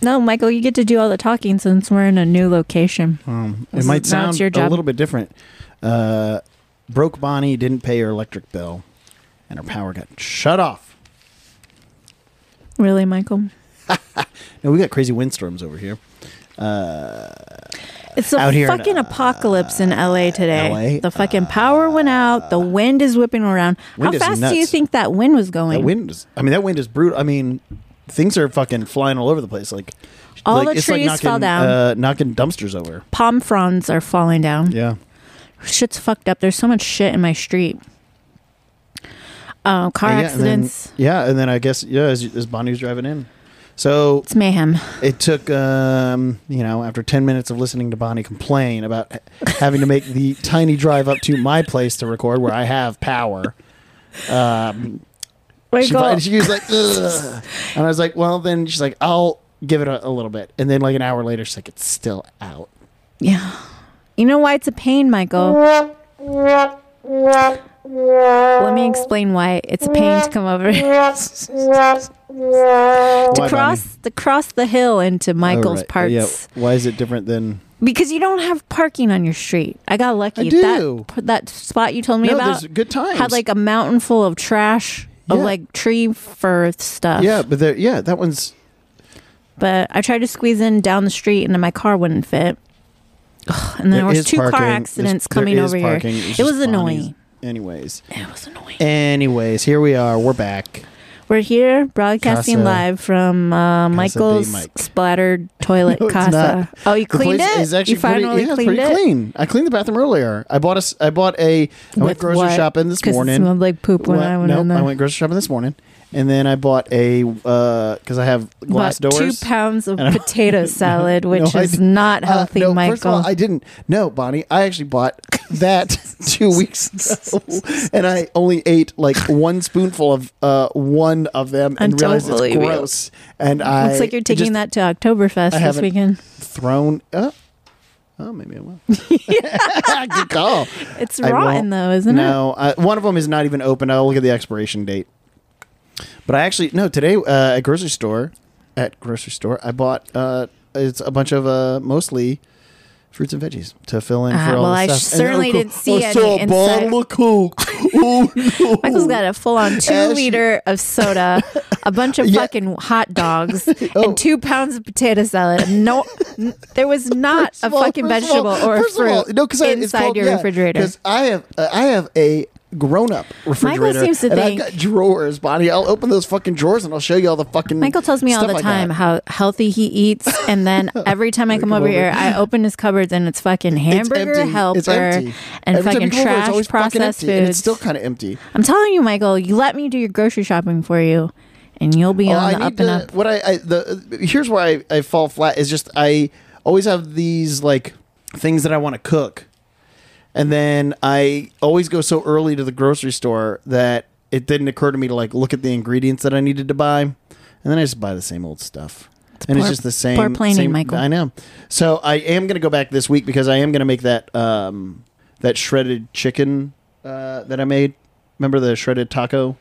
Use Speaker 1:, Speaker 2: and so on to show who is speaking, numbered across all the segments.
Speaker 1: No, Michael, you get to do all the talking since we're in a new location.
Speaker 2: Um, it
Speaker 1: This
Speaker 2: might
Speaker 1: is- now it's
Speaker 2: sound
Speaker 1: your
Speaker 2: a
Speaker 1: job.
Speaker 2: little bit different. Uh, broke Bonnie didn't pay her electric bill, and her power got shut off.
Speaker 1: Really, Michael?
Speaker 2: And we got crazy windstorms over here.
Speaker 1: It's a
Speaker 2: Out here in,
Speaker 1: fucking
Speaker 2: uh,
Speaker 1: apocalypse in LA today.
Speaker 2: LA?
Speaker 1: The fucking power went out. The wind is whipping around. How
Speaker 2: Wind is
Speaker 1: fast do you
Speaker 2: nuts.
Speaker 1: think that wind was going?
Speaker 2: That wind is. I mean, that wind is brutal. I mean, things are fucking flying all over the place. Like
Speaker 1: All
Speaker 2: like,
Speaker 1: the
Speaker 2: it's like
Speaker 1: trees
Speaker 2: knocking,
Speaker 1: fell down.
Speaker 2: Uh, knocking dumpsters over.
Speaker 1: Palm fronds are falling down.
Speaker 2: Yeah.
Speaker 1: Shit's fucked up. There's so much shit in my street. Uh, car
Speaker 2: And yeah, and then-
Speaker 1: accidents.
Speaker 2: yeah, and then I guess yeah, as, as Bonnie was driving in, so
Speaker 1: it's mayhem.
Speaker 2: it took um, you know after 10 minutes of listening to bonnie complain about ha- having to make the tiny drive up to my place to record where i have power she, fi- and she was like Ugh. and i was like well then she's like i'll give it a, a little bit and then like an hour later she's like it's still out
Speaker 1: Yeah. You know why it's a pain, Michael? Let me explain why it's a pain to come over to
Speaker 2: Why,
Speaker 1: cross to cross the hill into
Speaker 2: Bonnie? Oh,
Speaker 1: Michael's
Speaker 2: right.
Speaker 1: parts
Speaker 2: Yeah. why is it different than
Speaker 1: because you don't have parking on your street. I got
Speaker 2: I
Speaker 1: lucky.
Speaker 2: do.
Speaker 1: That that spot you told me
Speaker 2: No,
Speaker 1: about
Speaker 2: there's good times.
Speaker 1: had like a mountain full of trash of
Speaker 2: Yeah.
Speaker 1: like tree fur stuff.
Speaker 2: yeah but there yeah that one's
Speaker 1: but I tried to squeeze in down the street and then my car wouldn't fit. Ugh, and then there
Speaker 2: there
Speaker 1: was
Speaker 2: is
Speaker 1: two
Speaker 2: parking.
Speaker 1: car
Speaker 2: There's-
Speaker 1: accidents
Speaker 2: there
Speaker 1: coming
Speaker 2: is
Speaker 1: over
Speaker 2: parking.
Speaker 1: here.
Speaker 2: It's
Speaker 1: It
Speaker 2: just
Speaker 1: was annoying.
Speaker 2: Bonnie's- anyways
Speaker 1: It was annoying.
Speaker 2: anyways here we are we're back
Speaker 1: We're here broadcasting
Speaker 2: Casa-
Speaker 1: live from uh, Michael's
Speaker 2: Mike.
Speaker 1: splattered toilet
Speaker 2: No, it's
Speaker 1: casa.
Speaker 2: not.
Speaker 1: Oh, you
Speaker 2: The
Speaker 1: cleaned
Speaker 2: place
Speaker 1: it?
Speaker 2: is actually
Speaker 1: you finally
Speaker 2: pretty, yeah, it's
Speaker 1: cleaned
Speaker 2: pretty
Speaker 1: it?
Speaker 2: clean. I cleaned the bathroom earlier. I bought a s- I bought a I went
Speaker 1: With
Speaker 2: grocery
Speaker 1: what?
Speaker 2: shopping this
Speaker 1: 'Cause
Speaker 2: morning.
Speaker 1: It smelled like poop when
Speaker 2: What?
Speaker 1: I went
Speaker 2: Nope,
Speaker 1: in there.
Speaker 2: I went grocery shopping this morning, and then I bought a because I have glass
Speaker 1: Bought
Speaker 2: doors.
Speaker 1: Two pounds of
Speaker 2: And I-
Speaker 1: potato salad,
Speaker 2: No,
Speaker 1: which
Speaker 2: I
Speaker 1: is
Speaker 2: didn't.
Speaker 1: not
Speaker 2: Uh,
Speaker 1: healthy,
Speaker 2: no,
Speaker 1: Michael.
Speaker 2: First of all, I didn't. No, Bonnie, I actually bought that two weeks ago, and I only ate like one spoonful of uh, one of them,
Speaker 1: I
Speaker 2: and
Speaker 1: don't
Speaker 2: realized it's
Speaker 1: believe you.
Speaker 2: gross. And I
Speaker 1: Looks like you're
Speaker 2: just
Speaker 1: taking that to Oktoberfest
Speaker 2: I
Speaker 1: this
Speaker 2: haven't-
Speaker 1: weekend.
Speaker 2: thrown. Uh, oh, maybe I will. Good call.
Speaker 1: It's
Speaker 2: I
Speaker 1: rotten,
Speaker 2: won't-
Speaker 1: though, isn't it?
Speaker 2: no, I- one of them is not even open. I'll look at the expiration date. But I actually no today uh, at grocery store, at grocery store I bought uh, it's a bunch of uh, mostly fruits and veggies to fill in
Speaker 1: Ah,
Speaker 2: for all
Speaker 1: well,
Speaker 2: the
Speaker 1: I
Speaker 2: stuff. And,
Speaker 1: certainly
Speaker 2: oh, cool.
Speaker 1: didn't see
Speaker 2: I saw
Speaker 1: any
Speaker 2: a bottle of Coke. Oh, no.
Speaker 1: Michael's got a full on two
Speaker 2: Ashley-
Speaker 1: liter of soda, a bunch of
Speaker 2: Yeah.
Speaker 1: fucking hot dogs,
Speaker 2: Oh.
Speaker 1: and two pounds of potato salad. No, n- there was not a
Speaker 2: First of all-
Speaker 1: fucking
Speaker 2: first of all-
Speaker 1: vegetable or a
Speaker 2: first of
Speaker 1: fruit
Speaker 2: all- no, 'cause I- it's
Speaker 1: inside
Speaker 2: called-
Speaker 1: your
Speaker 2: yeah,
Speaker 1: refrigerator.
Speaker 2: 'cause I have uh, I have a grown up refrigerator.
Speaker 1: seems to
Speaker 2: and
Speaker 1: think-
Speaker 2: I've got drawers, Bonnie. I'll open those fucking drawers and I'll show you all the fucking.
Speaker 1: Michael tells me all
Speaker 2: Mm. stuff
Speaker 1: the
Speaker 2: I got.
Speaker 1: time how healthy he eats, and then every time I come, over,
Speaker 2: over.
Speaker 1: here, I open his cupboards and it's fucking
Speaker 2: It's
Speaker 1: hamburger
Speaker 2: empty.
Speaker 1: helper
Speaker 2: It's empty.
Speaker 1: and
Speaker 2: Every time
Speaker 1: fucking
Speaker 2: you come over, it's
Speaker 1: trash
Speaker 2: always fucking
Speaker 1: processed
Speaker 2: empty, And
Speaker 1: foods.
Speaker 2: it's still kind of empty.
Speaker 1: I'm telling you, Michael, you let me do your grocery shopping for you, and you'll be
Speaker 2: Well,
Speaker 1: on
Speaker 2: Oh, I
Speaker 1: the
Speaker 2: need
Speaker 1: up
Speaker 2: to,
Speaker 1: and up.
Speaker 2: What I, I the here's where I, I fall flat is just I always have these like things that I want to cook, and then I always go so early to the grocery store that it didn't occur to me to like look at the ingredients that I needed to buy, and then I just buy the same old stuff. and
Speaker 1: poor-
Speaker 2: it's just the same.
Speaker 1: poor planning,
Speaker 2: same-
Speaker 1: Michael.
Speaker 2: I know. So I am going to go back this week because I am going to make that um, that shredded chicken uh, that I made. Remember the shredded taco?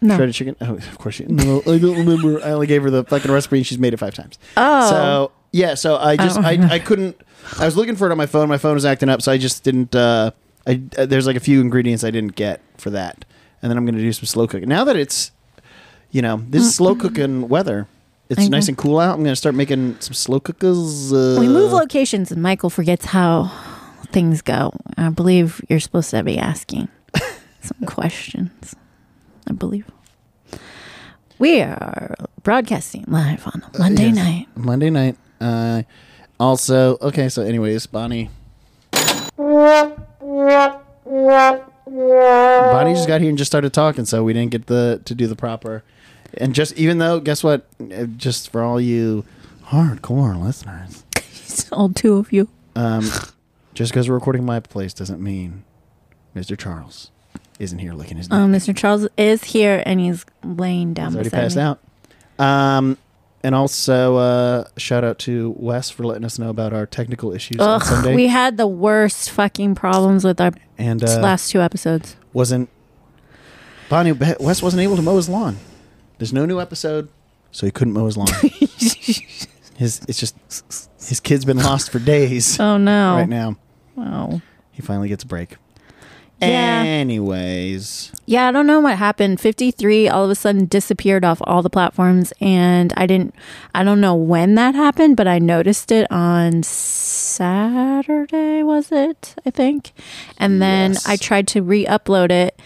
Speaker 1: No.
Speaker 2: Shredded chicken? Oh, of course. She, no, I don't remember. I only gave her the fucking recipe and she's made it five times.
Speaker 1: Oh.
Speaker 2: So, yeah. So I just,
Speaker 1: don't
Speaker 2: I,
Speaker 1: remember.
Speaker 2: I couldn't, I was looking for it on my phone. My phone was acting up. So I just didn't, uh, I, uh, there's like a few ingredients I didn't get for that. And then I'm going to do some slow cooking. Now that it's, you know, this is slow cooking weather. It's
Speaker 1: Mm. I
Speaker 2: nice
Speaker 1: know.
Speaker 2: and cool out. I'm going to start making some slow cookers. Uh,
Speaker 1: we move locations and Michael forgets how things go. I believe you're supposed to be asking some questions. I believe. We are broadcasting live on a Monday
Speaker 2: yes.
Speaker 1: night.
Speaker 2: Monday night. Uh, also, okay. So, anyways, Bonnie. Bonnie just got here and just started talking, so we didn't get the to do the proper. And just even though, guess what? Uh, Just for all you hardcore listeners,
Speaker 1: All two of you.
Speaker 2: um, just because we're recording my place doesn't mean Mr. Charles isn't here licking his.
Speaker 1: Um,
Speaker 2: neck.
Speaker 1: Mr. Charles is here and he's laying down
Speaker 2: He's already
Speaker 1: beside
Speaker 2: passed
Speaker 1: me.
Speaker 2: out. Um, and also, uh, shout out to Wes for letting us know about our technical issues on
Speaker 1: Ugh,
Speaker 2: Sunday.
Speaker 1: we had the worst fucking problems with our
Speaker 2: and uh,
Speaker 1: last two episodes.
Speaker 2: wasn't Bonnie West wasn't able to mow his lawn. There's no new episode, so he couldn't mow his lawn. His it's just his kid's been lost for days
Speaker 1: Oh no.
Speaker 2: right now.
Speaker 1: Oh.
Speaker 2: He finally gets a break.
Speaker 1: Yeah.
Speaker 2: Anyways,
Speaker 1: Yeah, I don't know what happened. 53 all of a sudden disappeared off all the platforms and I didn't I don't know when that happened, but I noticed it on Saturday was it, I think. And then
Speaker 2: Yes.
Speaker 1: I tried to re-upload it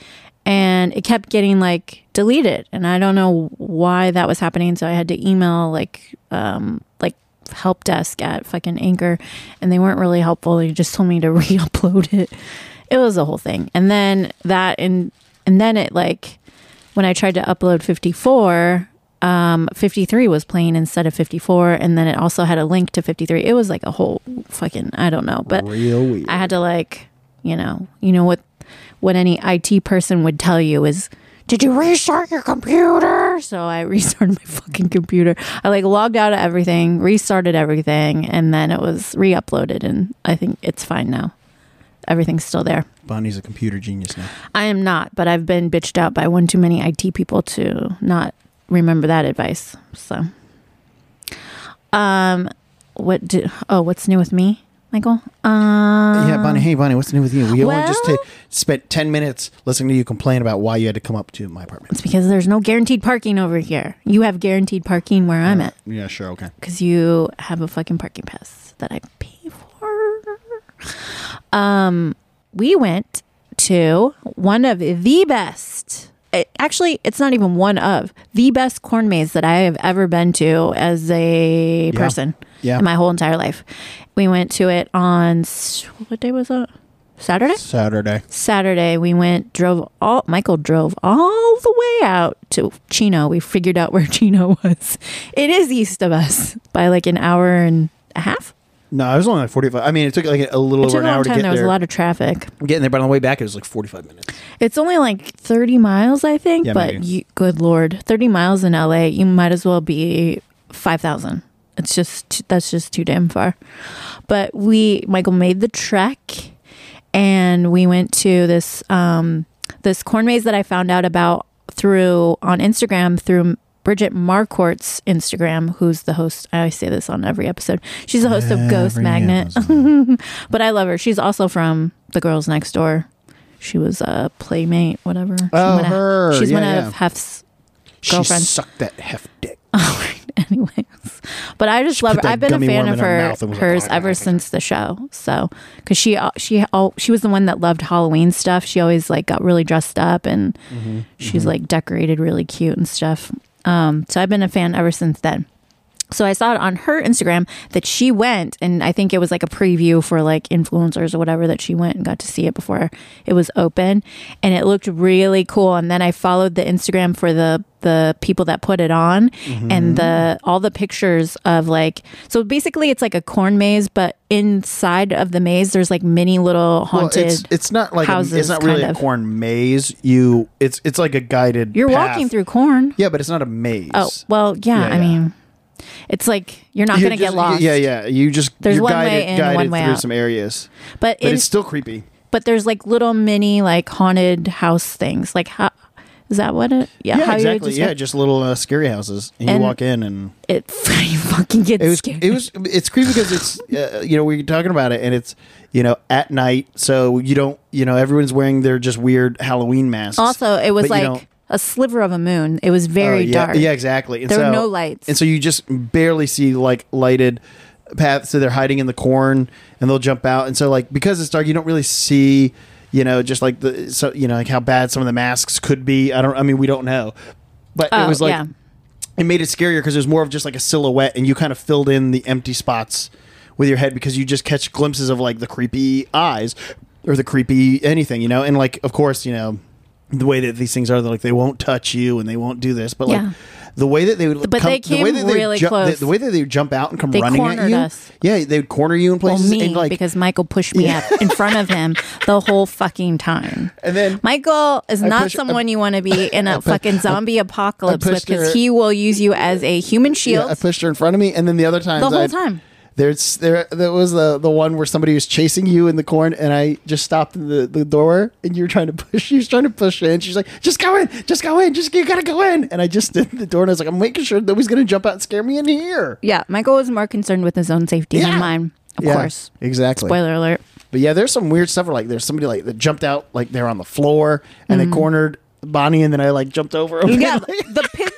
Speaker 1: and it kept getting like deleted and I don't know why that was happening, so I had to email like um like help desk at fucking Anchor, and they weren't really helpful. They just told me to re-upload it. It was a whole thing, and then that and and then it like when I tried to upload fifty four. Um, 53 was playing instead of 54 and then it also had a link to 53 it was like a whole fucking i don't know but
Speaker 2: real weird.
Speaker 1: I had to like, you know, you know what what any IT person would tell you is, did you restart your computer? So I restarted my fucking computer. I like logged out of everything, restarted everything, and then it was re-uploaded and I think it's fine now. Everything's still there.
Speaker 2: Bonnie's a computer genius now.
Speaker 1: I am not, but I've been bitched out by one too many IT people to not remember that advice. So, um, what do? Oh, what's new with me, Michael? Um,
Speaker 2: yeah, Bonnie. Hey, Bonnie. What's new with you? We only just
Speaker 1: well-
Speaker 2: ta- spent ten minutes listening to you complain about why you had to come up to my apartment.
Speaker 1: It's because there's no guaranteed parking over here. You have guaranteed parking where I'm at
Speaker 2: Uh, Yeah, sure, okay.
Speaker 1: because you have a fucking parking pass that I pay for. Um, we went to one of the best. it- actually, it's not even one of the best corn maze that I have ever been to as a
Speaker 2: Yeah.
Speaker 1: person
Speaker 2: Yeah.
Speaker 1: in my whole entire life. We went to it on s- what day was that? Saturday.
Speaker 2: Saturday.
Speaker 1: Saturday, we went, drove all, Michael drove all the way out to Chino. We figured out where Chino was. It is east of us by like an hour and a half.
Speaker 2: No, it was only like forty-five. I mean, it took like a little over
Speaker 1: It took a
Speaker 2: an
Speaker 1: long
Speaker 2: hour to
Speaker 1: time.
Speaker 2: get
Speaker 1: There was
Speaker 2: there.
Speaker 1: a lot of traffic.
Speaker 2: Getting there, but on the way back, it was like forty-five minutes.
Speaker 1: It's only like 30 miles, I think,
Speaker 2: Yeah,
Speaker 1: but
Speaker 2: maybe.
Speaker 1: you, good Lord, 30 miles in LA, you might as well be 5,000. It's just, that's just too damn far. But we, Michael made the trek and we went to this, um, this corn maze that I found out about through on Instagram through Bridget Marquardt's Instagram, who's the host. I always say this on every episode. She's the host of Ghost
Speaker 2: Every
Speaker 1: Magnet.
Speaker 2: episode.
Speaker 1: but I love her. She's also from The Girls Next Door. She was a playmate, whatever. She's
Speaker 2: Oh,
Speaker 1: one of-
Speaker 2: her.
Speaker 1: She's
Speaker 2: Yeah,
Speaker 1: one
Speaker 2: yeah.
Speaker 1: of Hef's
Speaker 2: She
Speaker 1: Girlfriend. Oh,
Speaker 2: sucked that heft dick.
Speaker 1: anyways. But I just love
Speaker 2: put
Speaker 1: her.
Speaker 2: that
Speaker 1: I've been a
Speaker 2: gummy
Speaker 1: fan
Speaker 2: worm
Speaker 1: of
Speaker 2: in her
Speaker 1: her
Speaker 2: mouth and was like,
Speaker 1: hers
Speaker 2: "Ah, ah, ah."
Speaker 1: ever since the show. So because she al- she al- she was the one that loved Halloween stuff. She always like got really dressed up and
Speaker 2: Mm-hmm.
Speaker 1: she's like decorated really cute and stuff. Um, so I've been a fan ever since then. So I saw it on her Instagram that she went, and I think it was like a preview for like influencers or whatever that she went and got to see it before it was open, and it looked really cool. And then I followed the Instagram for the the people that put it on,
Speaker 2: Mm-hmm.
Speaker 1: and the all the pictures of like so basically it's like a corn maze, but inside of the maze there's like many little haunted.
Speaker 2: it's it's not like a, it's
Speaker 1: houses,
Speaker 2: not really
Speaker 1: kind
Speaker 2: a
Speaker 1: of.
Speaker 2: corn maze. You it's it's like a guided.
Speaker 1: you're
Speaker 2: path.
Speaker 1: walking through corn.
Speaker 2: Yeah, but it's not a maze.
Speaker 1: Oh well, yeah.
Speaker 2: Yeah,
Speaker 1: I
Speaker 2: yeah.
Speaker 1: mean, it's like you're not
Speaker 2: You're
Speaker 1: gonna
Speaker 2: just-
Speaker 1: get lost.
Speaker 2: Yeah, yeah. You just
Speaker 1: There's
Speaker 2: you're
Speaker 1: one
Speaker 2: guided,
Speaker 1: way in and
Speaker 2: guided
Speaker 1: one way
Speaker 2: through
Speaker 1: out.
Speaker 2: some areas,
Speaker 1: But,
Speaker 2: but
Speaker 1: in-
Speaker 2: it's still creepy.
Speaker 1: but there's like little mini like haunted house things. Like how is that what it? Yeah,
Speaker 2: Yeah,
Speaker 1: how you would
Speaker 2: exactly. Yeah,
Speaker 1: describe-
Speaker 2: just little uh, scary houses, and,
Speaker 1: And-
Speaker 2: you walk in and
Speaker 1: it you fucking get
Speaker 2: it was
Speaker 1: scared.
Speaker 2: it was it's creepy because it's uh, you know we were talking about it and it's you know at night so you don't you know everyone's wearing their just weird Halloween masks.
Speaker 1: also, it was
Speaker 2: but you
Speaker 1: like a sliver of a moon. It was
Speaker 2: Oh,
Speaker 1: very
Speaker 2: yeah,
Speaker 1: dark.
Speaker 2: Yeah, exactly. And
Speaker 1: There were
Speaker 2: so-
Speaker 1: no lights.
Speaker 2: and so you just barely see like lighted paths. So they're hiding in the corn, and they'll jump out. And so like because it's dark, you don't really see, you know, just like the so you know like how bad some of the masks could be. I don't. I mean, we don't know, but
Speaker 1: Oh,
Speaker 2: it was like
Speaker 1: yeah.
Speaker 2: it made it scarier because it was more of just like a silhouette, and you kind of filled in the empty spots with your head because you just catch glimpses of like the creepy eyes or the creepy anything, you know. And like of course, you know. The way that these things are, they're like they won't touch you and they won't do this, but like
Speaker 1: Yeah.
Speaker 2: the way that they would
Speaker 1: But they
Speaker 2: the way
Speaker 1: came
Speaker 2: that they
Speaker 1: really
Speaker 2: ju-
Speaker 1: close.
Speaker 2: The, the way that they would jump out and come
Speaker 1: They
Speaker 2: running at
Speaker 1: cornered
Speaker 2: you.
Speaker 1: us.
Speaker 2: Yeah, they would corner you in
Speaker 1: Well,
Speaker 2: places
Speaker 1: Oh, me
Speaker 2: and like
Speaker 1: because Michael pushed me up in front of him the whole fucking time.
Speaker 2: and then
Speaker 1: Michael is not
Speaker 2: push- I-
Speaker 1: someone you want to be in a fucking zombie apocalypse with
Speaker 2: pushed her-
Speaker 1: because he will use you as a human shield
Speaker 2: yeah, I pushed her in front of me, and then the other times
Speaker 1: the whole
Speaker 2: I'd-
Speaker 1: time.
Speaker 2: There's there there was the the one where somebody was chasing you in the corn, and I just stopped in the, the door, and you were trying to push. She was trying to push in. She's like, "Just go in, just go in, just you gotta go in." And I just did the door, and I was like, "I'm making sure nobody's gonna jump out and scare me in here."
Speaker 1: Yeah, Michael was more concerned with his own safety
Speaker 2: Yeah.
Speaker 1: than mine. Of
Speaker 2: Yeah,
Speaker 1: course.
Speaker 2: exactly.
Speaker 1: Spoiler alert.
Speaker 2: But yeah, there's some weird stuff. Where, like there's somebody like that jumped out, like they're on the floor, and they cornered Bonnie, and then I like jumped over. him.
Speaker 1: Mm-hmm. Yeah, the pig,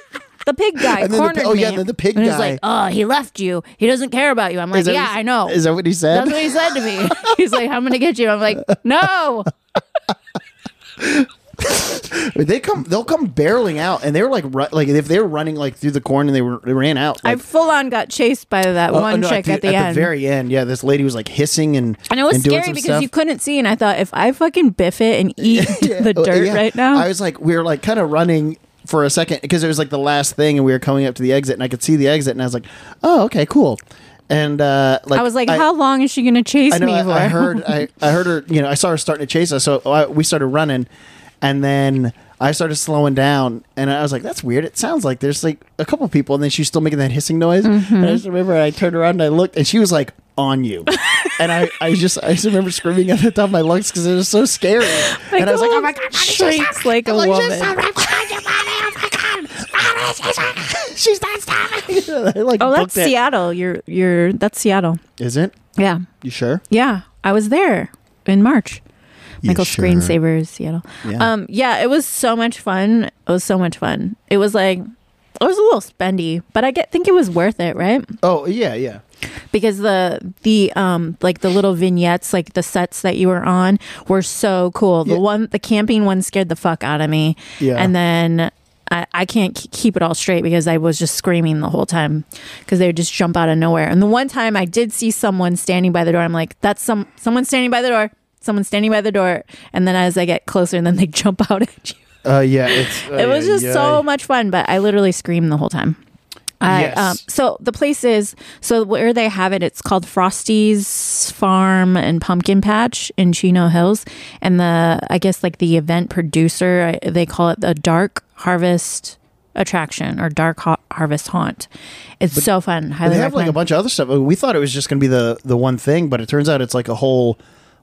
Speaker 1: the pig guy
Speaker 2: And then the-
Speaker 1: cornered
Speaker 2: oh,
Speaker 1: me.
Speaker 2: yeah, then the pig
Speaker 1: and he was
Speaker 2: guy.
Speaker 1: like, "Oh, he left you. He doesn't care about you." I'm like,
Speaker 2: Is that
Speaker 1: "Yeah,
Speaker 2: what he-
Speaker 1: I know."
Speaker 2: Is that what he said?
Speaker 1: That's what he said to me. He's like, "I'm gonna get you." I'm like, "No."
Speaker 2: they come, they'll come barreling out, and they're like, ru- like if they were running like through the corn and they were they ran out.
Speaker 1: I
Speaker 2: Like,
Speaker 1: full on got chased by that
Speaker 2: oh,
Speaker 1: one
Speaker 2: no,
Speaker 1: chick at the,
Speaker 2: at
Speaker 1: end.
Speaker 2: the very end. Yeah, this lady was like hissing and
Speaker 1: and it was
Speaker 2: doing
Speaker 1: scary
Speaker 2: some
Speaker 1: because
Speaker 2: stuff.
Speaker 1: you couldn't see, and I thought if I fucking biff it and eat the
Speaker 2: Oh,
Speaker 1: dirt
Speaker 2: yeah.
Speaker 1: right now,
Speaker 2: I was like, we were like kind of running for a second because it was like the last thing, and we were coming up to the exit, and I could see the exit, and I was like, oh, okay, cool. And uh, like
Speaker 1: I was like, "How long is she gonna chase
Speaker 2: I know.
Speaker 1: me
Speaker 2: I,
Speaker 1: for?"
Speaker 2: I heard. I, I heard her. You know, I saw her starting to chase us. So I, we started running, and then I started slowing down. And I was like, "That's weird. It sounds like there's like a couple people." And then she's still making that hissing noise.
Speaker 1: Mm-hmm.
Speaker 2: And I just remember I turned around and I looked, and she was like on you. and I, I just, I just remember screaming at the top of my lungs because it was so scary. and I was like, "Oh my god, Bonnie, she's
Speaker 1: shrieks like a
Speaker 2: Bonnie, she's
Speaker 1: woman.
Speaker 2: so right behind you, Bonnie. Oh my god, Bonnie, she's right- she's not stopping." I, like,
Speaker 1: oh, that's
Speaker 2: booked it.
Speaker 1: Seattle. You're you're that's Seattle.
Speaker 2: Is it?
Speaker 1: Yeah,
Speaker 2: You sure?
Speaker 1: yeah. I was there in March.
Speaker 2: You
Speaker 1: Michael's
Speaker 2: sure?
Speaker 1: screensaver is Seattle.
Speaker 2: Yeah.
Speaker 1: Um, yeah, it was so much fun. It was so much fun. It was like it was a little spendy, but I get think it was worth it, right?
Speaker 2: Oh yeah, yeah.
Speaker 1: Because the the um like the little vignettes, like the sets that you were on, were so cool. The
Speaker 2: Yeah.
Speaker 1: one the camping one scared the fuck out of me.
Speaker 2: Yeah.
Speaker 1: And then I, I can't k- keep it all straight because I was just screaming the whole time because they would just jump out of nowhere. And the one time I did see someone standing by the door, I'm like, that's some someone standing by the door. Someone standing by the door. And then as I get closer, and then they jump out at you.
Speaker 2: Uh, yeah, it's, uh,
Speaker 1: it was just so much fun, but I literally screamed the whole time. I,
Speaker 2: Yes.
Speaker 1: um, so the place is so where they have it. It's called Frosty's Farm and Pumpkin Patch in Chino Hills, and the I guess like the event producer I- they call it the Dark Harvest attraction or Dark Ho- Harvest Haunt. It's so fun. Highly
Speaker 2: They have like a
Speaker 1: recommend.
Speaker 2: bunch of other stuff. We thought it was just going to be the the one thing, but it turns out it's like a whole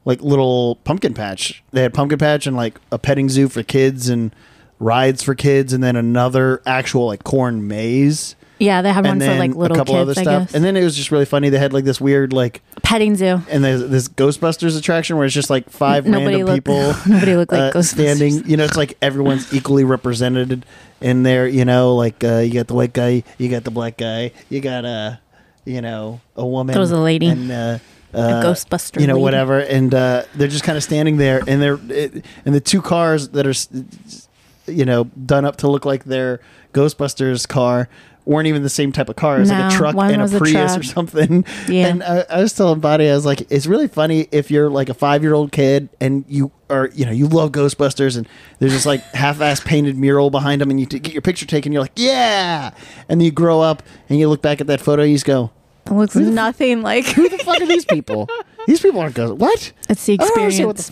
Speaker 2: like little pumpkin patch. They had pumpkin patch and like a petting zoo for kids and rides for kids, and then another actual like corn maze,
Speaker 1: yeah, they have one
Speaker 2: and
Speaker 1: for
Speaker 2: then
Speaker 1: like
Speaker 2: a
Speaker 1: little
Speaker 2: couple
Speaker 1: kids.
Speaker 2: other
Speaker 1: I
Speaker 2: stuff.
Speaker 1: guess
Speaker 2: And then it was just really funny. They had like this weird like
Speaker 1: petting zoo.
Speaker 2: and there's this Ghostbusters attraction where it's just like five
Speaker 1: Nobody
Speaker 2: random
Speaker 1: looked.
Speaker 2: people.
Speaker 1: nobody looked like
Speaker 2: uh,
Speaker 1: Ghostbusters.
Speaker 2: standing. You know, it's like everyone's equally represented in there. You know, like uh, you got the white guy, you got the black guy, you got uh, you know, a woman.
Speaker 1: There was a lady.
Speaker 2: and uh, uh,
Speaker 1: Ghostbuster
Speaker 2: You know,
Speaker 1: lady.
Speaker 2: whatever. And uh, they're just kind of standing there, and they're it, and the two cars that are, s- you know, done up to look like their Ghostbusters car. Weren't even the same type of car. It was like a
Speaker 1: No,
Speaker 2: truck
Speaker 1: one
Speaker 2: and
Speaker 1: was
Speaker 2: a
Speaker 1: a
Speaker 2: Prius or
Speaker 1: truck.
Speaker 2: something.
Speaker 1: Yeah.
Speaker 2: And I, I was telling Bonnie, I was like, it's really funny if you're like a five year old kid and you are, you know, you love Ghostbusters and there's this like half ass painted mural behind them and you t- get your picture taken, you're like, yeah. And then you grow up and you look back at that photo, you just go,
Speaker 1: It looks nothing like
Speaker 2: who the fuck are these people? These people aren't Ghostbusters. What?
Speaker 1: It's the
Speaker 2: I don't understand what the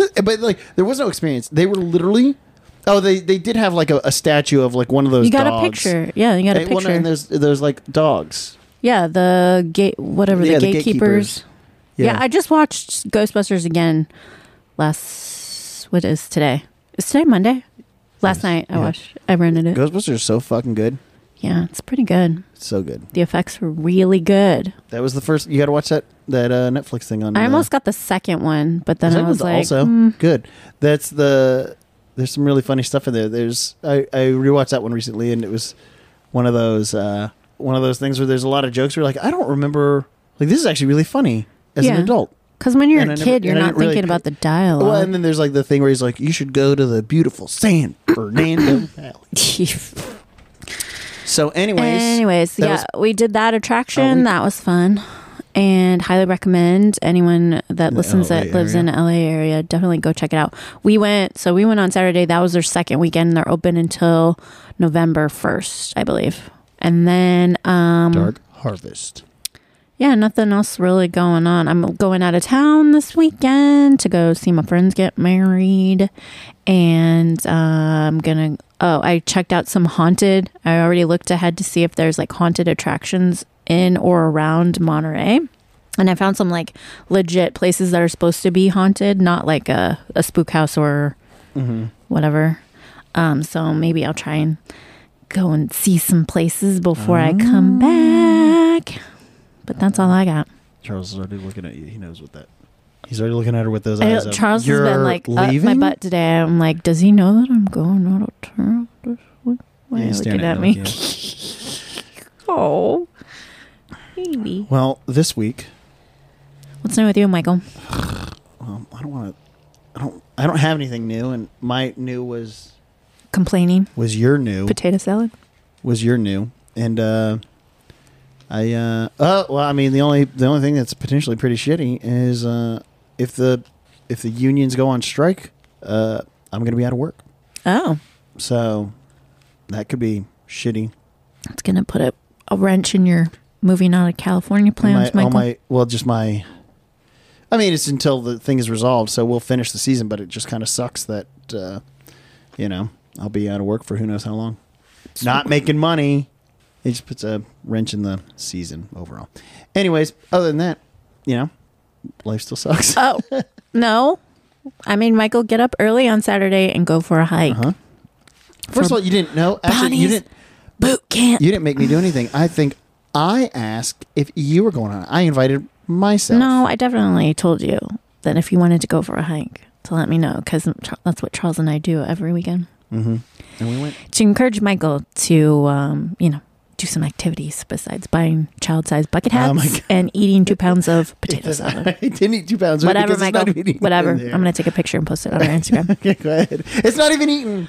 Speaker 2: fuck. but like, there was no experience. They were literally. Oh, they, they did have like a, a statue of like one of those.
Speaker 1: You got
Speaker 2: dogs.
Speaker 1: a picture. Yeah, you got
Speaker 2: They-
Speaker 1: a
Speaker 2: well, no,
Speaker 1: picture.
Speaker 2: and there's there's like dogs.
Speaker 1: yeah, the gate, whatever
Speaker 2: Yeah,
Speaker 1: the
Speaker 2: the
Speaker 1: gatekeepers.
Speaker 2: gatekeepers.
Speaker 1: Yeah. I just watched Ghostbusters again last. What is today? Is today Monday? Last night I
Speaker 2: yeah.
Speaker 1: watched. I rented it.
Speaker 2: Ghostbusters are so fucking good.
Speaker 1: Yeah, it's pretty good.
Speaker 2: It's so good.
Speaker 1: The effects were really good.
Speaker 2: That was the first. You got to watch that that uh, Netflix thing on.
Speaker 1: I
Speaker 2: uh,
Speaker 1: almost got the second one, but then
Speaker 2: that
Speaker 1: I was
Speaker 2: one's
Speaker 1: like,
Speaker 2: also
Speaker 1: mm,
Speaker 2: good. That's the. There's some really funny stuff in there. There's I I rewatched that one recently, and it was one of those uh, one of those things where there's a lot of jokes where like I don't remember like this is actually really funny as
Speaker 1: Yeah.
Speaker 2: an adult.
Speaker 1: because when you're
Speaker 2: And I
Speaker 1: a
Speaker 2: never-
Speaker 1: kid,
Speaker 2: and I
Speaker 1: you're not
Speaker 2: didn't really
Speaker 1: thinking
Speaker 2: pay-
Speaker 1: about the dialogue.
Speaker 2: Well, and then there's like the thing where he's like, "You should go to the beautiful San Fernando Valley." So, anyways,
Speaker 1: Anyways,
Speaker 2: that
Speaker 1: yeah,
Speaker 2: was-
Speaker 1: we did that attraction.
Speaker 2: Oh, we-
Speaker 1: that was fun. And highly recommend anyone
Speaker 2: the
Speaker 1: that listens
Speaker 2: LA
Speaker 1: that lives in
Speaker 2: area.
Speaker 1: LA area definitely go check it out. We went so we went on Saturday. That was their second weekend. They're open until November first, I believe. And then um
Speaker 2: Dark Harvest.
Speaker 1: yeah, nothing else really going on. I'm going out of town this weekend to go see my friends get married. And uh, I'm going to, oh, I checked out some haunted. I already looked ahead to see if there's like haunted attractions in or around Monterey. And I found some like legit places that are supposed to be haunted, not like a, a spook house or
Speaker 2: Mm-hmm.
Speaker 1: whatever. Um, so maybe I'll try and go and see some places before I come back. But that's all I got.
Speaker 2: Charles is already looking at you. He knows what that. He's already looking at her with those
Speaker 1: I
Speaker 2: eyes.
Speaker 1: know
Speaker 2: of,
Speaker 1: Charles has
Speaker 2: "You're
Speaker 1: been like up my
Speaker 2: leaving?"
Speaker 1: butt today. I'm like, does he know that I'm going out of town? Does- Why
Speaker 2: Yeah,
Speaker 1: why are you
Speaker 2: he's staring
Speaker 1: looking at
Speaker 2: you
Speaker 1: me?
Speaker 2: like you.
Speaker 1: Oh, baby.
Speaker 2: well, this week,
Speaker 1: What's new with you, Michael?
Speaker 2: um, I don't want to. I don't. I don't have anything new, and my new was
Speaker 1: Complaining.
Speaker 2: was your new
Speaker 1: Potato salad.
Speaker 2: was your new, and uh, I. Uh, oh well, I mean the only the only thing that's potentially pretty shitty is uh, if the if the unions go on strike, uh, I'm gonna be out of work.
Speaker 1: Oh,
Speaker 2: So that could be shitty.
Speaker 1: that's gonna put a, a wrench in your moving out of California plans,
Speaker 2: my, all
Speaker 1: Michael.
Speaker 2: my well, just my. I mean, it's until the thing is resolved, so we'll finish the season. But it just kind of sucks that, uh, you know, I'll be out of work for who knows how long, not making money. It just puts a wrench in the season overall. Anyways, other than that, you know, life still sucks.
Speaker 1: oh no, I mean Michael, get up early on Saturday and go for a hike.
Speaker 2: Uh-huh. First of all, you didn't know. Actually, you
Speaker 1: Bonnie's-
Speaker 2: didn't.
Speaker 1: Boot camp.
Speaker 2: You didn't make me do anything. I think I asked if you were going on. I invited myself.
Speaker 1: No, I definitely told you that if you wanted to go for a hike, to let me know because that's what Charles and I do every weekend
Speaker 2: Mm-hmm. And we went.
Speaker 1: to encourage Michael to, um, you know, do some activities besides buying child-sized bucket
Speaker 2: Oh my
Speaker 1: hats
Speaker 2: God.
Speaker 1: and eating two pounds of potato salad.
Speaker 2: I didn't eat two pounds. right?
Speaker 1: Whatever,
Speaker 2: Because it's
Speaker 1: Michael.
Speaker 2: not even eaten
Speaker 1: Whatever.
Speaker 2: in
Speaker 1: I'm
Speaker 2: there.
Speaker 1: gonna take a picture and post it on our Instagram.
Speaker 2: Okay, go ahead. It's not even eaten.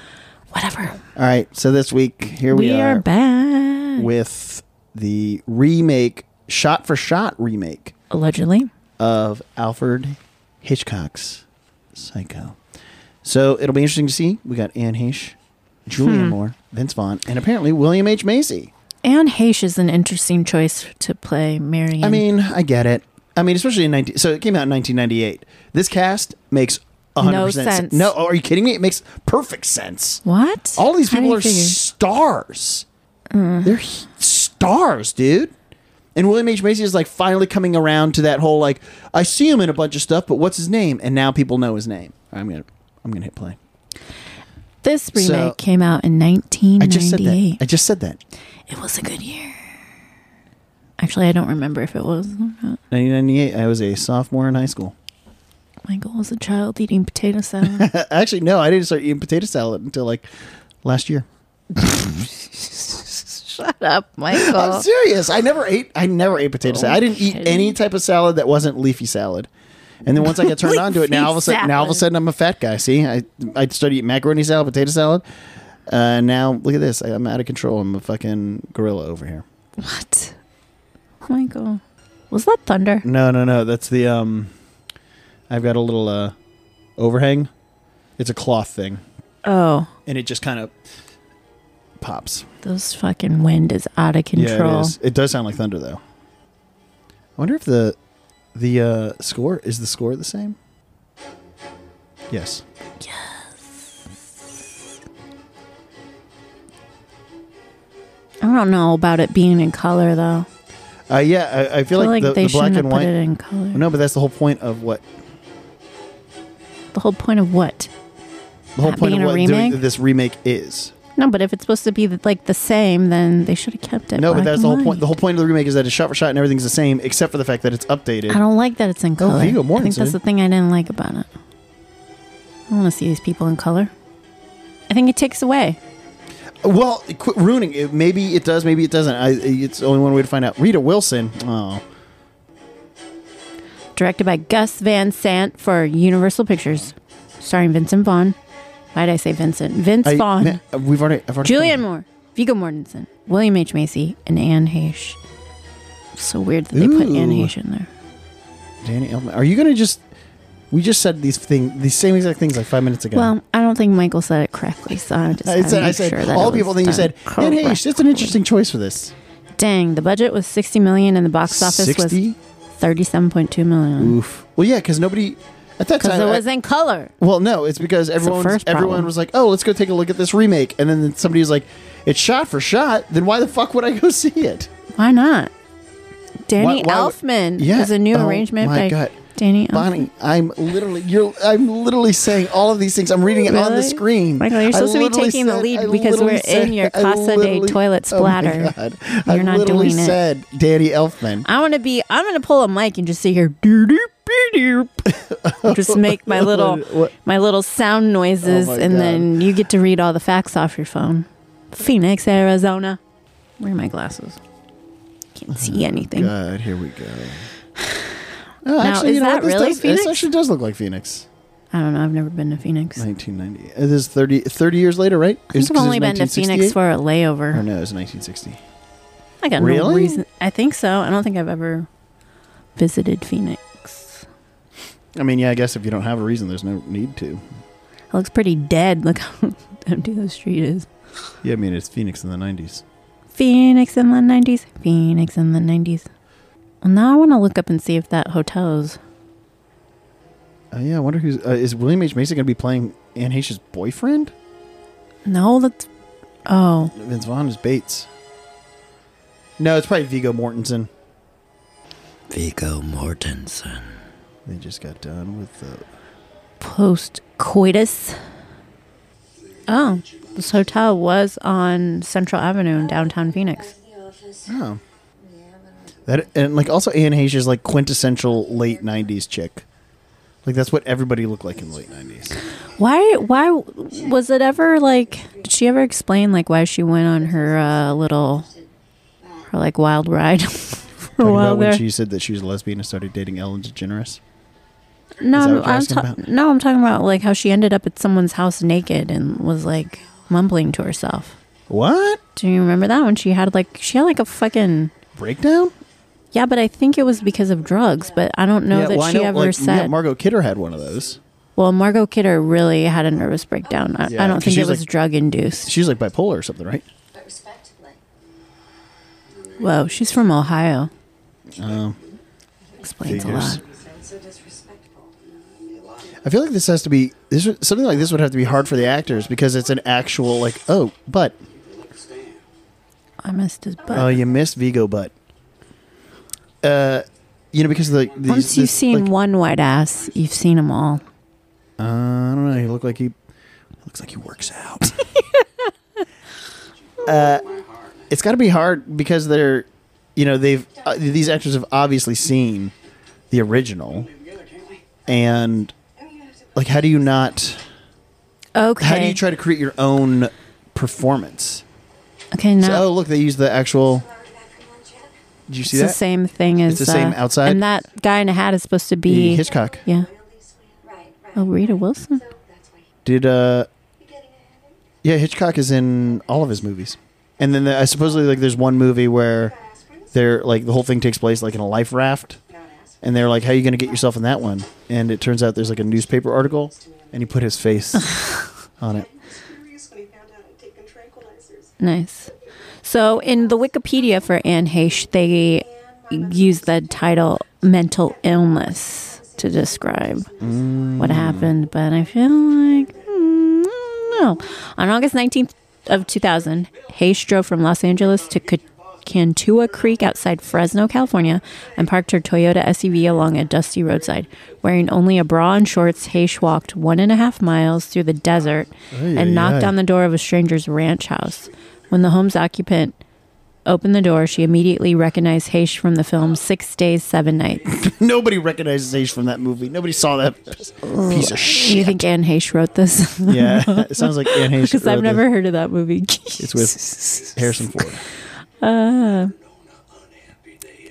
Speaker 1: Whatever.
Speaker 2: All right. So this week, here
Speaker 1: We,
Speaker 2: we,
Speaker 1: are, back.
Speaker 2: with the remake, shot for shot remake
Speaker 1: Allegedly.
Speaker 2: of Alfred Hitchcock's Psycho. So it'll be interesting to see. We got Anne Heche, Julianne
Speaker 1: Hmm.
Speaker 2: Moore, Vince Vaughn, and apparently William H. Macy.
Speaker 1: Anne Heche is an interesting choice to play Marion.
Speaker 2: I mean, I get it. I mean, especially in 19. So it came out in 1998. This cast makes 100%
Speaker 1: No sense.
Speaker 2: No, are you kidding me? It makes perfect sense.
Speaker 1: what?
Speaker 2: All these
Speaker 1: How do
Speaker 2: people
Speaker 1: you
Speaker 2: are
Speaker 1: figure?
Speaker 2: stars.
Speaker 1: Mm-hmm.
Speaker 2: They're h- stars, dude. And William H. Macy is like finally coming around to that whole like I see him in a bunch of stuff, but what's his name? And now people know his name. I'm gonna I'm gonna hit play.
Speaker 1: This remake
Speaker 2: So-
Speaker 1: came out in
Speaker 2: I just said that.
Speaker 1: 1998.
Speaker 2: I just said that.
Speaker 1: it was a good year. Actually, I don't remember if it was. or not.
Speaker 2: 1998. I was a sophomore in high school.
Speaker 1: Michael was a child eating potato salad.
Speaker 2: Actually, no, I didn't start eating potato salad until like last year.
Speaker 1: Shut up, Michael.
Speaker 2: I'm serious. I never ate. I never ate potato salad. I didn't eat
Speaker 1: Okay.
Speaker 2: any type of salad that wasn't leafy salad. And then once I got turned on to it, now all of a sudden, now all of a
Speaker 1: Leafy
Speaker 2: sudden, I'm a fat guy. See, I I started eating macaroni salad, potato salad. Uh, now look at this. I, I'm out of control. I'm a fucking gorilla over here.
Speaker 1: what? Michael. Was that thunder?
Speaker 2: No, no, no. That's the um. I've got a little uh, overhang. It's a cloth thing,
Speaker 1: Oh,
Speaker 2: and it just kind of pops.
Speaker 1: those fucking wind is out of control.
Speaker 2: Yeah, it, is. it does sound like thunder though. I wonder if the the uh, score is the score the same. Yes.
Speaker 1: I don't know about it being in color though.
Speaker 2: Uh, yeah, I, I feel
Speaker 1: I feel
Speaker 2: like,
Speaker 1: like
Speaker 2: the,
Speaker 1: they
Speaker 2: the black and
Speaker 1: shouldn't have put it
Speaker 2: white.
Speaker 1: in color.
Speaker 2: No, but that's the whole point of what
Speaker 1: The whole point of what?
Speaker 2: the whole
Speaker 1: That
Speaker 2: point of
Speaker 1: being a
Speaker 2: what doing
Speaker 1: remake?
Speaker 2: this remake is.
Speaker 1: No, but if it's supposed to be like the same, then they should have kept it.
Speaker 2: No,
Speaker 1: black
Speaker 2: but that's
Speaker 1: and
Speaker 2: the whole point.
Speaker 1: white.
Speaker 2: The whole point of the remake is that it's shot for shot and everything's the same, except for the fact that it's updated.
Speaker 1: I don't like that it's in
Speaker 2: Oh,
Speaker 1: color.
Speaker 2: Viggo
Speaker 1: I think
Speaker 2: Mortensen.
Speaker 1: that's the thing I didn't like about it. I want to see these people in color. I think it takes away.
Speaker 2: Well, quit ruining it. Maybe it does. Maybe it doesn't. I, it's only one way to find out. Rita Wilson. Oh,
Speaker 1: Directed by Gus Van Sant for Universal Pictures, starring Vincent Vaughn. Why did I say Vincent? Vince
Speaker 2: I-
Speaker 1: Vaughn,
Speaker 2: man, we've already. I've already
Speaker 1: Julianne Moore, Viggo Mortensen, William H Macy, and Anne Heche. So weird that they put Anne
Speaker 2: Ooh.
Speaker 1: Heche in there.
Speaker 2: Danny Elfman. Are you gonna just? We just said these thing, these same exact things like five minutes ago.
Speaker 1: Well, I don't think Michael said it correctly, so I just
Speaker 2: I
Speaker 1: had to
Speaker 2: said, I
Speaker 1: make
Speaker 2: said
Speaker 1: sure that
Speaker 2: all
Speaker 1: it
Speaker 2: people.
Speaker 1: was
Speaker 2: Then you
Speaker 1: done
Speaker 2: said, "Man, hey,
Speaker 1: correctly."
Speaker 2: that's an interesting choice for this."
Speaker 1: Dang, the budget was 60 million and the box office was
Speaker 2: 60?
Speaker 1: 37.2 million.
Speaker 2: Oof. Well, yeah, because nobody at that
Speaker 1: Because
Speaker 2: time.
Speaker 1: it
Speaker 2: I-
Speaker 1: was in color.
Speaker 2: well, no, it's because everyone
Speaker 1: first
Speaker 2: everyone
Speaker 1: problem.
Speaker 2: was like, "Oh, let's go take a look at this remake," and then somebody was like, "It's shot for shot." Then why the fuck would I go see it?
Speaker 1: Why not?
Speaker 2: Why-
Speaker 1: Danny
Speaker 2: why would-
Speaker 1: Elfman
Speaker 2: Yeah.
Speaker 1: is a new
Speaker 2: Oh,
Speaker 1: arrangement
Speaker 2: my
Speaker 1: by
Speaker 2: God.
Speaker 1: Danny Elfman.
Speaker 2: Bonnie, I'm literally you're. I'm literally saying all of these things. I'm reading it on the
Speaker 1: Really?
Speaker 2: screen.
Speaker 1: Michael, you're
Speaker 2: I
Speaker 1: supposed to be
Speaker 2: literally
Speaker 1: taking the lead
Speaker 2: I
Speaker 1: because
Speaker 2: literally
Speaker 1: we're in your
Speaker 2: I
Speaker 1: Casa de
Speaker 2: literally-
Speaker 1: Toilet
Speaker 2: oh my
Speaker 1: Splatter.
Speaker 2: God. I
Speaker 1: You're not
Speaker 2: literally
Speaker 1: doing it.
Speaker 2: said Danny Elfman.
Speaker 1: I want to be. I'm gonna pull a mic and just sit here, doo doo doo doo, just make my little
Speaker 2: What- what-
Speaker 1: my little sound noises,
Speaker 2: Oh my
Speaker 1: and
Speaker 2: God.
Speaker 1: then you get to read all the facts off your phone. Phoenix, Arizona. Where are my glasses? Can't see anything.
Speaker 2: Oh God, here we go. Oh,
Speaker 1: is
Speaker 2: you know what?
Speaker 1: that
Speaker 2: This
Speaker 1: really
Speaker 2: does-
Speaker 1: Phoenix?
Speaker 2: This actually does look like Phoenix.
Speaker 1: I don't know. I've never been to Phoenix. I
Speaker 2: 1990. It is 30, 30 years later, right? I
Speaker 1: think I've only been to Phoenix for a
Speaker 2: Or
Speaker 1: layover.
Speaker 2: no, it was 1960.
Speaker 1: I got
Speaker 2: Really?
Speaker 1: no reason. I think so. I don't think I've ever visited Phoenix.
Speaker 2: I mean, yeah, I guess if you don't have a reason, there's no need to.
Speaker 1: It looks pretty dead. Look how empty the street is.
Speaker 2: Yeah, I mean, it's Phoenix in the 90s.
Speaker 1: Phoenix in the 90s. Phoenix in the 90s. Well, now I want to look up and see if that hotel's.
Speaker 2: Uh, yeah, I wonder who's. Uh, is William H. Macy going to be playing Anne Heche's boyfriend?
Speaker 1: No, that's. Oh.
Speaker 2: Vince Vaughn is Bates. No, it's probably Vigo Mortensen.
Speaker 3: Vigo Mortensen.
Speaker 2: They just got done with the.
Speaker 1: Post coitus. Oh. This hotel was on Central Avenue in downtown Phoenix.
Speaker 2: Oh. That and like also Anne Heche is like quintessential late '90s chick. Like that's what everybody looked like in the late '90s.
Speaker 1: Why? Why was it ever like? Did she ever explain like why she went on her uh, little, her like wild ride for a
Speaker 2: Talking
Speaker 1: while
Speaker 2: about when
Speaker 1: there?
Speaker 2: she said that she was a lesbian and started dating Ellen DeGeneres.
Speaker 1: No,
Speaker 2: Is that what
Speaker 1: I'm,
Speaker 2: you're
Speaker 1: I'm
Speaker 2: asking
Speaker 1: ta-
Speaker 2: about?
Speaker 1: no, I'm talking about like how she ended up at someone's house naked and was like mumbling to herself.
Speaker 2: What
Speaker 1: Do you remember that when she had like she had like a fucking
Speaker 2: breakdown?
Speaker 1: yeah, but I think it was because of drugs. But I don't know that
Speaker 2: well, I
Speaker 1: she
Speaker 2: know,
Speaker 1: ever
Speaker 2: like,
Speaker 1: said.
Speaker 2: yeah, Margot Kidder had one of those.
Speaker 1: well, Margot Kidder really had a nervous breakdown. I,
Speaker 2: Yeah,
Speaker 1: I don't
Speaker 2: 'cause
Speaker 1: think
Speaker 2: she
Speaker 1: it
Speaker 2: was,
Speaker 1: was
Speaker 2: like-
Speaker 1: drug induced.
Speaker 2: She's like bipolar or something, right?
Speaker 1: Whoa, she's from Ohio.
Speaker 2: Um,
Speaker 1: Explains a
Speaker 2: Figures.
Speaker 1: lot.
Speaker 2: I feel like this has to be this would- something like this would have to be hard for the actors because it's an actual like oh but
Speaker 1: I missed his butt.
Speaker 2: oh you missed Vigo but uh you know because of the these,
Speaker 1: Once you've
Speaker 2: this,
Speaker 1: seen
Speaker 2: like,
Speaker 1: one white ass, you've seen them all.
Speaker 2: uh, I don't know he looked like he looks like he works out uh it's got to be hard because they're you know they've uh, these actors have obviously seen the original and
Speaker 4: Oh,
Speaker 2: like how do you not
Speaker 1: Okay.
Speaker 2: how do you try to create your own performance
Speaker 1: Okay, now
Speaker 2: So, oh, look, they use the actual. Did you see
Speaker 1: it's the
Speaker 2: that?
Speaker 1: same thing as
Speaker 2: It's the same
Speaker 1: uh,
Speaker 2: outside?
Speaker 1: And that guy in a hat is supposed to
Speaker 2: The
Speaker 1: be
Speaker 2: Hitchcock.
Speaker 1: Yeah.
Speaker 4: Right, right.
Speaker 1: Oh, Rita Wilson.
Speaker 4: So that's why
Speaker 2: Did uh,
Speaker 4: you're getting ahead.
Speaker 2: yeah, Hitchcock is in all of his movies, and then the, I supposedly like there's one movie where they're like the whole thing takes place like in a life raft, and they're like, how are you gonna get yourself in that one? And it turns out there's like a newspaper article, and he put his face on it.
Speaker 5: furious when he found out I'd taken tranquilizers.
Speaker 1: Nice. So in the Wikipedia for Anne Heche, they use the title mental illness to describe
Speaker 2: Mm.
Speaker 1: what happened, but I feel like mm, no. On August 19th of 2000, Heche drove from Los Angeles to Ca- Cantua Creek outside Fresno, California, and parked her Toyota SUV along a dusty roadside. Wearing only a bra and shorts, Heche walked one and a half miles through the desert and knocked
Speaker 2: aye.
Speaker 1: on the door of a stranger's ranch house. When the home's occupant opened the door, she immediately recognized Heche from the film Six Days, Seven Nights.
Speaker 2: Nobody recognizes Age from that movie. Nobody saw that piece of
Speaker 1: you
Speaker 2: shit.
Speaker 1: think Anne Heche wrote this?
Speaker 2: Yeah, it sounds like Anne Heche.
Speaker 1: Because
Speaker 2: wrote
Speaker 1: I've
Speaker 2: it.
Speaker 1: never heard of that movie.
Speaker 2: It's with Harrison Ford.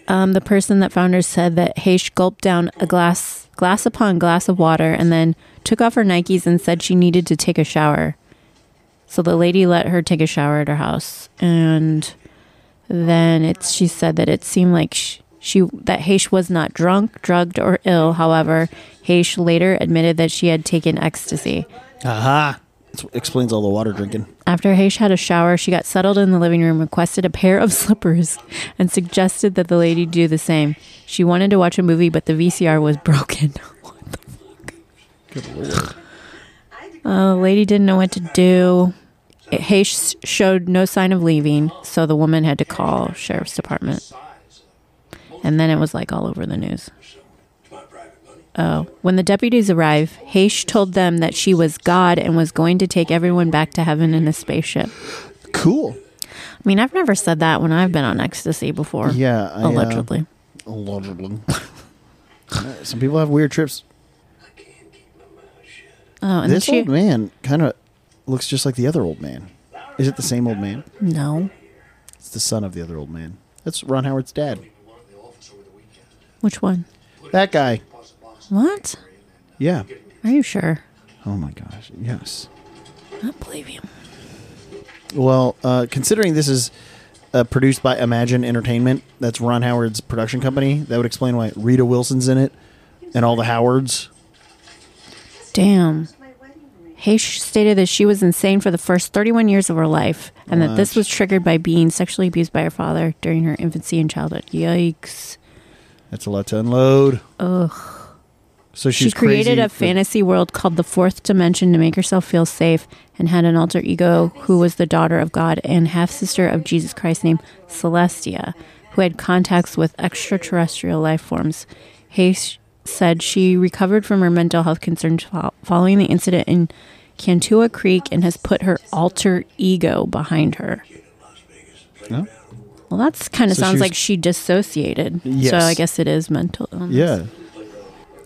Speaker 1: Um, the person that found her said that Heche gulped down a glass, glass upon glass of water, and then took off her Nikes and said she needed to take a shower. So the lady let her take a shower at her house, and then it's she said that it seemed like she, she that Heche was not drunk, drugged, or ill. However, Heche later admitted that she had taken ecstasy.
Speaker 2: Aha! It explains all the water drinking.
Speaker 1: After Heche had a shower, she got settled in the living room, requested a pair of slippers, and suggested that the lady do the same. She wanted to watch a movie, but the VCR was broken. what the fuck? Uh, the lady didn't know what to do. Heche showed no sign of leaving, so the woman had to call sheriff's department. And then it was like all over the news.
Speaker 6: It's my private money.
Speaker 1: Oh. When the deputies arrive, Haish told them that she was God and was going to take everyone back to heaven in a spaceship.
Speaker 2: Cool.
Speaker 1: I mean, I've never said that when I've been on ecstasy before.
Speaker 2: Yeah, I, uh,
Speaker 1: allegedly.
Speaker 2: Allegedly. Some people have weird trips.
Speaker 6: I can't keep my mouth shut.
Speaker 1: oh, and
Speaker 2: this
Speaker 1: she,
Speaker 2: old man kind of looks just like the other old man. Is it the same old man?
Speaker 1: no,
Speaker 2: It's the son of the other old man. That's Ron Howard's dad.
Speaker 6: We wanted the office over the weekend.
Speaker 1: which one?
Speaker 2: That guy.
Speaker 6: Pause the boss.
Speaker 1: What?
Speaker 2: Yeah.
Speaker 1: Are you sure?
Speaker 2: Oh my gosh. Yes.
Speaker 1: I don't believe you.
Speaker 2: Well, uh, considering this is uh, produced by Imagine Entertainment, that's Ron Howard's production company. That would explain why Rita Wilson's in it and all the Howards.
Speaker 1: Damn.
Speaker 5: My wedding ring.
Speaker 1: Haish stated that she was insane for the first 31 years of her life and that this was triggered by being sexually abused by her father during her infancy and childhood. Yikes.
Speaker 2: That's a lot to unload. Ugh. So
Speaker 1: She
Speaker 2: she's
Speaker 1: created
Speaker 2: crazy
Speaker 1: a
Speaker 2: for-
Speaker 1: fantasy world called the Fourth Dimension to make herself feel safe and had an alter ego who was the daughter of God and half sister of Jesus Christ named Celestia, who had contacts with extraterrestrial life forms. Hayes said she recovered from her mental health concerns fo- following the incident in Cantua Creek and has put her alter ego behind her.
Speaker 2: Huh?
Speaker 1: Well, that's kind of
Speaker 2: So she
Speaker 1: sounds
Speaker 2: was-
Speaker 1: like she dissociated.
Speaker 2: Yes.
Speaker 1: So I guess it is mental. illness.
Speaker 2: Yeah.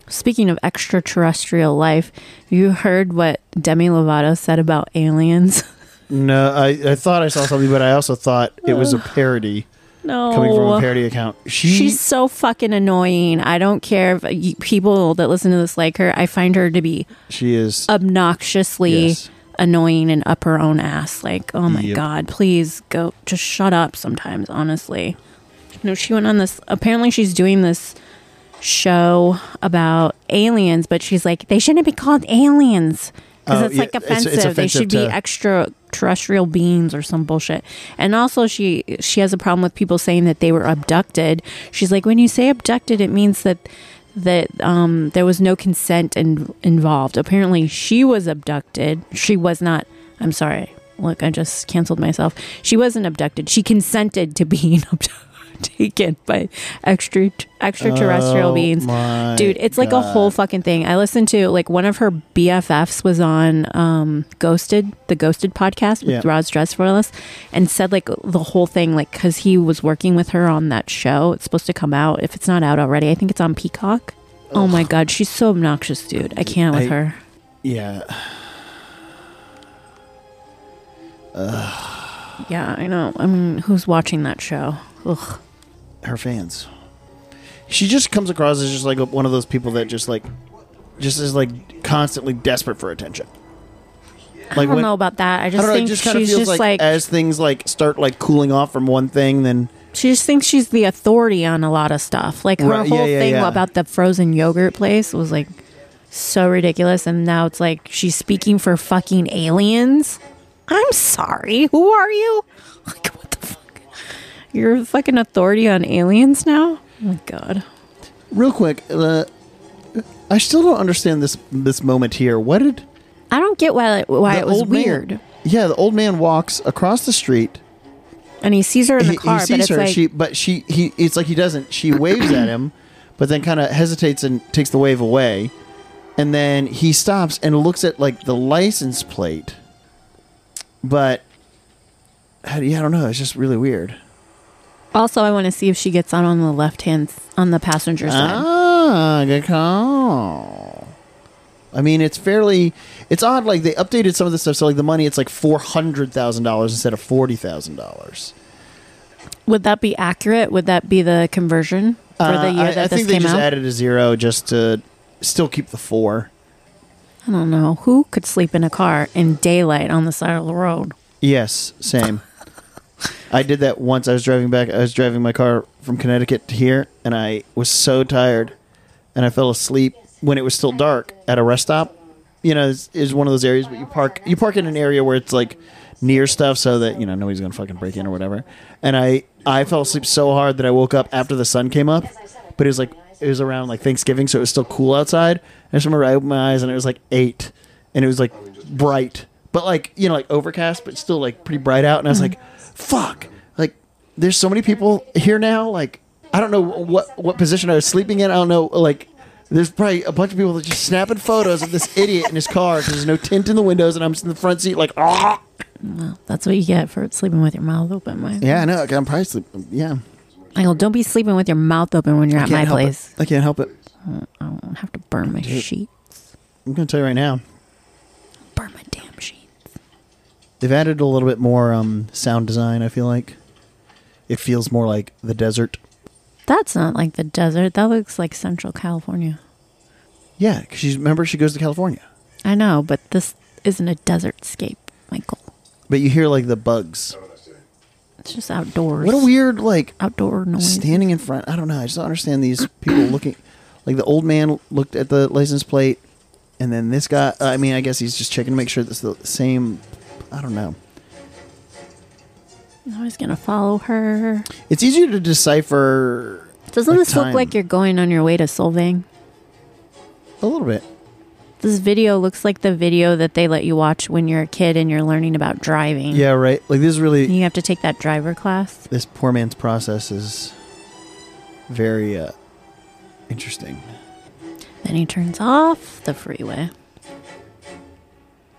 Speaker 1: Speaking of extraterrestrial life, you heard what Demi Lovato said about aliens?
Speaker 2: No, I, I thought I saw something, but I also thought it was a parody
Speaker 1: No.
Speaker 2: coming from a parody account. She,
Speaker 1: Oh. She's so fucking annoying. I don't care if you- people that listen to this like her. I find her to be
Speaker 2: she is.
Speaker 1: obnoxiously
Speaker 2: Yes.
Speaker 1: annoying and up her own ass. Like, oh my
Speaker 2: Yep.
Speaker 1: god, please go, just shut up. Sometimes, honestly, you know, she went on this. Apparently, she's doing this show about aliens, but she's like, they shouldn't be called aliens because
Speaker 2: Oh,
Speaker 1: it's
Speaker 2: yeah,
Speaker 1: like
Speaker 2: it's- it's
Speaker 1: offensive. They
Speaker 2: offensive
Speaker 1: should be
Speaker 2: to-
Speaker 1: extraterrestrial beings or some bullshit. And also, she she has a problem with people saying that they were abducted. She's like, when you say abducted, it means that that um, there was no consent in, involved. Apparently, she was abducted. She was not. I'm sorry. Look, I just canceled myself. She wasn't abducted. She consented to being abducted, taken by extra extraterrestrial
Speaker 2: Oh
Speaker 1: beings.
Speaker 2: my
Speaker 1: Dude, it's like a whole fucking thing. I listened to like one of her BFFs was on um, Ghosted, the Ghosted podcast with
Speaker 2: Yeah.
Speaker 1: Rod Stressforless, and said like the whole thing, like because he was working with her on that show. It's supposed to come out if it's not out already. I think it's on Peacock. Oh my god, she's so obnoxious, dude. I can't with
Speaker 2: I-
Speaker 1: her.
Speaker 2: yeah.
Speaker 1: Yeah, I know. I mean, who's watching that show? Ugh.
Speaker 2: her fans. She just comes across as just like one of those people that just like, just is like constantly desperate for attention. Like
Speaker 1: I don't know about that. I
Speaker 2: I
Speaker 1: just
Speaker 2: don't know. It
Speaker 1: think
Speaker 2: just kind of
Speaker 1: she's
Speaker 2: feels
Speaker 1: just
Speaker 2: like,
Speaker 1: like,
Speaker 2: as things like start like cooling off from one thing, then
Speaker 1: she just thinks she's the authority on a lot of stuff. Like her
Speaker 2: Right, yeah,
Speaker 1: whole
Speaker 2: yeah,
Speaker 1: thing
Speaker 2: yeah.
Speaker 1: about the frozen yogurt place was like so ridiculous, and now it's like she's speaking for fucking aliens. I'm sorry, who are you? Like what the fuck? You're the fucking authority on aliens now? Oh my god.
Speaker 2: real quick, uh, I still don't understand this this moment here. What did
Speaker 1: I don't get why it, why
Speaker 2: the
Speaker 1: it was
Speaker 2: old man-
Speaker 1: weird.
Speaker 2: yeah, the old man walks across the street.
Speaker 1: And he sees her in
Speaker 2: he,
Speaker 1: the
Speaker 2: he
Speaker 1: car, but
Speaker 2: sees
Speaker 1: it's
Speaker 2: her.
Speaker 1: like
Speaker 2: she, but she, he. It's like he doesn't. She waves at him, but then kind of hesitates and takes the wave away, and then he stops and looks at like the license plate. But how do- yeah, I don't know. It's just really weird.
Speaker 1: also I want to see if she gets out on the left hand on the passenger side.
Speaker 2: Ah, good call. I mean, it's fairly. It's odd. Like they updated some of the stuff. So like the money, it's like four hundred thousand dollars instead of forty thousand dollars.
Speaker 1: Would that be accurate? Would that be the conversion for the year
Speaker 2: Uh, I,
Speaker 1: that
Speaker 2: I
Speaker 1: this
Speaker 2: think they
Speaker 1: came
Speaker 2: just
Speaker 1: out?
Speaker 2: added a zero just to still keep the four.
Speaker 1: I don't know. Who could sleep in a car in daylight on the side of the road?
Speaker 2: Yes, same. I did that once. I was driving back. I was driving my car from Connecticut to here, and I was so tired, and I fell asleep when it was still dark at a rest stop. You know, is is one of those areas where you park. You park in an area where it's like near stuff, so that you know nobody's gonna fucking break in or whatever. And I I fell asleep so hard that I woke up after the sun came up, but it was like it was around like Thanksgiving, so it was still cool outside. I just remember I opened my eyes and it was like eight, and it was like bright, but like you know like overcast, but still like pretty bright out. And I was like, "Fuck!" Like, there's so many people here now. Like, I don't know what what position I was sleeping in. I don't know. Like, there's probably a bunch of people that just snapping photos of this idiot in his car because there's no tint in the windows, and I'm just in the front seat like, ah.
Speaker 1: That's what you get for sleeping with your mouth open. Mike.
Speaker 2: Yeah, I know. I'm probably sleeping. Yeah,
Speaker 1: Michael, don't be sleeping with your mouth open when you're at my place.
Speaker 2: I can't help it.
Speaker 1: I don't have to burn my sheet.
Speaker 2: I'm gonna tell you right now.
Speaker 1: Burn my damn sheet.
Speaker 2: They've added a little bit more um, sound design. I feel like it feels more like the desert.
Speaker 1: That's not like the desert. That looks like Central California.
Speaker 2: Yeah, because she's remember she goes to California,
Speaker 1: I know, but this isn't a desert scape, Michael.
Speaker 2: but you hear like the bugs.
Speaker 1: It's just outdoors.
Speaker 2: What a weird like
Speaker 1: outdoor noise.
Speaker 2: standing in front. I don't know. I just don't understand these people looking. Like the old man looked at the license plate, and then this guy. uh, I mean, I guess he's just checking to make sure it's the same. I don't know.
Speaker 1: I was gonna follow her.
Speaker 2: It's easier to decipher.
Speaker 1: Doesn't
Speaker 2: like,
Speaker 1: this
Speaker 2: time.
Speaker 1: look like you're going on your way to Solvang?
Speaker 2: a little bit?
Speaker 1: This video looks like the video that they let you watch when you're a kid and you're learning about driving.
Speaker 2: Yeah, right. Like this is
Speaker 1: And
Speaker 2: really
Speaker 1: you have to take that driver class.
Speaker 2: this poor man's process is very uh, interesting.
Speaker 1: Then he turns off the freeway.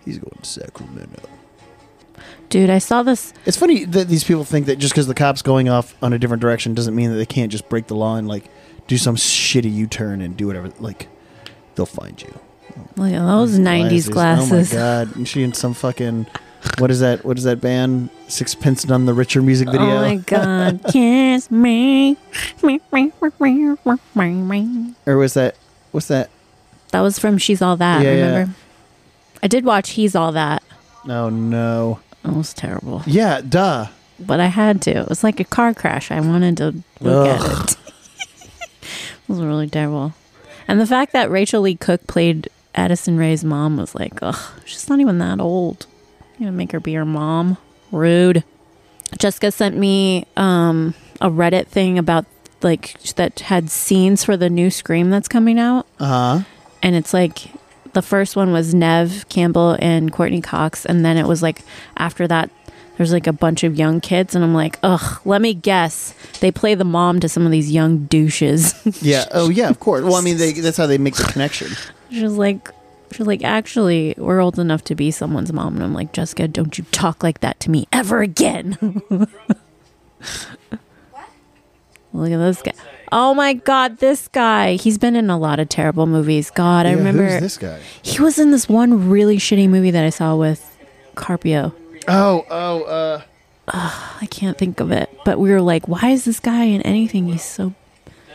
Speaker 2: He's going to Sacramento.
Speaker 1: Dude, I saw this.
Speaker 2: It's funny that these people think that just because the cop's going off on a different direction doesn't mean that they can't just break the law and like do some shitty U-turn and do whatever. Like they'll find you.
Speaker 1: Look at those 90s glasses.
Speaker 2: Oh my god! And she in some fucking what is that? What is that band? Sixpence None the Richer music video.
Speaker 1: Oh my god. Kiss me. That
Speaker 2: Or was that? What's that?
Speaker 1: was from She's All That,
Speaker 2: Yeah, yeah.
Speaker 1: remember? I did watch He's All That.
Speaker 2: Oh no!
Speaker 1: It was terrible.
Speaker 2: Yeah, duh.
Speaker 1: But I had to. It was like a car crash. I wanted to look
Speaker 2: Ugh.
Speaker 1: at it. it was really terrible. And the fact that Rachel Lee Cook played Addison Ray's mom was like, ugh, she's not even that old. You're gonna make her be your mom. Rude. Jessica sent me um, a Reddit thing about like that had scenes for the new Scream that's coming out
Speaker 2: Uh huh.
Speaker 1: and it's like the first one was Nev Campbell and Courtney Cox, and then it was like after that there's like a bunch of young kids, and I'm like, ugh, let me guess, they play the mom to some of these young douches.
Speaker 2: Yeah. Oh yeah. Of course. Well, I mean, they, that's how they make the connection.
Speaker 1: she's like, she's like, actually, we're old enough to be someone's mom, and I'm like, Jessica, don't you talk like that to me ever again. Look at this guy. Oh my God, this guy. He's been in a lot of terrible movies. God, I remember.
Speaker 2: Who's this guy?
Speaker 1: He was in this one really shitty movie that I saw with Carpio.
Speaker 2: Oh, oh, uh,
Speaker 1: I can't think of it, but we were like, why is this guy in anything? He's so.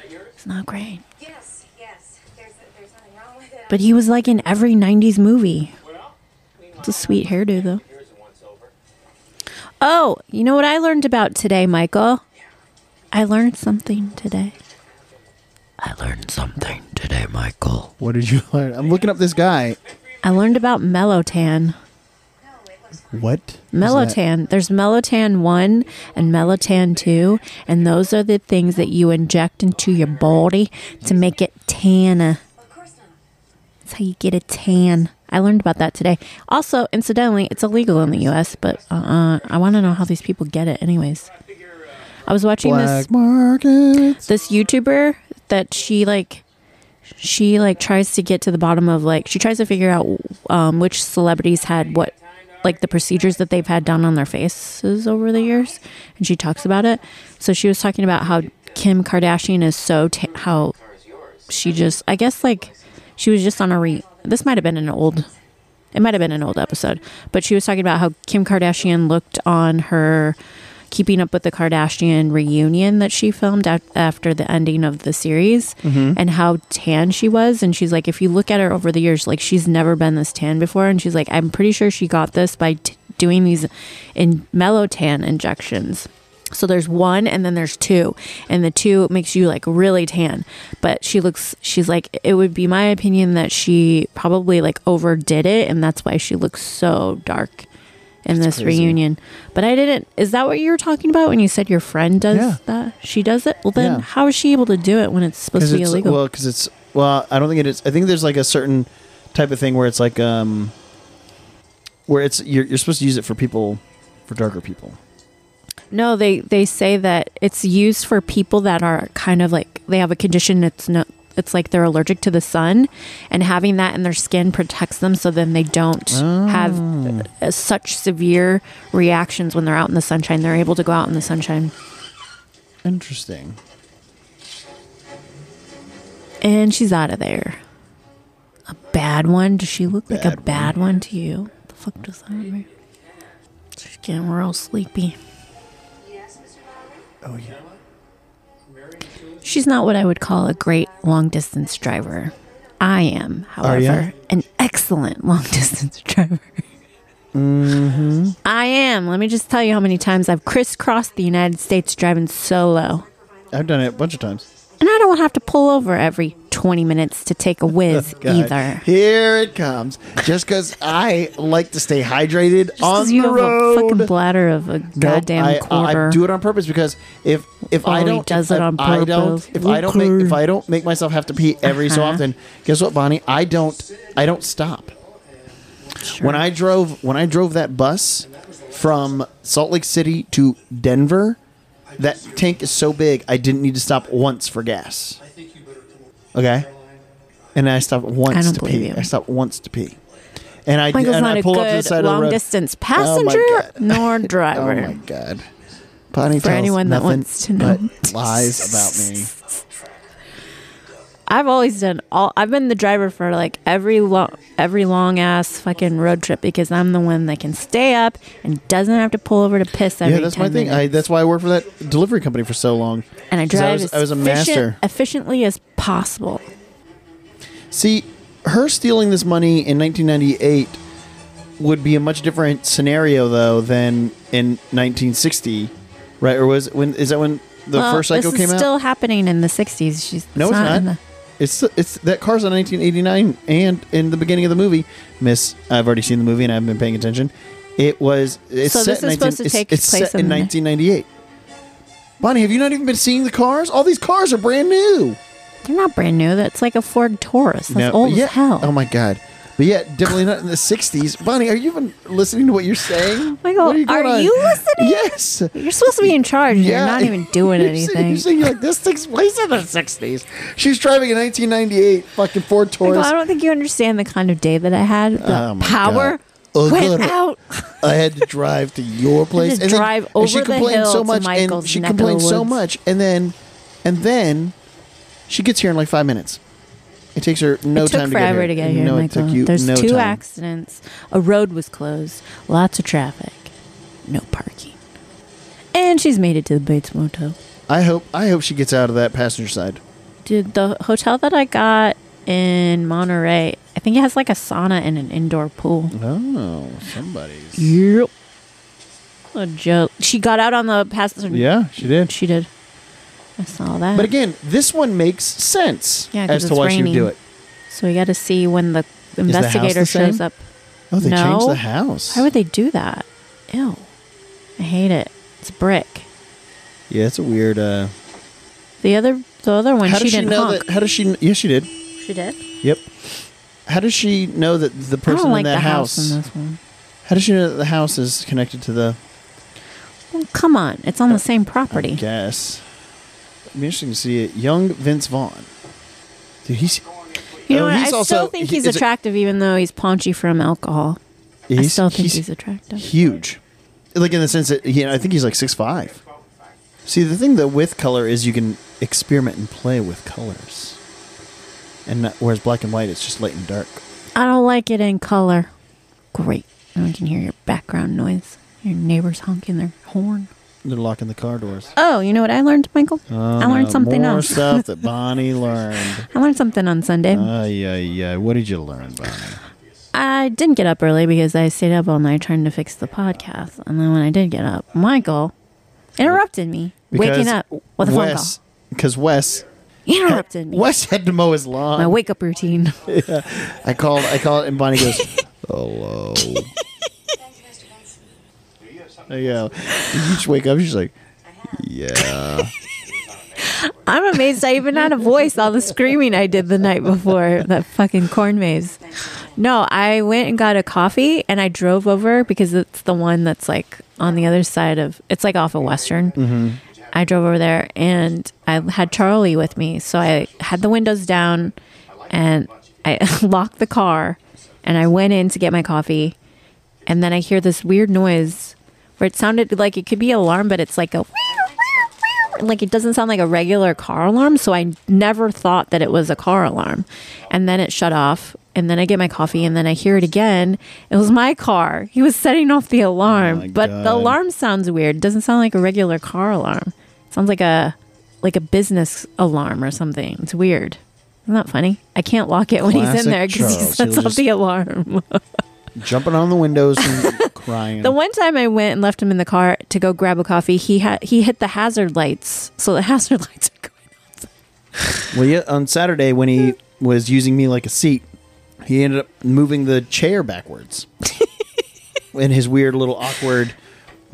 Speaker 1: It's not great.
Speaker 4: Yes, yes. There's, there's nothing wrong with it.
Speaker 1: But he was like in every 90s movie. It's a sweet hairdo, though. Oh, you know what I learned about today, Michael? I learned something today.
Speaker 3: I learned something today, Michael.
Speaker 2: what did you learn? I'm looking up this guy.
Speaker 1: I learned about Melotan.
Speaker 2: What?
Speaker 1: Melotan. There's Melotan 1 and Melotan 2, and those are the things that you inject into your body to make it tanner.
Speaker 4: Of course not.
Speaker 1: That's how you get a tan. I learned about that today. Also, incidentally, it's illegal in the U.S., but uh, I want to know how these people get it, anyways. I was watching this
Speaker 2: Black markets.
Speaker 1: this YouTuber that she like she like tries to get to the bottom of like she tries to figure out um, which celebrities had what like the procedures that they've had done on their faces over the years and she talks about it so she was talking about how kim kardashian is so ta- how she just i guess like she was just on a re this might have been an old it might have been an old episode, but she was talking about how Kim Kardashian looked on her Keeping Up with the Kardashian reunion that she filmed af- after the ending of the series and how tan she was. And she's like, if you look at her over the years, like she's never been this tan before. And she's like, I'm pretty sure she got this by t- doing these in mellow tan injections. So there's one and then there's two. And the two makes you like really tan. But she looks she's like it would be my opinion that she probably like overdid it and that's why she looks so dark in this
Speaker 2: crazy.
Speaker 1: reunion. But I didn't is that what you were talking about when you said your friend does
Speaker 2: Yeah.
Speaker 1: that? She does it? Well then
Speaker 2: Yeah.
Speaker 1: how is she able to do it when it's supposed
Speaker 2: Because
Speaker 1: to be
Speaker 2: it's
Speaker 1: illegal?
Speaker 2: well, because it's well. I don't think it is. I think there's like a certain type of thing where it's like um, where it's you're, you're supposed to use it for people, for darker people.
Speaker 1: No, they they say that it's used for people that are kind of like they have a condition. It's no, it's like they're allergic to the sun, and having that in their skin protects them, so then they don't
Speaker 2: Ah.
Speaker 1: have uh, such severe reactions when they're out in the sunshine. They're able to go out in the sunshine.
Speaker 2: Interesting.
Speaker 1: And she's out of there. A bad one? Does she look like a
Speaker 2: Bad one.
Speaker 1: bad one. to you? The fuck does that mean? She's getting real sleepy.
Speaker 5: Yes, Mr. Lowry?
Speaker 2: Oh yeah.
Speaker 1: She's not what I would call a great long distance driver. I am,
Speaker 2: Are ya?
Speaker 1: however, an excellent long distance driver.
Speaker 2: Mm-hmm.
Speaker 1: I am. Let me just tell you how many times I've crisscrossed the United States driving solo.
Speaker 2: I've done it a bunch of times.
Speaker 1: And I don't have to pull over every 20 minutes to take a whiz
Speaker 2: God.
Speaker 1: either.
Speaker 2: Here it comes. Just because I like to stay hydrated on
Speaker 1: 'Cause
Speaker 2: the
Speaker 1: you have
Speaker 2: road.
Speaker 1: a fucking bladder of a
Speaker 2: Nope,
Speaker 1: goddamn
Speaker 2: I,
Speaker 1: quarter.
Speaker 2: I do it on purpose because if if I
Speaker 1: Oh, he
Speaker 2: don't if
Speaker 1: does it
Speaker 2: I-
Speaker 1: on
Speaker 2: I don't
Speaker 1: purpose.
Speaker 2: if I don't make
Speaker 1: Okay.
Speaker 2: if I don't make myself have to pee every so
Speaker 1: Uh-huh.
Speaker 2: often, guess what, Bonnie? I don't I don't stop.
Speaker 1: Sure.
Speaker 2: When I drove when I drove that bus from Salt Lake City to Denver, that tank is so big I didn't need to stop once for gas.
Speaker 6: I think you better come over.
Speaker 2: Okay, and I stopped once
Speaker 1: I don't
Speaker 2: to
Speaker 1: believe
Speaker 2: pee.
Speaker 1: you.
Speaker 2: I stopped once to pee, and I
Speaker 1: Michael's
Speaker 2: and
Speaker 1: not
Speaker 2: I
Speaker 1: a
Speaker 2: pull up to the
Speaker 1: good
Speaker 2: side of the
Speaker 1: long
Speaker 2: road.
Speaker 1: distance
Speaker 2: Oh my
Speaker 1: passenger
Speaker 2: God.
Speaker 1: nor
Speaker 2: Oh
Speaker 1: driver.
Speaker 2: my god. Bonnie
Speaker 1: For
Speaker 2: tells
Speaker 1: anyone that
Speaker 2: nothing
Speaker 1: wants to know.
Speaker 2: but lies about me.
Speaker 1: I've always done all. I've been the driver for like every long, every long ass fucking road trip because I'm the one that can stay up and doesn't have to pull over to piss every
Speaker 2: yeah, that's
Speaker 1: 10
Speaker 2: my thing. I,
Speaker 1: minutes.
Speaker 2: that's why I worked for that delivery company for so long.
Speaker 1: and I
Speaker 2: 'Cause
Speaker 1: drive
Speaker 2: I was,
Speaker 1: as
Speaker 2: I was a
Speaker 1: efficient-
Speaker 2: master.
Speaker 1: efficiently as possible.
Speaker 2: See, her stealing this money in 1998 would be a much different scenario though than in 1960, right? Or was when is that when the
Speaker 1: well,
Speaker 2: first Psycho
Speaker 1: this is
Speaker 2: came
Speaker 1: still
Speaker 2: out?
Speaker 1: happening in the '60s. She's
Speaker 2: No, it's
Speaker 1: in
Speaker 2: not.
Speaker 1: the-
Speaker 2: It's it's that car's on 1989, and in the beginning of the movie, Miss, I've already seen the movie and I haven't been paying attention. It was it's
Speaker 1: So
Speaker 2: set
Speaker 1: this
Speaker 2: in 19
Speaker 1: is supposed to
Speaker 2: it's-
Speaker 1: take
Speaker 2: it's
Speaker 1: place
Speaker 2: set in
Speaker 1: in the-
Speaker 2: 1998. Bonnie, have you not even been seeing the cars? All these cars are brand new.
Speaker 1: They're not brand new. That's like a Ford Taurus. That's
Speaker 2: No,
Speaker 1: old
Speaker 2: yeah.
Speaker 1: as hell.
Speaker 2: Oh my god. But yeah, definitely not in the '60s. Bonnie, are you even listening to what you're saying?
Speaker 1: Michael,
Speaker 2: What
Speaker 1: Oh are you listening?
Speaker 2: Yes.
Speaker 1: You're supposed to be in charge. and
Speaker 2: Yeah.
Speaker 1: You're not even doing
Speaker 2: You're saying-
Speaker 1: anything.
Speaker 2: You're saying you're like this takes place in the '60s. She's driving a 1998 fucking Ford Taurus.
Speaker 1: Michael, I don't think you understand the kind of day that I had. The
Speaker 2: Oh my
Speaker 1: power
Speaker 2: God. Oh,
Speaker 1: went
Speaker 2: good.
Speaker 1: out.
Speaker 2: I had to drive to your place.
Speaker 1: to drive over the hill to Michael's
Speaker 2: and she
Speaker 1: neck of the
Speaker 2: complained so
Speaker 1: woods.
Speaker 2: much, and then, and then, she gets here in like five minutes. It takes her no
Speaker 1: it took
Speaker 2: time
Speaker 1: forever
Speaker 2: to
Speaker 1: to
Speaker 2: get
Speaker 1: get
Speaker 2: here.
Speaker 1: here,
Speaker 2: No, it
Speaker 1: Michael.
Speaker 2: took you
Speaker 1: There's
Speaker 2: no
Speaker 1: two
Speaker 2: time.
Speaker 1: accidents. A road was closed. Lots of traffic. No parking. And she's made it to the Bates Motel.
Speaker 2: I hope. I hope she gets out of that passenger side.
Speaker 1: Dude, the hotel that I got in Monterey, I think it has like a sauna and an indoor pool.
Speaker 2: Oh, somebody's.
Speaker 1: Yep. A joke. She got out on the passenger.
Speaker 2: Yeah, she did.
Speaker 1: She did. I saw that.
Speaker 2: But again, this one makes sense
Speaker 1: Yeah, 'cause
Speaker 2: as to
Speaker 1: it's
Speaker 2: why she would do
Speaker 1: raining.
Speaker 2: it.
Speaker 1: So we got to see when the
Speaker 2: the house
Speaker 1: investigator
Speaker 2: the
Speaker 1: shows
Speaker 2: same?
Speaker 1: up.
Speaker 2: Oh, they changed
Speaker 1: No.
Speaker 2: the house.
Speaker 1: Why would they do that? Ew. I hate it. It's brick.
Speaker 2: Yeah, it's a weird. Uh,
Speaker 1: The other the other one
Speaker 2: how
Speaker 1: she
Speaker 2: does she
Speaker 1: didn't
Speaker 2: know
Speaker 1: honk.
Speaker 2: that? How does she? kn- Yes, she did.
Speaker 1: she did.
Speaker 2: Yep. How does she know that the
Speaker 1: I
Speaker 2: person
Speaker 1: don't like
Speaker 2: in that
Speaker 1: the
Speaker 2: house?
Speaker 1: house. in this one.
Speaker 2: How does she know that the house is connected to the
Speaker 1: Well, come on, it's
Speaker 2: Oh,
Speaker 1: on the same property.
Speaker 2: gas? It'd be interesting to see it. Young Vince Vaughn. Dude, he's
Speaker 1: You know,
Speaker 2: Oh,
Speaker 1: what?
Speaker 2: he's
Speaker 1: I
Speaker 2: also-
Speaker 1: still think
Speaker 2: he-
Speaker 1: he's
Speaker 2: is it-
Speaker 1: attractive, even though he's paunchy from alcohol.
Speaker 2: he's,
Speaker 1: I still think
Speaker 2: he's
Speaker 1: he's, attractive.
Speaker 2: huge. Like in the sense that he, I think he's like six five. See, the thing that with color is you can experiment and play with colors, and not, whereas black and white it's just light and dark.
Speaker 1: I don't like it in color. Great, no one can hear your background noise. Your neighbors honking their horn.
Speaker 2: They're locking the car doors.
Speaker 1: Oh, you know what I learned, Michael? I learned
Speaker 2: Uh,
Speaker 1: something
Speaker 2: more
Speaker 1: else.
Speaker 2: stuff Uh, that Bonnie learned.
Speaker 1: I learned something on Sunday.
Speaker 2: Ay, ay, ay. What did you learn, Bonnie?
Speaker 1: I didn't get up early because I stayed up all night trying to fix the podcast. And then when I did get up, Michael interrupted me, waking up with a phone call.
Speaker 2: Wes, Because Wes,
Speaker 1: He interrupted me.
Speaker 2: Wes had to mow his lawn.
Speaker 1: My wake up routine.
Speaker 2: I called. I called, and Bonnie goes, "Hello."
Speaker 4: Thank you, Mr. Benson.
Speaker 2: I go. Did you just wake up? She's like, "Yeah."
Speaker 1: I'm amazed I even had a voice, all the screaming I did the night before that fucking corn maze. No, I went and got a coffee and I drove over because it's the one that's like on the other side of it's like off of Western. I drove over there and I had Charlie with me. So I had the windows down and I locked the car and I went in to get my coffee. And then I hear this weird noise where it sounded like it could be an alarm, but it's like a like it doesn't sound like a regular car alarm so i never thought that it was a car alarm and then it shut off and then i get my coffee and then i hear it again it was my car he was setting off the alarm
Speaker 2: Oh my
Speaker 1: but
Speaker 2: God.
Speaker 1: the alarm sounds weird it doesn't sound like a regular car alarm it sounds like a like a business alarm or something it's weird isn't that funny i can't lock it when he's
Speaker 2: Classic
Speaker 1: in there because he
Speaker 2: Charles.
Speaker 1: sets
Speaker 2: He'll
Speaker 1: off
Speaker 2: just-
Speaker 1: the alarm
Speaker 2: Jumping on the windows and crying.
Speaker 1: the one time I went and left him in the car to go grab a coffee, he had he hit the hazard lights, so the hazard lights are going off.
Speaker 2: Well, yeah, on Saturday when he was using me like a seat, he ended up moving the chair backwards in his weird little awkward,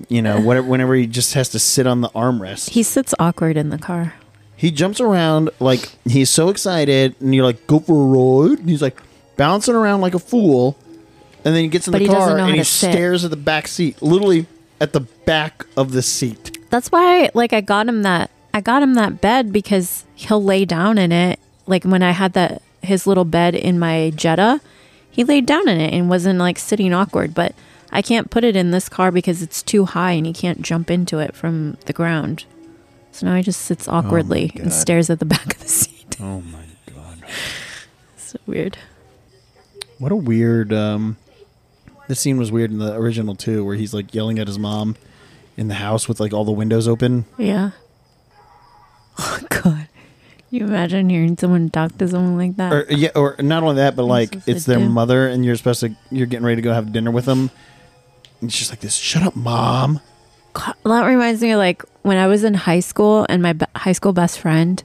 Speaker 2: you know, whatever, whenever he just has to sit on the armrest.
Speaker 1: He sits awkward in the car.
Speaker 2: He jumps around like he's so excited, and you're like, go for a ride. And he's like bouncing around like a fool. And then he gets in
Speaker 1: But
Speaker 2: the
Speaker 1: he doesn't
Speaker 2: car
Speaker 1: know
Speaker 2: and
Speaker 1: how
Speaker 2: he
Speaker 1: to sit.
Speaker 2: stares at the back seat, literally at the back of the seat.
Speaker 1: That's why, like, I got him that I got him that bed because he'll lay down in it. Like when I had that his little bed in my Jetta, he laid down in it and wasn't like sitting awkward. But I can't put it in this car because it's too high and he can't jump into it from the ground. So now he just sits awkwardly and
Speaker 2: Oh God.
Speaker 1: stares at the back of the seat.
Speaker 2: Oh my god.
Speaker 1: so weird.
Speaker 2: What a weird. Um, this scene was weird in the original too, where he's like yelling at his mom in the house with like all the windows open.
Speaker 1: Yeah. Oh God. You imagine hearing someone talk to someone like that?
Speaker 2: Or yeah, or not only that, but like
Speaker 1: This is
Speaker 2: it's
Speaker 1: the
Speaker 2: their
Speaker 1: dude.
Speaker 2: mother, and you're supposed to you're getting ready to go have dinner with them. And she's like, "This, shut up, mom."
Speaker 1: God, that reminds me of like when I was in high school and my be- high school best friend,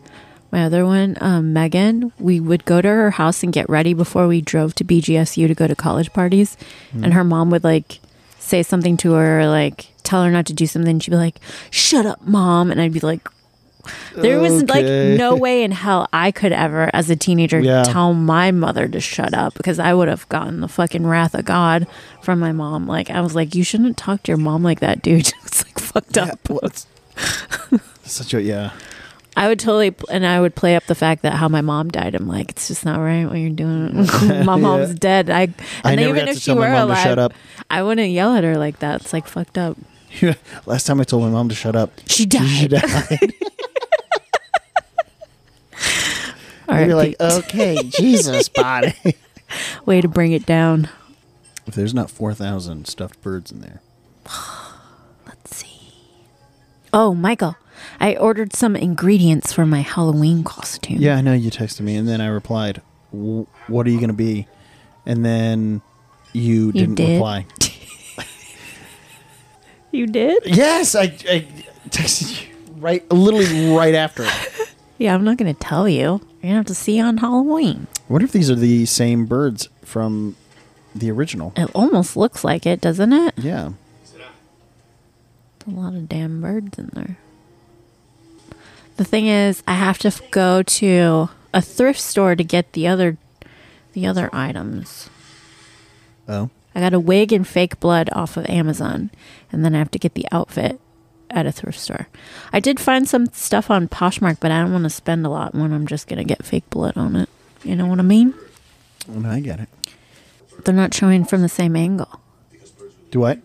Speaker 1: my other one, um, Megan, we would go to her house and get ready before we drove to BGSU to go to college parties. And her mom would like say something to her, or, like tell her not to do something. She'd be like, shut up, mom. And I'd be like, there was
Speaker 2: Okay.
Speaker 1: like no way in hell I could ever, as a teenager,
Speaker 2: Yeah.
Speaker 1: tell my mother to shut up because I would have gotten the fucking wrath of God from my mom. Like I was like, you shouldn't talk to your mom like that, dude. it's like fucked up.
Speaker 2: Well, it's- such a yeah.
Speaker 1: I would totally, and I would play up the fact that how my mom died. I'm like, it's just not right what you're doing. my mom's dead. I, and
Speaker 2: I
Speaker 1: then
Speaker 2: never
Speaker 1: even
Speaker 2: got
Speaker 1: if
Speaker 2: to
Speaker 1: she
Speaker 2: tell my
Speaker 1: were
Speaker 2: mom to
Speaker 1: alive,
Speaker 2: shut up.
Speaker 1: I wouldn't yell at her like that. It's like fucked up.
Speaker 2: Last time I told my mom to shut up,
Speaker 1: She died.
Speaker 2: she died.
Speaker 1: All
Speaker 2: you're
Speaker 1: right,
Speaker 2: like, uh, okay, Jesus, body.
Speaker 1: way to bring it down.
Speaker 2: If there's not four thousand stuffed birds in there,
Speaker 1: Oh, Michael, I ordered some ingredients for my Halloween costume.
Speaker 2: Yeah, I know you texted me, and then I replied, "W- "What are you going to be?" And then you, didn't
Speaker 1: did?
Speaker 2: reply.
Speaker 1: You did?
Speaker 2: Yes, I, I texted you right, literally right after. I
Speaker 1: Yeah, I'm not going to tell you. You're going to have to see on Halloween.
Speaker 2: wonder if these are the same birds from the original.
Speaker 1: It almost looks like it, doesn't it?
Speaker 2: Yeah,
Speaker 1: A lot of damn birds in there. The thing is, I have to f- go to a thrift store to get the other the other items.
Speaker 2: Oh.
Speaker 1: I got a wig and fake blood off of Amazon, and then I have to get the outfit at a thrift store. I did find some stuff on Poshmark, but I don't want to spend a lot when I'm just going to get fake blood on it. You know what I mean?
Speaker 2: and I get it.
Speaker 1: They're not showing from the same angle.
Speaker 2: Do what?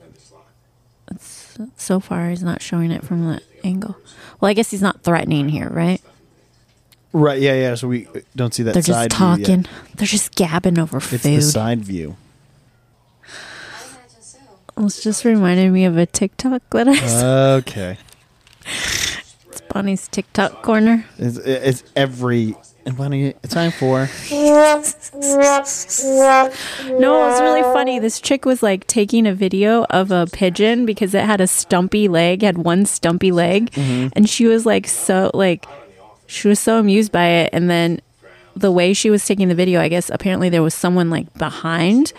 Speaker 1: So far, he's not showing it from that angle. Well, I guess he's not threatening here, right?
Speaker 2: Right? Yeah, yeah. So we don't see that
Speaker 1: They're
Speaker 2: side
Speaker 1: just
Speaker 2: view yet.
Speaker 1: talking. They're just gabbing over
Speaker 2: It's
Speaker 1: food.
Speaker 2: the side view.
Speaker 4: I imagine so.
Speaker 1: It's just reminded me of a TikTok that I
Speaker 2: Uh.
Speaker 1: saw.
Speaker 2: Okay.
Speaker 1: It's Bonnie's TikTok corner.
Speaker 2: It's, it's every. And Bonnie, it's time for.
Speaker 1: No, it was really funny. This chick was like taking a video of a pigeon because it had a stumpy leg, had one stumpy leg, and she was like so like she was so amused by it and then the way she was taking the video, I guess apparently there was someone like behind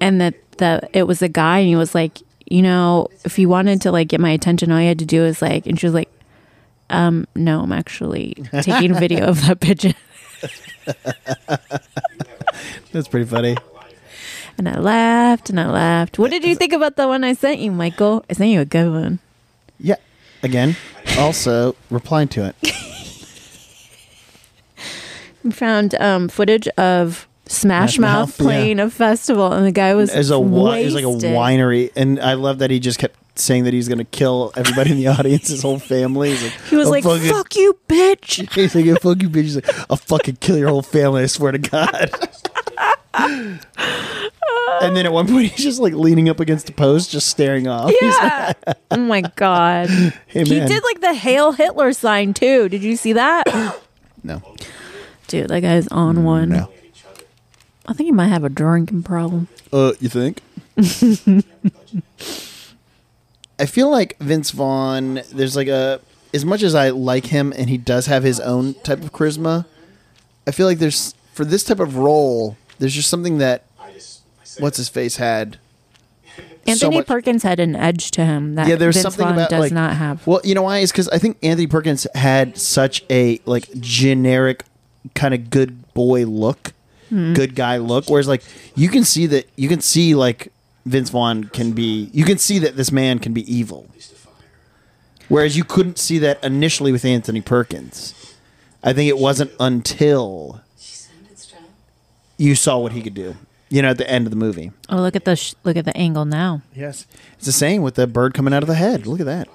Speaker 1: and that the it was a guy and he was like, you know, if you wanted to like get my attention, all you had to do is like and she was like, um, no, I'm actually taking a video of that pigeon.
Speaker 2: That's pretty funny.
Speaker 1: And I laughed and I laughed. What did you think about the one I sent you, Michael? I sent you a good one.
Speaker 2: Yeah. Again, also reply to it.
Speaker 1: We found um, footage of Smash,
Speaker 2: Smash
Speaker 1: Mouth,
Speaker 2: Mouth, yeah.
Speaker 1: playing a festival, and the guy was
Speaker 2: As a wi- he's like a
Speaker 1: wasted.
Speaker 2: winery, and I love that he just kept saying that he's gonna kill everybody in the audience, his whole family. He's like,
Speaker 1: He was
Speaker 2: "I'll
Speaker 1: like,
Speaker 2: fucking-"
Speaker 1: "Fuck you, bitch."
Speaker 2: He's like, "I'll fuck you, bitch." He's like, "I'll fucking kill your whole family." I swear to God. and then at one point, he's just like leaning up against the post, just staring off. He's like,
Speaker 1: Yeah. oh my god.
Speaker 2: "Hey,
Speaker 1: He
Speaker 2: man."
Speaker 1: did like the Hail Hitler sign too. Did you see that?
Speaker 2: no,
Speaker 1: Dude, that guy's
Speaker 2: Hmm.
Speaker 1: on one.
Speaker 2: no.
Speaker 1: I think he might have a drinking problem.
Speaker 2: Uh, you think? I feel like Vince Vaughn. There's like a as much as I like him, and he does have his own type of charisma. I feel like there's for this type of role, there's just something that
Speaker 6: I just, I said
Speaker 2: what's his face had.
Speaker 1: Anthony
Speaker 2: much-
Speaker 1: Perkins had an edge to him that
Speaker 2: Yeah, there's
Speaker 1: Vince
Speaker 2: something
Speaker 1: Vaughn
Speaker 2: about
Speaker 1: does
Speaker 2: like
Speaker 1: not have.
Speaker 2: Well, you know why? Is because I think Anthony Perkins had such a like generic kind of good boy look, good guy look. Whereas like you can see that you can see like Vince Vaughn can be. You can see that this man can be evil.
Speaker 6: to fire.
Speaker 2: Whereas you couldn't see that initially with Anthony Perkins. I think it wasn't until
Speaker 4: She sounded strong.
Speaker 2: you saw what he could do. You know, at the end of the movie.
Speaker 1: Oh, look at the sh- look at the angle now.
Speaker 2: Yes, it's the same with the bird coming out of the head. Look at that.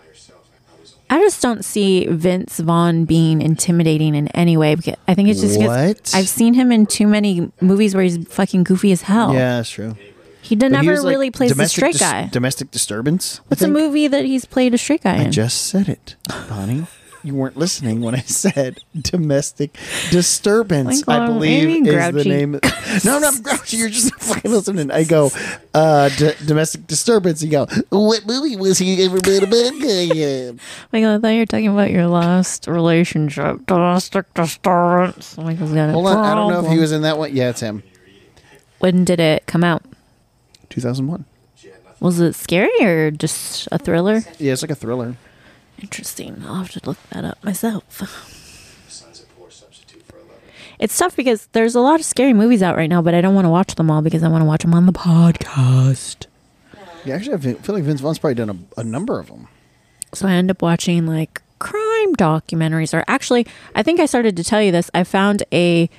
Speaker 1: I just don't see Vince Vaughn being intimidating in any way. Because I think it's just
Speaker 2: What?
Speaker 1: because I've seen him in too many movies where he's fucking goofy as hell.
Speaker 2: Yeah, that's true.
Speaker 1: He did,
Speaker 2: But he
Speaker 1: never
Speaker 2: was, like,
Speaker 1: really plays the
Speaker 2: domestic
Speaker 1: straight
Speaker 2: dis-
Speaker 1: guy.
Speaker 2: Domestic disturbance. I
Speaker 1: What's a
Speaker 2: think.
Speaker 1: movie that he's played a straight guy
Speaker 2: I
Speaker 1: in?
Speaker 2: just said it, Bonnie. You weren't listening when I said domestic disturbance.
Speaker 1: Like, well,
Speaker 2: I
Speaker 1: I
Speaker 2: believe
Speaker 1: mean,
Speaker 2: is the
Speaker 1: grouchy.
Speaker 2: name. No, no, I'm grouchy. You're just fucking listening. I go uh, d- domestic disturbance. You go. What movie was he ever been a bad guy in?
Speaker 1: Like, I thought you were talking about your last relationship, domestic disturbance. Oh, Michael's got a
Speaker 2: Hold on, I don't know if
Speaker 1: problem.
Speaker 2: he was in that one. Yeah, it's him.
Speaker 1: When did it come out?
Speaker 2: 2001.
Speaker 1: Was it scary or just a thriller?
Speaker 2: Yeah, it's like a thriller.
Speaker 1: Interesting. I'll have to look that up myself.
Speaker 6: Son's a poor substitute for a lover.
Speaker 1: It's tough because there's a lot of scary movies out right now, but I don't want to watch them all because I want to watch them on the podcast.
Speaker 2: Yeah, actually, I fe- feel like Vince Vaughn's probably done a, a number of them.
Speaker 1: So I end up watching like crime documentaries or actually I think I started to tell you this. I found a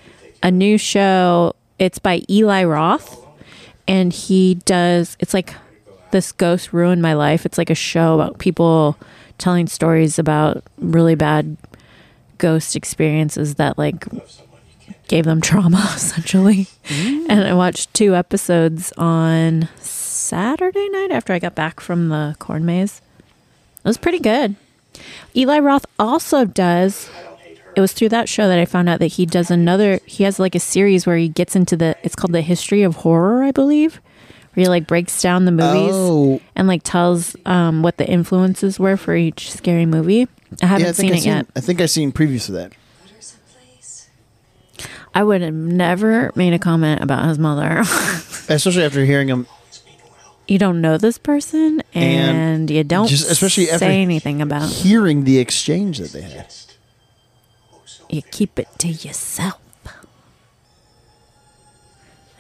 Speaker 1: a new show. It's by Eli Roth and he does it's like this ghost ruined my life. It's like a show about people telling stories about really bad ghost experiences that like gave them trauma essentially. And I watched two episodes on Saturday night after I got back from the corn maze. It was pretty good. Eli Roth also does. It was through that show that I found out that he does another. He has like a series where he gets into the. It's called the history of horror, I believe, where he like breaks down the movies
Speaker 2: Oh.
Speaker 1: and like tells um, what the influences were for each scary movie. I haven't
Speaker 2: yeah, I think
Speaker 1: seen
Speaker 2: I
Speaker 1: it yet.
Speaker 2: I think I've seen previews of that.
Speaker 4: Put her someplace.
Speaker 1: I would have never made a comment about his mother.
Speaker 2: Especially after hearing him.
Speaker 1: you don't know this person, and,
Speaker 2: And
Speaker 1: you don't
Speaker 2: just- especially
Speaker 1: especially
Speaker 2: after-
Speaker 1: say anything about. it.
Speaker 2: Hearing the exchange that they had.
Speaker 1: You keep it to yourself.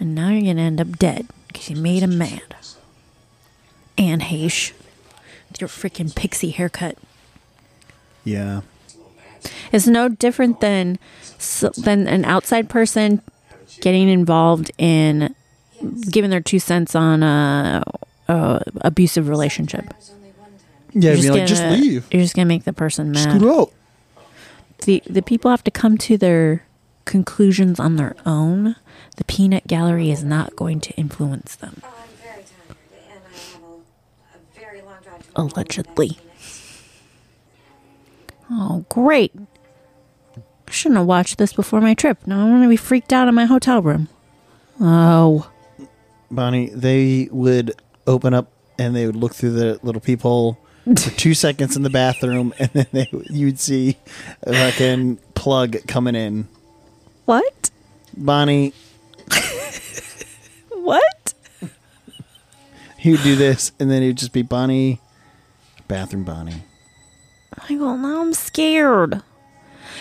Speaker 1: And now you're going to end up dead because you made him mad. And Haish. with Your freaking pixie haircut.
Speaker 2: Yeah.
Speaker 1: It's no different than s- than an outside person getting involved in giving their two cents on a, a abusive relationship.
Speaker 4: There's only one time.
Speaker 2: Yeah,
Speaker 1: You're
Speaker 2: I'd be like, just
Speaker 1: gonna-
Speaker 2: leave.
Speaker 1: You're just gonna make the person mad.
Speaker 2: Scoot out.
Speaker 1: the the people have to come to their conclusions on their own. The peanut gallery is not going to influence them.
Speaker 4: Oh, I'm very tired, and I have a, a very long drive to
Speaker 1: Allegedly. Oh, great! I shouldn't have watched this before my trip. Now I'm going to be freaked out in my hotel room. Oh,
Speaker 2: Bonnie, they would open up and they would look through the little peephole for two seconds in the bathroom, and then they you'd see a fucking plug coming in.
Speaker 1: what?
Speaker 2: Bonnie,
Speaker 1: What?
Speaker 2: he would do this, and then it would just be Bonnie, bathroom Bonnie.
Speaker 1: Michael, now I'm scared.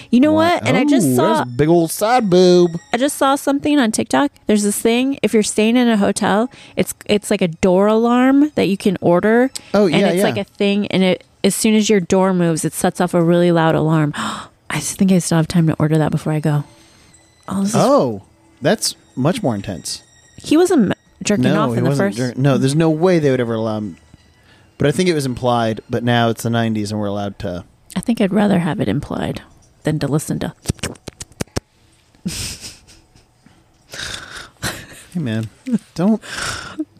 Speaker 1: You know what? And I just
Speaker 2: Ooh,
Speaker 1: saw
Speaker 2: there's a big old side boob.
Speaker 1: I just saw something on TikTok. There's this thing if you're staying in a hotel, it's it's like a door alarm that you can order.
Speaker 2: Oh,
Speaker 1: and
Speaker 2: yeah,
Speaker 1: it's
Speaker 2: yeah.
Speaker 1: like a thing, and it as soon as your door moves, it sets off a really loud alarm. I just think I still have time to order that before I go. Oh, this is-
Speaker 2: Oh, that's much more intense.
Speaker 1: he wasn't m- jerking
Speaker 2: No,
Speaker 1: off
Speaker 2: he
Speaker 1: in the
Speaker 2: wasn't.
Speaker 1: first.
Speaker 2: dur- no, there's no way they would ever allow him. But I think it was implied. But now it's the '90s, and we're allowed to.
Speaker 1: I think I'd rather have it implied than to listen to.
Speaker 2: Hey, man, don't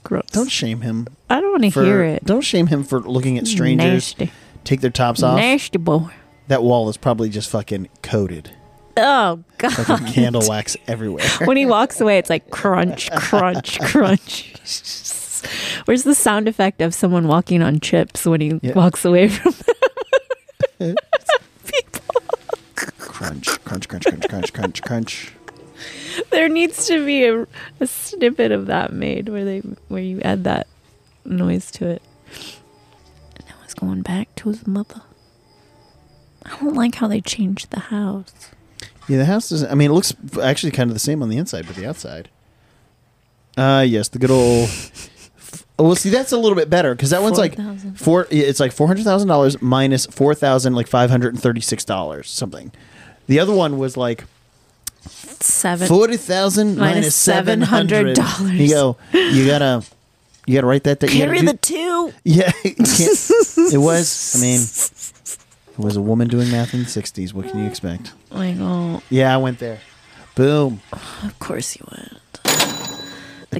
Speaker 1: Gross.
Speaker 2: don't shame him.
Speaker 1: I don't want to
Speaker 2: For,
Speaker 1: hear it.
Speaker 2: Don't shame him for looking at strangers.
Speaker 1: Nasty.
Speaker 2: Take their tops off.
Speaker 1: Nasty boy.
Speaker 2: That wall is probably just fucking coated.
Speaker 1: Oh god.
Speaker 2: Fucking candle wax everywhere.
Speaker 1: when he walks away, it's like crunch, crunch, crunch. Where's the sound effect of someone walking on chips when he
Speaker 2: Yeah.
Speaker 1: walks away from
Speaker 2: crunch, crunch, crunch, crunch, crunch, crunch, crunch.
Speaker 1: There needs to be a, a snippet of that made where they where you add that noise to it. And now he's going back to his mother. I don't like how they changed the house.
Speaker 2: Yeah, the house doesn't. I mean, it looks actually kind of the same on the inside, but the outside. Uh yes, the good old. Oh, well, see, that's a little bit better because that one's like
Speaker 1: 4,000.
Speaker 2: four. yeah, It's like four hundred thousand dollars minus four thousand, like five hundred and thirty-six dollars something. The other one was like
Speaker 1: Seven.
Speaker 2: forty thousand
Speaker 1: Minus
Speaker 2: minus seven hundred
Speaker 1: $700.
Speaker 2: You go. You gotta. You gotta write that. down. You gotta
Speaker 1: Carry
Speaker 2: do-
Speaker 1: the two.
Speaker 2: Yeah, you can't- it was. I mean, it was a woman doing math in the '60s. What can you expect?
Speaker 1: Like, oh,
Speaker 2: Yeah, I went there. Boom.
Speaker 1: of course you would.
Speaker 2: The
Speaker 1: The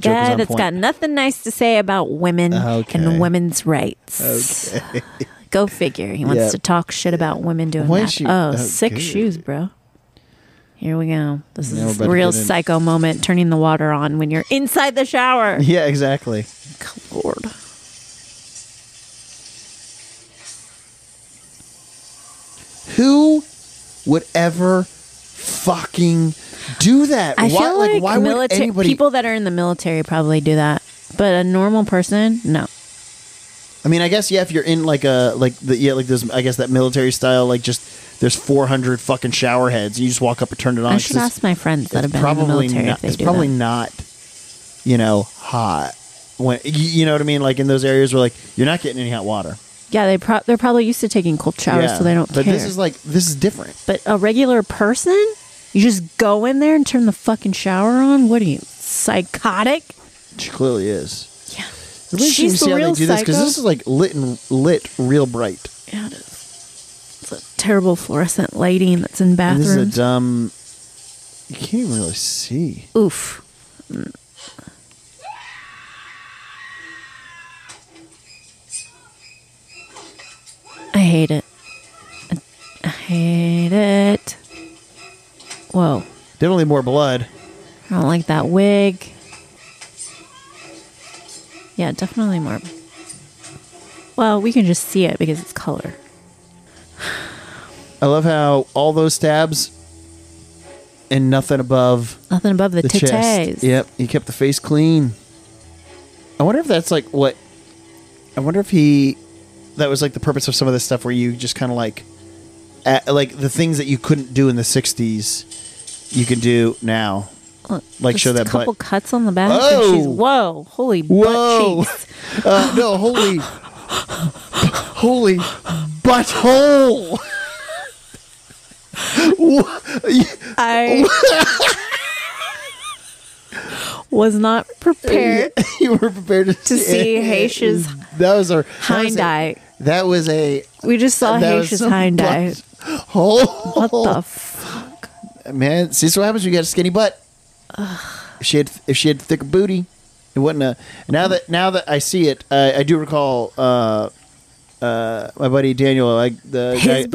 Speaker 2: joke was
Speaker 1: guy
Speaker 2: on
Speaker 1: that's
Speaker 2: point.
Speaker 1: got nothing nice to say about women
Speaker 2: Okay.
Speaker 1: and women's rights.
Speaker 2: Okay.
Speaker 1: Go figure. He wants
Speaker 2: Yeah.
Speaker 1: to talk shit about women doing
Speaker 2: Why is
Speaker 1: that.
Speaker 2: she-
Speaker 1: oh,
Speaker 2: oh,
Speaker 1: six
Speaker 2: good.
Speaker 1: shoes, bro. Here we go. This
Speaker 2: Now we're
Speaker 1: is
Speaker 2: about to
Speaker 1: real
Speaker 2: get in.
Speaker 1: psycho moment. Turning the water on when you're inside the shower.
Speaker 2: Yeah, exactly.
Speaker 1: Lord.
Speaker 2: Who would ever fucking do that?
Speaker 1: I feel like,
Speaker 2: why would
Speaker 1: military
Speaker 2: anybody?
Speaker 1: people that are in the military probably do that, but a normal person, no.
Speaker 2: I mean, I guess yeah. If you're in like a like the yeah like those I guess that military style like just there's 400 fucking shower heads. You just walk up and turn it on.
Speaker 1: I
Speaker 2: 'cause
Speaker 1: should
Speaker 2: it's-
Speaker 1: ask my friends that
Speaker 2: it's
Speaker 1: have been in the military
Speaker 2: not,
Speaker 1: if they
Speaker 2: it's
Speaker 1: do
Speaker 2: probably
Speaker 1: that.
Speaker 2: not you know hot when you, you know what i mean like in those areas where like you're not getting any hot water
Speaker 1: Yeah, they pro- they're probably used to taking cold showers,
Speaker 2: Yeah.
Speaker 1: Oh, so they don't
Speaker 2: but
Speaker 1: care.
Speaker 2: this is like this is different
Speaker 1: But a regular person, you just go in there and turn the fucking shower on? What are you, psychotic?
Speaker 2: she clearly is
Speaker 1: Yeah.
Speaker 2: It's really interesting to
Speaker 1: She's the
Speaker 2: see how
Speaker 1: real
Speaker 2: they do this because
Speaker 1: psycho.
Speaker 2: this is like lit and lit real bright
Speaker 1: Yeah, it is. It's a terrible fluorescent lighting that's in
Speaker 2: and this
Speaker 1: bathrooms.
Speaker 2: is a dumb you can't even really see
Speaker 1: Oof. I hate it. I hate it. Whoa.
Speaker 2: definitely more blood
Speaker 1: I don't like that wig. Yeah, definitely more. Well, we can just see it because it's color.
Speaker 2: i love how all those stabs and nothing above
Speaker 1: Nothing above the,
Speaker 2: the
Speaker 1: titties.
Speaker 2: chest. Yep, he kept the face clean. I wonder if that's like what. I wonder if he. That was like the purpose of some of this stuff where you just kind of like. At, like the things that you couldn't do in the 60s, you can do now. Like,
Speaker 1: Just
Speaker 2: show that
Speaker 1: a couple
Speaker 2: butt.
Speaker 1: cuts on the back. And she's,
Speaker 2: Oh!
Speaker 1: whoa, holy
Speaker 2: Whoa.
Speaker 1: butt cheeks.
Speaker 2: Uh, no, holy. holy butthole! Wha-
Speaker 1: I was not prepared
Speaker 2: you were prepared to,
Speaker 1: to see Haish's
Speaker 2: That was our.
Speaker 1: hind eye.
Speaker 2: That was a.
Speaker 1: We just saw
Speaker 2: that was
Speaker 1: Haish's
Speaker 2: some
Speaker 1: hind eye.
Speaker 2: butt- hole.
Speaker 1: What the fuck?
Speaker 2: man, see, this is what happens when you got a skinny butt. If she had, if she had thicker booty, it wouldn't. Uh, now that now that I see it, I, I do recall. Uh, uh, my buddy Daniel, like the
Speaker 1: His
Speaker 2: guy- the-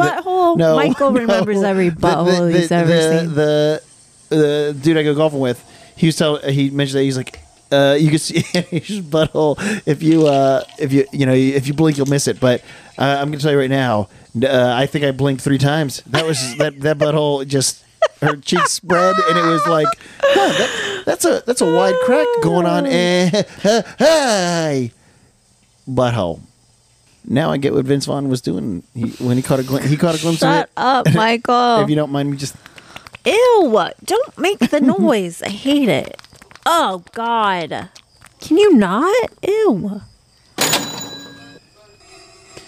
Speaker 1: butthole? Michael remembers every butthole he's ever
Speaker 2: the,
Speaker 1: seen.
Speaker 2: The, the dude I go golfing with, he was tell he mentioned that he's like. Uh, you can see his butthole if you uh, if you you know if you blink you'll miss it. But uh, I'm gonna tell you right now, uh, I think I blinked three times. That was that that butthole just her cheeks spread and it was like huh, that, that's a that's a wide crack going on. Eh, hey, butthole. Now I get what Vince Vaughn was doing he, when he caught a glimpse. He caught a glimpse of
Speaker 1: Shut
Speaker 2: it.
Speaker 1: up, Michael.
Speaker 2: If you don't mind, me just
Speaker 1: Ew! Don't make the noise. I hate it. Oh God! Can you not? Ew!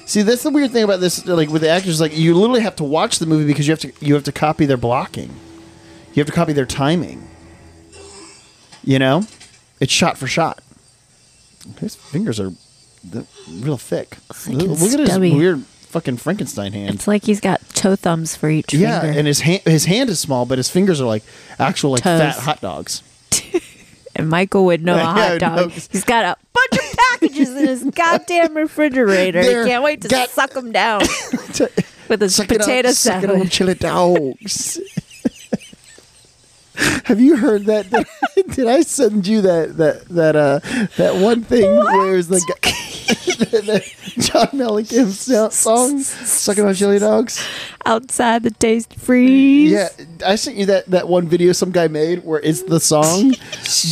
Speaker 2: see that's the weird thing about this. Like with the actors, like you literally have to watch the movie because you have to you have to copy their blocking. You have to copy their timing. You know, it's shot for shot. His fingers are th- real thick.
Speaker 1: like
Speaker 2: Look
Speaker 1: it's
Speaker 2: look at his
Speaker 1: stubby.
Speaker 2: weird fucking Frankenstein hand.
Speaker 1: It's like he's got toe thumbs for each
Speaker 2: Yeah,
Speaker 1: finger.
Speaker 2: and his hand his hand is small, but his fingers are like actual like
Speaker 1: Toes.
Speaker 2: fat hot dogs.
Speaker 1: and Michael would know a
Speaker 2: Yeah,
Speaker 1: hot dog.
Speaker 2: no.
Speaker 1: He's got a bunch of packages in his goddamn refrigerator.
Speaker 2: They're
Speaker 1: He can't wait to
Speaker 2: got-
Speaker 1: suck them down with his
Speaker 2: Suck it up,
Speaker 1: potato
Speaker 2: suck it up,
Speaker 1: salad.
Speaker 2: chili dogs. Have you heard that? Did I send you that that that uh that one thing where it's the, guy- the, the John Mellencamp so- song "Sucking on Chili Dogs"?
Speaker 1: Outside the taste freeze.
Speaker 2: Yeah, I sent you that that one video some guy made where it's the song,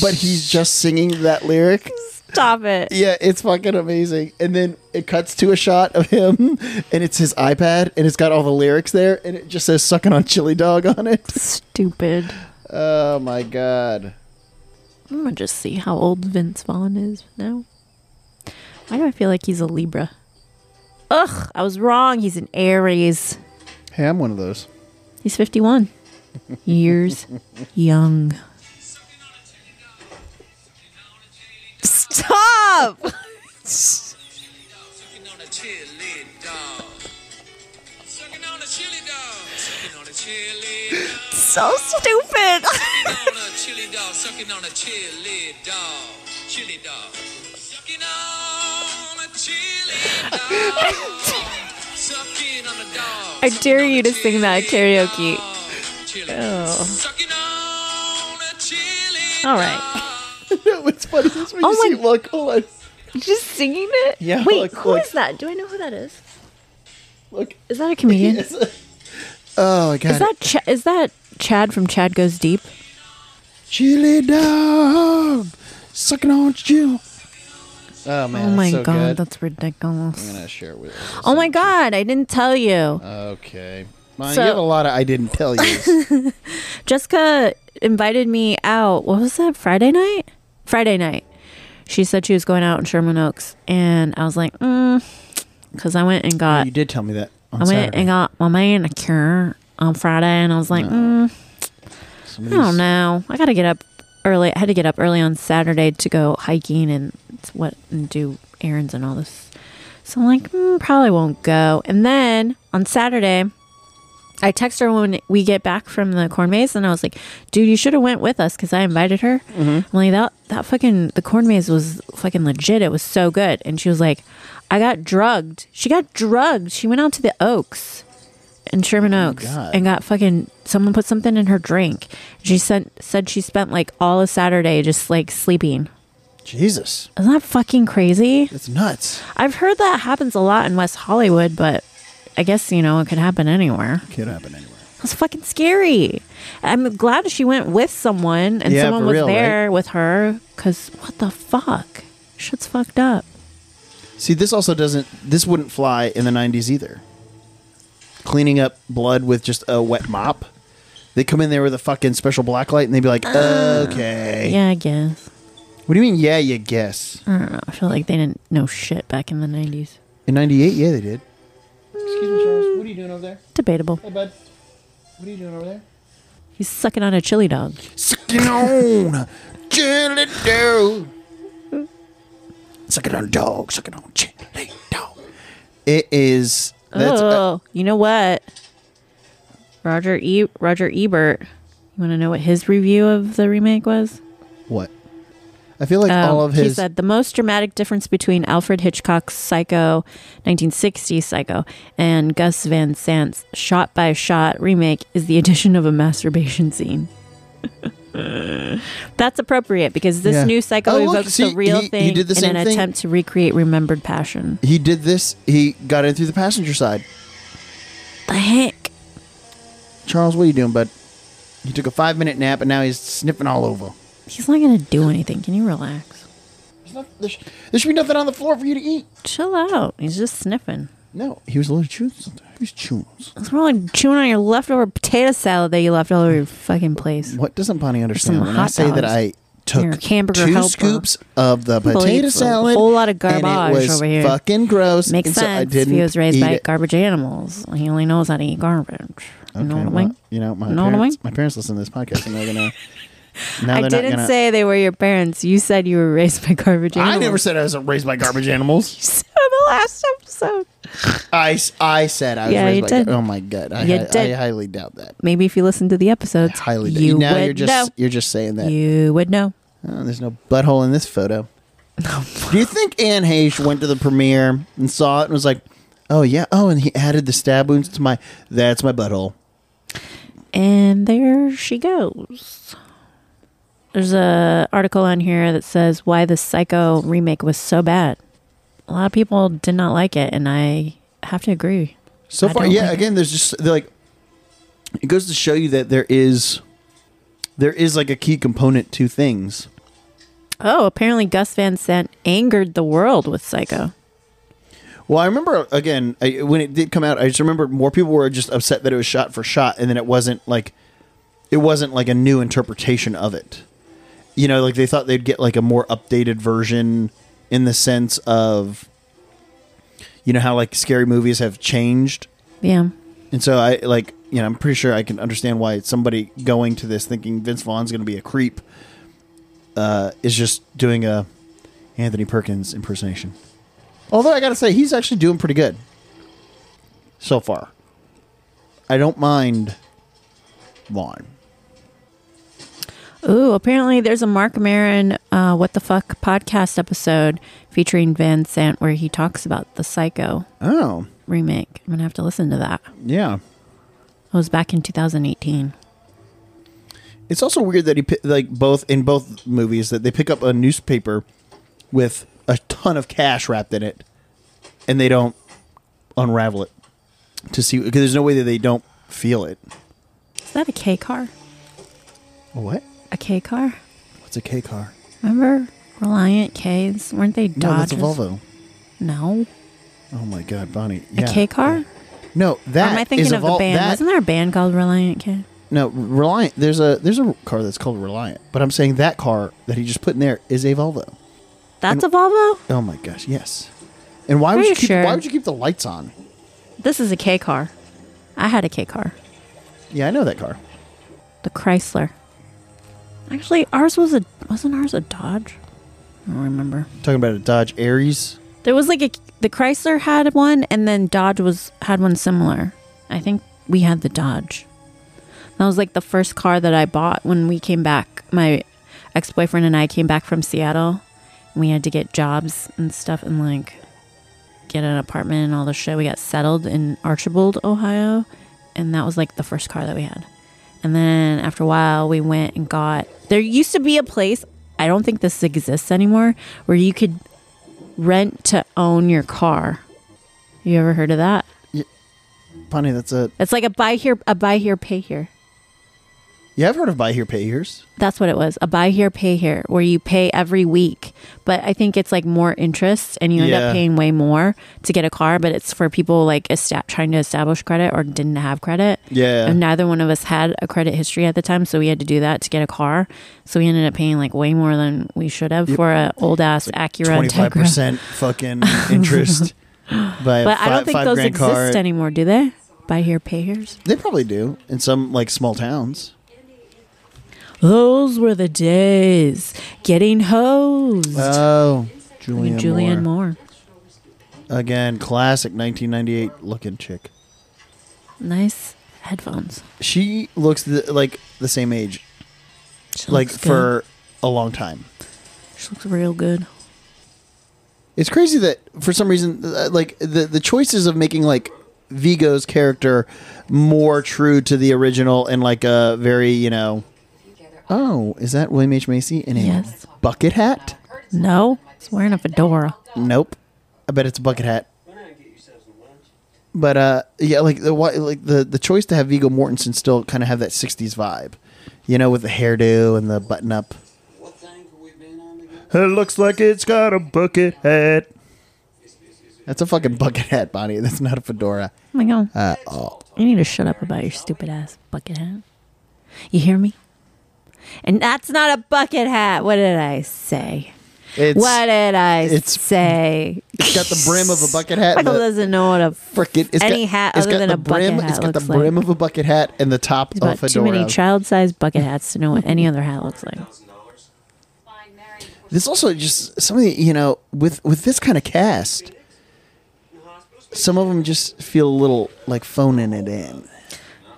Speaker 2: but he's just singing that lyric.
Speaker 1: Stop it.
Speaker 2: Yeah, it's fucking amazing. And then it cuts to a shot of him, and it's his iPad, and it's got all the lyrics there, and it just says "sucking on chili dog" on it.
Speaker 1: Stupid.
Speaker 2: Oh my god!
Speaker 1: I'm gonna just see how old Vince Vaughn is now. Why do I feel like he's a Libra? Ugh, I was wrong. He's an Aries.
Speaker 2: Hey, I'm one of those.
Speaker 1: He's 51 years young. Stop!
Speaker 7: Sucking on a chili dog. Sucking on a chili dog. Sucking on a chili dog.
Speaker 1: So stupid.
Speaker 7: Sucking on a chili dog. Sucking on a chili dog. Chili dog. Sucking on a chili dog. Sucking on a dog.
Speaker 1: I dare you to sing that at karaoke.
Speaker 7: Chili.
Speaker 1: Oh.
Speaker 7: Sucking on a chili
Speaker 1: All right.
Speaker 2: no, it's funny. That's when
Speaker 1: Oh
Speaker 2: you
Speaker 1: my-
Speaker 2: see look, hold on.
Speaker 1: Just singing it?
Speaker 2: Yeah,
Speaker 1: Wait, who is
Speaker 2: look, look.
Speaker 1: that? Do I know who that is?
Speaker 2: look.
Speaker 1: Is that a comedian?
Speaker 2: It's a- oh my god!
Speaker 1: Is that Ch- is that Chad from Chad Goes Deep?
Speaker 2: chili dog sucking on chili? Oh man!
Speaker 1: oh my
Speaker 2: so
Speaker 1: god,
Speaker 2: good.
Speaker 1: that's ridiculous.
Speaker 2: I'm gonna share it with.
Speaker 1: Oh my god, I didn't tell you.
Speaker 2: Okay. Mine,
Speaker 1: So-
Speaker 2: you have a lot of I didn't tell you.
Speaker 1: Jessica invited me out. What was that? Friday night? Friday night. She said she was going out in Sherman Oaks, and I was like, mm, because I went and got
Speaker 2: you did tell me that. On
Speaker 1: I went
Speaker 2: Saturday.
Speaker 1: and got my manicure on Friday, and I was like, mm, I
Speaker 2: Somebody's-
Speaker 1: don't know. I gotta get up early. I had to get up early on Saturday to go hiking and what and do errands and all this. So I'm like, mm, probably won't go. And then on Saturday, I text her when we get back from the corn maze, and I was like, "Dude, you should have went with us because I invited her." I'm like, "That that fucking the corn maze was fucking legit. It was so good." And she was like, "I got drugged. She got drugged. She went out to the Oaks, in Sherman Oaks,
Speaker 2: God.
Speaker 1: and got fucking someone put something in her drink. She sent said she spent like all of Saturday just like sleeping.
Speaker 2: Jesus,
Speaker 1: Isn't that fucking crazy?
Speaker 2: that's nuts.
Speaker 1: I've heard that happens a lot in West Hollywood, but I guess you know it could happen anywhere."
Speaker 2: Could happen anywhere.
Speaker 1: That's fucking scary. I'm glad she went with someone and
Speaker 2: Yeah,
Speaker 1: someone
Speaker 2: for
Speaker 1: was
Speaker 2: real,
Speaker 1: there with her. Cause what the fuck? Shit's fucked up.
Speaker 2: See, this also doesn't. This wouldn't fly in the '90s either. Cleaning up blood with just a wet mop. They come in there with a fucking special black light, and they'd be like, "Okay."
Speaker 1: Yeah, I guess.
Speaker 2: What do you mean? Yeah, you guess.
Speaker 1: I don't know. I feel like they didn't know shit back in the nineties.
Speaker 2: In '98, yeah, they did. Excuse me, Charles. What are you doing over there?
Speaker 1: Debatable.
Speaker 2: Hey, bud. What are you doing over there?
Speaker 1: He's sucking on a chili dog.
Speaker 2: Sucking on chili dog. Sucking on dog. Sucking on chili dog. It is. That's, uh,
Speaker 1: oh, you know what? Roger E. Roger Ebert. You want to know what his review of the remake was?
Speaker 2: what? I feel like all
Speaker 1: Um,
Speaker 2: of his.
Speaker 1: He said the most dramatic difference between Alfred Hitchcock's Psycho, 1960 Psycho, and Gus Van Sant's shot by shot remake is the addition of a masturbation scene. That's appropriate because this
Speaker 2: Yeah.
Speaker 1: new Psycho
Speaker 2: Oh, look,
Speaker 1: evokes
Speaker 2: see,
Speaker 1: the real
Speaker 2: he- he
Speaker 1: thing
Speaker 2: did the
Speaker 1: in
Speaker 2: same
Speaker 1: an
Speaker 2: thing.
Speaker 1: attempt to recreate remembered passion.
Speaker 2: he did this. He got in through the passenger side.
Speaker 1: The heck?
Speaker 2: Charles, what are you doing, bud? He took a five minute nap and now he's sniffing all over.
Speaker 1: He's not going to do anything. Can you relax?
Speaker 2: There's no, there, sh- there should be nothing on the floor for you to eat.
Speaker 1: Chill out. He's just sniffing.
Speaker 2: No, he was literally chewing something. He was chewing. something.
Speaker 1: What's wrong with chewing on your leftover potato salad that you left all over your fucking place?
Speaker 2: What doesn't Bonnie understand
Speaker 1: Some
Speaker 2: when I
Speaker 1: hot
Speaker 2: say that
Speaker 1: dogs.
Speaker 2: I
Speaker 1: Your
Speaker 2: took
Speaker 1: hamburger
Speaker 2: two
Speaker 1: helper.
Speaker 2: scoops of the
Speaker 1: Well,
Speaker 2: potato
Speaker 1: it's a
Speaker 2: salad?
Speaker 1: whole lot of
Speaker 2: and
Speaker 1: garbage
Speaker 2: it was
Speaker 1: over here.
Speaker 2: Fucking gross.
Speaker 1: Makes
Speaker 2: and
Speaker 1: sense.
Speaker 2: So I didn't
Speaker 1: he was raised
Speaker 2: eat
Speaker 1: by
Speaker 2: it.
Speaker 1: garbage animals. He only knows how to eat garbage. you
Speaker 2: Okay,
Speaker 1: know what I
Speaker 2: well,
Speaker 1: mean?
Speaker 2: You know, my
Speaker 1: Know what I
Speaker 2: parents,
Speaker 1: mean?
Speaker 2: my parents listen to this podcast and they're gonna. Now
Speaker 1: I
Speaker 2: they're
Speaker 1: didn't
Speaker 2: not gonna,
Speaker 1: say they were your parents. You said you were raised by garbage animals.
Speaker 2: I never said I was raised by garbage animals.
Speaker 1: said on the last episode.
Speaker 2: I, s- I said I was
Speaker 1: Yeah,
Speaker 2: raised
Speaker 1: you
Speaker 2: by.
Speaker 1: did.
Speaker 2: gar- Oh my god! I,
Speaker 1: You
Speaker 2: hi-
Speaker 1: did.
Speaker 2: I highly doubt that.
Speaker 1: Maybe if you listen to the episodes,
Speaker 2: Highly doubt.
Speaker 1: you
Speaker 2: now
Speaker 1: would
Speaker 2: you're just
Speaker 1: know.
Speaker 2: you're just saying that.
Speaker 1: You would know.
Speaker 2: Oh, there's no butthole in this photo. Do you think Anne Heche went to the premiere and saw it and was like, "Oh yeah, oh," and he added the stab wounds to my. That's my butthole.
Speaker 1: And there she goes. There's a article on here that says why the Psycho remake was so bad. A lot of people did not like it, and I have to agree.
Speaker 2: So
Speaker 1: I
Speaker 2: far,
Speaker 1: don't
Speaker 2: yeah.
Speaker 1: like it.
Speaker 2: again, there's just they're like it goes to show you that there is there is like a key component to things.
Speaker 1: Oh, apparently Gus Van Sant angered the world with Psycho.
Speaker 2: Well, I remember again I, when it did come out. I just remember more people were just upset that it was shot for shot, and then it wasn't like it wasn't like a new interpretation of it. You know, like they thought they'd get like a more updated version in the sense of you know how like scary movies have changed,
Speaker 1: Yeah.
Speaker 2: and so I like you know I'm pretty sure I can understand why somebody going to this thinking Vince Vaughn's going to be a creep uh, is just doing a Anthony Perkins impersonation. Although I got to say, he's actually doing pretty good so far. I don't mind Vaughn.
Speaker 1: Ooh, apparently there's a Mark Marin uh, What the Fuck podcast episode featuring Van Sant where he talks about the Psycho
Speaker 2: Oh,
Speaker 1: remake. I'm going to have to listen to that.
Speaker 2: yeah.
Speaker 1: It was back in 2018.
Speaker 2: It's also weird that he pi- like both in both movies that they pick up a newspaper with a ton of cash wrapped in it, and they don't unravel it to see because there's no way that they don't feel it.
Speaker 1: Is that a K car?
Speaker 2: What?
Speaker 1: A K car?
Speaker 2: What's a K car?
Speaker 1: Remember Reliant Ks? Weren't they
Speaker 2: No, that's a
Speaker 1: Dodges?
Speaker 2: Volvo.
Speaker 1: No.
Speaker 2: Oh my God, Bonnie!
Speaker 1: A
Speaker 2: Yeah.
Speaker 1: K car?
Speaker 2: No, that
Speaker 1: Or am I
Speaker 2: is
Speaker 1: thinking
Speaker 2: a
Speaker 1: of the
Speaker 2: Vol-
Speaker 1: band?
Speaker 2: that-
Speaker 1: Wasn't there a band called Reliant K?
Speaker 2: No, Reliant. There's a there's a car that's called Reliant, but I'm saying that car that he just put in there is a Volvo.
Speaker 1: That's a Volvo?
Speaker 2: Oh my gosh, yes. And why
Speaker 1: Are
Speaker 2: would you
Speaker 1: you
Speaker 2: keep
Speaker 1: sure?
Speaker 2: why would you keep the lights on?
Speaker 1: This is a K car. I had a K car.
Speaker 2: Yeah, I know that car.
Speaker 1: The Chrysler. Actually, ours was a wasn't ours a Dodge? I don't remember.
Speaker 2: Talking about a Dodge Aries.
Speaker 1: There was like a the Chrysler had one, and then Dodge was had one similar. I think we had the Dodge. That was like the first car that I bought when we came back. My ex boyfriend and I came back from Seattle. And we had to get jobs and stuff, and like get an apartment and all the shit. We got settled in Archibald, Ohio, and that was like the first car that we had. And then after a while, we went and got. There used to be a place. I don't think this exists anymore, where you could rent to own your car. You ever heard of that?
Speaker 2: Bonnie, that's a
Speaker 1: It's like a buy here, a buy here, pay here.
Speaker 2: yeah. I've heard of buy here, pay here's.
Speaker 1: That's what it was. A buy here, pay here, where you pay every week. But I think it's like more interest and you end
Speaker 2: Yeah.
Speaker 1: up paying way more to get a car. But it's for people like esta trying to establish credit or didn't have credit.
Speaker 2: Yeah.
Speaker 1: And neither one of us had a credit history at the time. So we had to do that to get a car. So we ended up paying like way more than we should have for an old ass Acura
Speaker 2: Twenty five
Speaker 1: Integra.
Speaker 2: percent fucking interest. By
Speaker 1: But
Speaker 2: a fi-
Speaker 1: I don't think
Speaker 2: five
Speaker 1: those
Speaker 2: grand
Speaker 1: exist
Speaker 2: car.
Speaker 1: anymore, do they? Buy here, pay here's.
Speaker 2: They probably do in some like small towns.
Speaker 1: Those were the days. Getting hosed.
Speaker 2: Oh,
Speaker 1: Julianne,
Speaker 2: Julian, Moore.
Speaker 1: Moore.
Speaker 2: again, classic 1998 looking chick.
Speaker 1: Nice headphones.
Speaker 2: She looks the, like the same age,
Speaker 1: She
Speaker 2: like
Speaker 1: looks good.
Speaker 2: for a long time.
Speaker 1: She looks real good.
Speaker 2: It's crazy that for some reason, uh, like the the choices of making like Vigo's character more true to the original and like a very you know, oh, is that William H Macy in a
Speaker 1: Yes.
Speaker 2: bucket hat?
Speaker 1: No, she's wearing a fedora. Oh
Speaker 2: Nope, I bet it's a bucket hat. But uh, yeah, like the why- like the the choice to have Vigo Mortensen still kind of have that '60s vibe, you know, with the hairdo and the button up.
Speaker 7: What thing have we been on together?
Speaker 2: It looks like it's got a bucket hat. That's a fucking bucket hat, Bonnie. That's not a fedora.
Speaker 1: Oh my god.
Speaker 2: Uh, oh.
Speaker 1: You need to shut up about your stupid ass bucket hat. You hear me? And that's not a bucket hat. What did I say?
Speaker 2: It's
Speaker 1: what did I
Speaker 2: it's-
Speaker 1: say?
Speaker 2: got the brim of a bucket hat. and
Speaker 1: Michael
Speaker 2: the-
Speaker 1: doesn't know what a
Speaker 2: frickin' it's
Speaker 1: any
Speaker 2: got,
Speaker 1: hat
Speaker 2: it's
Speaker 1: other
Speaker 2: got
Speaker 1: than
Speaker 2: the
Speaker 1: a bucket
Speaker 2: brim,
Speaker 1: hat
Speaker 2: It's got
Speaker 1: looks
Speaker 2: the
Speaker 1: like.
Speaker 2: brim of a bucket hat and the top
Speaker 1: He's
Speaker 2: of a
Speaker 1: bought too
Speaker 2: Oh, fedora.
Speaker 1: many child-sized bucket hats to know what any other hat looks like.
Speaker 5: Fine, married, or
Speaker 2: This also just some of the you know with with this kind of cast, some of them just feel a little like phoning it in.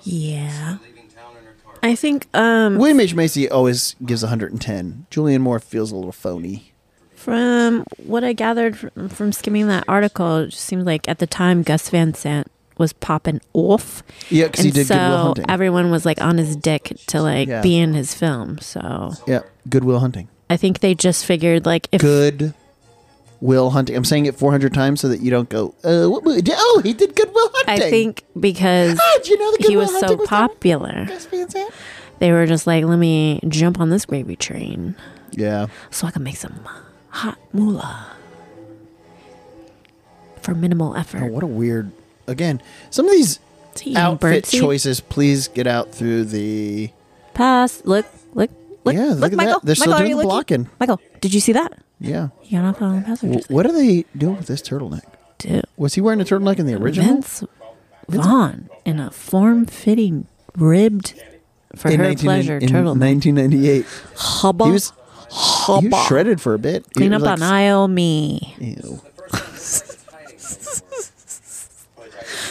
Speaker 1: Yeah.
Speaker 6: Leaving town in her car.
Speaker 8: I think um
Speaker 2: William H Macy always gives 110. Julian Moore feels a little phony.
Speaker 8: from
Speaker 1: What I gathered from, from skimming that article, it just seemed like at the time Gus Van Sant was popping off.
Speaker 2: Yeah, because he
Speaker 1: And
Speaker 2: did
Speaker 1: so
Speaker 2: Good Goodwill Hunting.
Speaker 1: everyone was like on his dick to like
Speaker 2: Yeah.
Speaker 1: be in his film. So
Speaker 2: yeah, Goodwill Hunting.
Speaker 1: I think they just figured like if
Speaker 2: Good Will Hunting. I'm saying it 400 times so that you don't go. Uh, what movie? did- Oh, he did Goodwill
Speaker 1: I
Speaker 2: Hunting.
Speaker 1: think because
Speaker 2: Ah, did you know that
Speaker 1: he
Speaker 2: Goodwill
Speaker 1: was so
Speaker 2: Hunting was on?
Speaker 1: popular,
Speaker 2: Gus Van Sant?
Speaker 1: they were just like, let me jump on this gravy train
Speaker 2: Yeah.
Speaker 1: so I can make some hot moolah for minimal
Speaker 2: Oh,
Speaker 1: effort.
Speaker 2: what a weird. Again, some of these
Speaker 1: Is he eating
Speaker 2: outfit
Speaker 1: birdseed?
Speaker 2: choices. Please get out through the.
Speaker 1: Pass. Look, look, look.
Speaker 2: Yeah, look
Speaker 1: look,
Speaker 2: at that.
Speaker 1: Michael.
Speaker 2: They're still
Speaker 1: Michael,
Speaker 2: doing
Speaker 1: are you
Speaker 2: the
Speaker 1: looking?
Speaker 2: blocking.
Speaker 1: Michael, did you see that?
Speaker 2: Yeah.
Speaker 1: You got off on
Speaker 2: W-
Speaker 1: passengers.
Speaker 2: What are they doing with this turtleneck?
Speaker 1: Dude,
Speaker 2: Was he wearing a turtleneck in the original?
Speaker 1: Vince Vaughn in a form-fitting, ribbed for
Speaker 2: in
Speaker 1: her
Speaker 2: 19
Speaker 1: pleasure
Speaker 2: in
Speaker 1: turtleneck.
Speaker 2: 1998.
Speaker 1: Hubba,
Speaker 2: He was, he was shredded for a bit. He
Speaker 1: clean up
Speaker 2: was
Speaker 1: on aisle me.
Speaker 2: ew.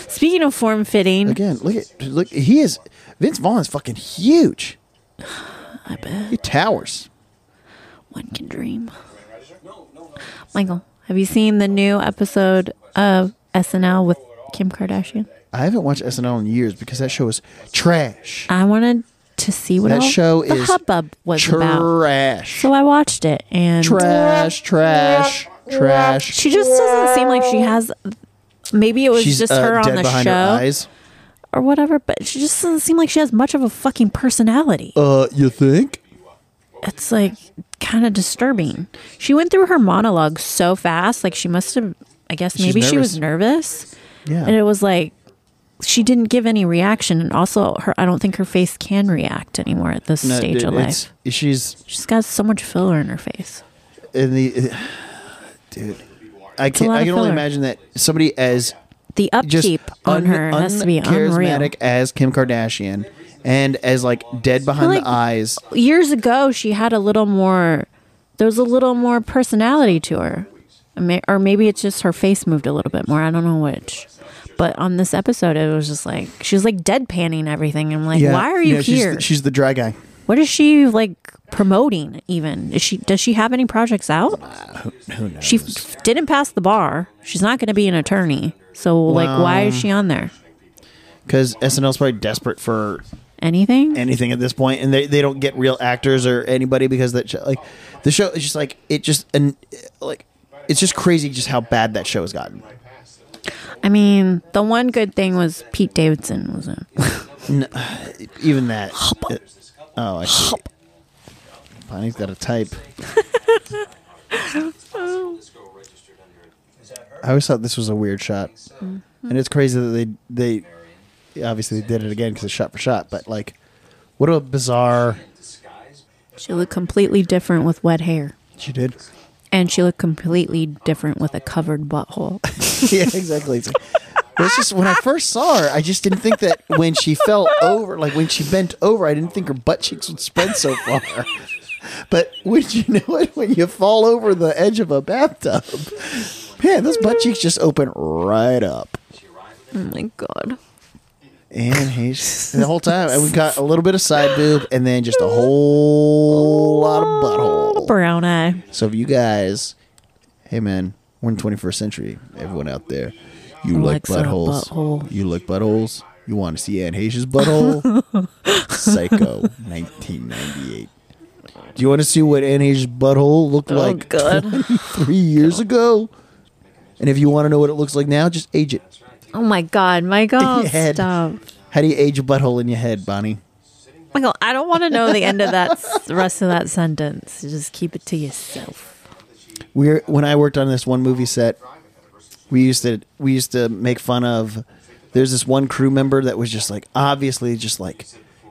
Speaker 1: Speaking of form-fitting,
Speaker 2: Again, look at look. He is Vince Vaughn is fucking huge.
Speaker 1: I bet
Speaker 2: He towers.
Speaker 1: one can dream. Michael, have you seen the new episode of SNL with Kim Kardashian?
Speaker 2: I haven't watched SNL in years because that show is trash.
Speaker 1: I wanted to see what
Speaker 2: That
Speaker 1: all
Speaker 2: show
Speaker 1: the
Speaker 2: is
Speaker 1: hubbub was about,
Speaker 2: Trash.
Speaker 1: so I watched it and
Speaker 2: Trash. Trash. Trash.
Speaker 1: She just doesn't seem like she has. Maybe it was
Speaker 2: She's
Speaker 1: just
Speaker 2: uh,
Speaker 1: her on
Speaker 2: dead
Speaker 1: the
Speaker 2: behind
Speaker 1: show
Speaker 2: her eyes.
Speaker 1: or whatever, but she just doesn't seem like she has much of a fucking personality.
Speaker 2: Uh, you think?
Speaker 1: It's like kind of disturbing. She went through her monologue so fast, like she must have. I guess
Speaker 2: She's
Speaker 1: maybe she was nervous, and it
Speaker 2: Yeah.
Speaker 1: was like she didn't give any reaction, and also her. I don't think her face can react anymore at this
Speaker 2: No,
Speaker 1: stage
Speaker 2: dude,
Speaker 1: of
Speaker 2: it's-
Speaker 1: life.
Speaker 2: She's
Speaker 1: She's got so much filler in her face.
Speaker 2: in the dude. I
Speaker 1: a
Speaker 2: can
Speaker 1: lot
Speaker 2: I
Speaker 1: of
Speaker 2: can only
Speaker 1: filler.
Speaker 2: imagine that somebody as
Speaker 1: The
Speaker 2: just
Speaker 1: upkeep on
Speaker 2: un-
Speaker 1: her has to be unreal.
Speaker 2: uncharismatic as Kim Kardashian and as like dead behind
Speaker 1: like-
Speaker 2: the eyes.
Speaker 1: years ago she had a little more there was a little more personality to her I may- or maybe it's just her face moved a little bit more i don't know which but on this episode it was just like she was like deadpanning everything i'm like why are you
Speaker 2: No, she's
Speaker 1: here
Speaker 2: the- she's the dry guy.
Speaker 1: what is she like promoting even is she does she have any projects out
Speaker 2: Uh, Who knows?
Speaker 1: she f- didn't pass the bar she's not going to be an attorney so like why is
Speaker 2: Wow.
Speaker 1: she on there
Speaker 2: because SNL's probably desperate for
Speaker 1: anything
Speaker 2: anything at this point, and they, they don't get real actors or anybody because that show, like the show is just like it just and like it's just crazy just how bad that show has gotten.
Speaker 1: i mean the one good thing was pete davidson was in
Speaker 2: Even that. oh, I see. Bonnie's got a type. I always thought this was a weird shot, and it's crazy that they they obviously they did it again because it's shot for shot. But like, what a bizarre
Speaker 1: she looked completely different with wet hair
Speaker 2: she did.
Speaker 1: And she looked completely different with a covered butthole.
Speaker 2: yeah, exactly. It's like, well, it's just when I first saw her, I just didn't think that when she fell over, like when she bent over, I didn't think her butt cheeks would spread so far. But would you know it when you fall over the edge of a bathtub? Man, those butt cheeks just open right up.
Speaker 1: oh my god.
Speaker 2: And he's the whole time, and we got a little bit of side boob, and then just a whole lot of butthole.
Speaker 1: Brown eye.
Speaker 2: So if you guys, hey man, we're in the 21st century. Everyone out there, you like
Speaker 1: Alexa,
Speaker 2: buttholes.
Speaker 1: butthole.
Speaker 2: You like buttholes. You want to see Anne Heche's butthole? Psycho, 1998. Do you want to see what Anne Heche's butthole looked like
Speaker 1: Oh god.
Speaker 2: three years ago? And if you want to know what it looks like now, just age it.
Speaker 1: Oh my god, Michael.
Speaker 2: Your head.
Speaker 1: Stop.
Speaker 2: How do you age a butthole in your head, Bonnie?
Speaker 1: Michael, I don't want to know the end of that s- the rest of that sentence. Just keep it to yourself.
Speaker 2: we when I worked on this one movie set, we used to we used to make fun of. There's this one crew member that was just like obviously just like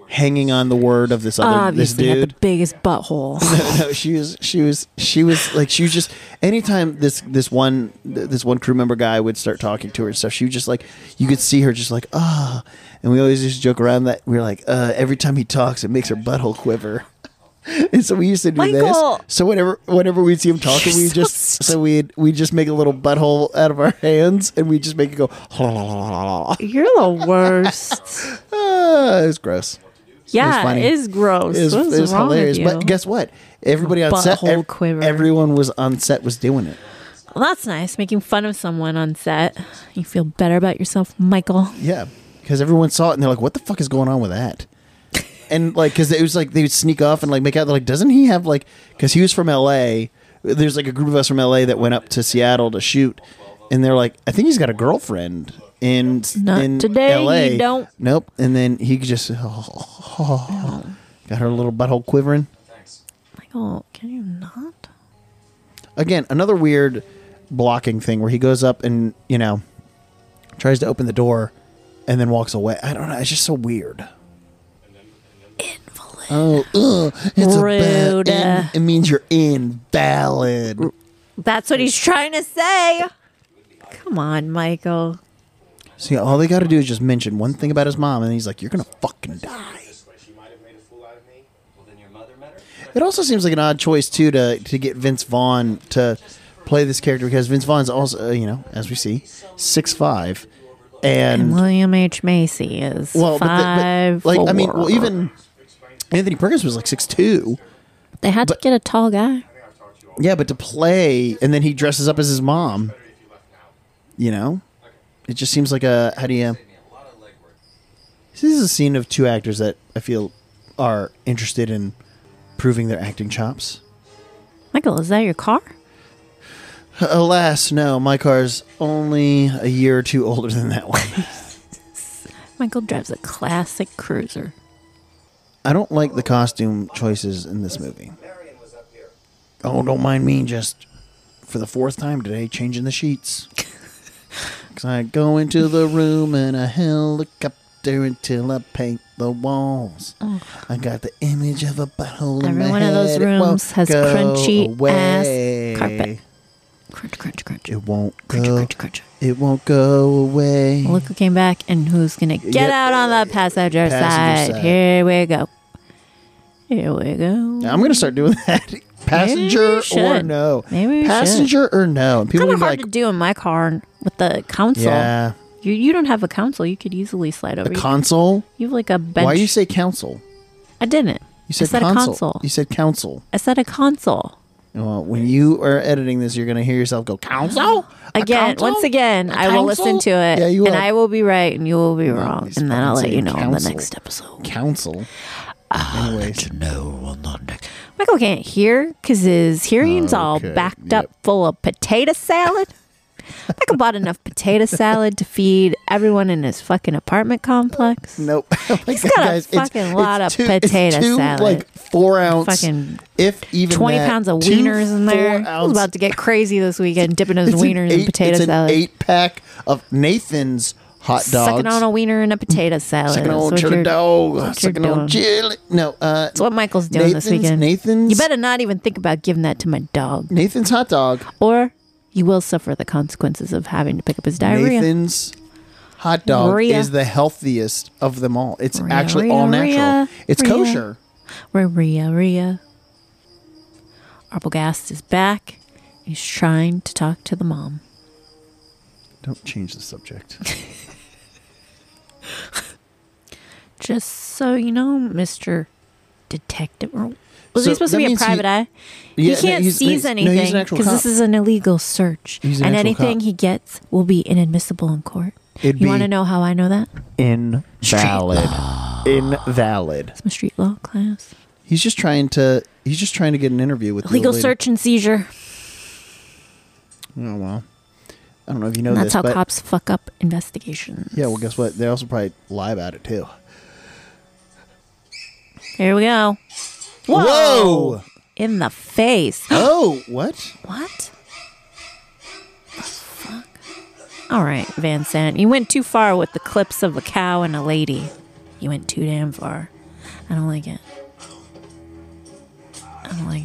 Speaker 2: hanging on the word of this other this
Speaker 1: Obviously, got
Speaker 2: dude.
Speaker 1: the biggest butthole.
Speaker 2: no, no, she was she was she was like she was just anytime this this one this one crew member guy would start talking to her and stuff she was just like you could see her just like ah and we always just joke around that we are like uh every time he talks it makes her butthole quiver and so we used to do
Speaker 1: Michael!
Speaker 2: this so whenever whenever we'd see him talking we
Speaker 1: You're
Speaker 2: would
Speaker 1: so
Speaker 2: just so we'd we just make a little butthole out of our hands and we just make it go ah,
Speaker 1: You're the worst.
Speaker 2: it was gross
Speaker 1: Yeah,
Speaker 2: funny.
Speaker 1: it is gross.
Speaker 2: it was,
Speaker 1: What's
Speaker 2: it was
Speaker 1: wrong
Speaker 2: hilarious
Speaker 1: With you?
Speaker 2: but guess what everybody on set
Speaker 1: Butthole quiver.
Speaker 2: everyone was on set was doing it
Speaker 1: well, that's nice. Making fun of someone on set, you feel better about yourself, Michael.
Speaker 2: Yeah, because everyone saw it and they're like, "What the fuck is going on with that?" And like, because it was like they would sneak off and like make out. They're like, "Doesn't he have like?" Because he was from L.A. There's like a group of us from L.A. that went up to Seattle to shoot, and they're like, "I think he's got a girlfriend in
Speaker 1: Not
Speaker 2: in
Speaker 1: today,
Speaker 2: L.A."
Speaker 1: you don't.
Speaker 2: Nope. And then he just got her little butthole quivering.
Speaker 1: Michael, can you not?
Speaker 2: again another weird blocking thing where he goes up and you know tries to open the door and then walks away i don't know it's just so weird Invalid. Oh, ugh, it's
Speaker 1: Rude.
Speaker 2: A bad, in- it means you're invalid.
Speaker 1: That's what he's trying to say. Come on, Michael.
Speaker 2: See, all they got to do is just mention one thing about his mom, and he's like, "You're gonna fucking die."
Speaker 6: This way, she might have made a fool out of me. Well, then your mother met her.
Speaker 2: It also seems like an odd choice too to to get Vince Vaughn to play this character because Vince Vaughn's also, uh, you know, as we see, six five,
Speaker 1: And William H. Macy is
Speaker 2: Well,
Speaker 1: five.
Speaker 2: but, the, but like I mean,
Speaker 1: four.
Speaker 2: well, even Anthony Perkins was like six two.
Speaker 1: they had
Speaker 2: but-
Speaker 1: to get a tall guy.
Speaker 2: Yeah, but to play and then he dresses up as his mom. You know, it just seems like a how do you? This is a scene of two actors that I feel are interested in proving their acting chops.
Speaker 1: Michael, is that your car?
Speaker 2: Alas, no, my car's only a year or two older than that one.
Speaker 1: Michael drives a classic cruiser.
Speaker 2: I don't like the costume choices in this movie. Oh, don't mind me just for the fourth time today changing the sheets. Cause I go into the room in a helicopter until I paint the walls. I got the image of a butthole in
Speaker 1: Oh. Every
Speaker 2: my
Speaker 1: one of those
Speaker 2: head. It
Speaker 1: rooms
Speaker 2: won't
Speaker 1: has
Speaker 2: go
Speaker 1: crunchy
Speaker 2: away.
Speaker 1: ass carpet. Crunch, crunch, crunch.
Speaker 2: It won't
Speaker 1: Crunch,
Speaker 2: go.
Speaker 1: crunch, crunch.
Speaker 2: It won't go away.
Speaker 1: Well, look who came back and who's going to get
Speaker 2: Yep.
Speaker 1: out on the
Speaker 2: Passenger
Speaker 1: passenger, side.
Speaker 2: side.
Speaker 1: Here we go. Here we go.
Speaker 2: I'm gonna start doing that.
Speaker 1: Maybe
Speaker 2: Passenger
Speaker 1: we
Speaker 2: or
Speaker 1: should.
Speaker 2: no?
Speaker 1: Maybe we
Speaker 2: Passenger or no? And people
Speaker 1: Kind
Speaker 2: would
Speaker 1: of
Speaker 2: be
Speaker 1: hard
Speaker 2: like,
Speaker 1: to do in my car with the console.
Speaker 2: yeah,
Speaker 1: You, you don't have a console. You could easily slide over.
Speaker 2: a
Speaker 1: You-
Speaker 2: console.
Speaker 1: you have like a bench.
Speaker 2: Why you say council?
Speaker 1: I didn't.
Speaker 2: You said,
Speaker 1: I said
Speaker 2: console.
Speaker 1: a console.
Speaker 2: You said council.
Speaker 1: I said a console.
Speaker 2: Well, when you are editing this, you're gonna hear yourself go council A
Speaker 1: Again,
Speaker 2: council?
Speaker 1: once again,
Speaker 2: A
Speaker 1: I will
Speaker 2: council?"
Speaker 1: listen to it.
Speaker 2: Yeah, you
Speaker 1: And
Speaker 2: will.
Speaker 1: I will be right and you will be wrong.
Speaker 2: he's
Speaker 1: And then I'll
Speaker 2: fucking
Speaker 1: let
Speaker 2: saying
Speaker 1: you know on the
Speaker 2: council.
Speaker 1: next episode.
Speaker 2: council.
Speaker 1: Ah,
Speaker 2: Anyways,
Speaker 3: No, on the next.
Speaker 1: Michael can't hear because his hearing's all
Speaker 2: Okay,
Speaker 1: backed up
Speaker 2: yep.
Speaker 1: full of potato salad. Michael bought enough potato salad to feed everyone in his fucking apartment complex.
Speaker 2: nope. Oh my
Speaker 1: He's
Speaker 2: God,
Speaker 1: got a
Speaker 2: guys,
Speaker 1: fucking lot of
Speaker 2: two-
Speaker 1: potato
Speaker 2: it's two,
Speaker 1: salad.
Speaker 2: Like four ounce,
Speaker 1: Fucking
Speaker 2: if even
Speaker 1: 20
Speaker 2: that,
Speaker 1: pounds of
Speaker 2: two
Speaker 1: wieners in there.
Speaker 2: four
Speaker 1: I was
Speaker 2: ounce-
Speaker 1: about to get crazy this weekend, dipping his
Speaker 2: it's an
Speaker 1: wieners in
Speaker 2: eight-
Speaker 1: potato
Speaker 2: it's an
Speaker 1: salad.
Speaker 2: eight pack of Nathan's hot dogs.
Speaker 1: Sucking on a wiener and a potato salad.
Speaker 2: Sucking
Speaker 1: is
Speaker 2: on
Speaker 1: what
Speaker 2: chili
Speaker 1: you're-
Speaker 2: dog.
Speaker 1: what you're
Speaker 2: Sucking on
Speaker 1: doing.
Speaker 2: chili. No, uh,
Speaker 1: That's what Michael's doing this
Speaker 2: Nathan's-
Speaker 1: weekend.
Speaker 2: Nathan's-
Speaker 1: You better not even think about giving that to my dog,
Speaker 2: Nathan's hot dog.
Speaker 1: or you will suffer the consequences of having to pick up his diarrhea.
Speaker 2: Nathan's hot dog
Speaker 1: Rhea.
Speaker 2: is the healthiest of them all. It's
Speaker 1: Rhea,
Speaker 2: actually
Speaker 1: Rhea,
Speaker 2: all natural.
Speaker 1: Rhea,
Speaker 2: it's
Speaker 1: Rhea.
Speaker 2: kosher.
Speaker 1: Maria, Ria. Arbogast is back. He's trying to talk to the mom.
Speaker 2: Don't change the subject.
Speaker 1: Just so you know, Mister Detective. or Was
Speaker 2: So
Speaker 1: he supposed
Speaker 2: that
Speaker 1: to be a
Speaker 2: means he-
Speaker 1: private eye?
Speaker 2: Yeah, no,
Speaker 1: he can't
Speaker 2: he's-
Speaker 1: seize
Speaker 2: no, he's- no, he's an
Speaker 1: anything
Speaker 2: actual
Speaker 1: because
Speaker 2: cop.
Speaker 1: this is an illegal search,
Speaker 2: He's an
Speaker 1: and
Speaker 2: actual
Speaker 1: anything
Speaker 2: cop.
Speaker 1: he gets will be inadmissible in court.
Speaker 2: It'd
Speaker 1: you
Speaker 2: be-
Speaker 1: want to know how I know that?
Speaker 2: Invalid. Invalid.
Speaker 1: It's my street law class.
Speaker 2: He's just trying to. He's just trying to get an interview with the
Speaker 1: Legal
Speaker 2: old lady.
Speaker 1: search and seizure.
Speaker 2: Oh well. I don't know if you know
Speaker 1: That's
Speaker 2: this,
Speaker 1: how
Speaker 2: but
Speaker 1: cops fuck up investigations.
Speaker 2: yeah. Well, guess what? They also probably lie about it too.
Speaker 1: Here we go. Whoa!
Speaker 2: Whoa!
Speaker 1: In the face.
Speaker 2: Oh, what?
Speaker 1: What? The fuck? All right, Van Sant. You went too far with the clips of a cow and a lady. You went too damn far. I don't like it. I don't like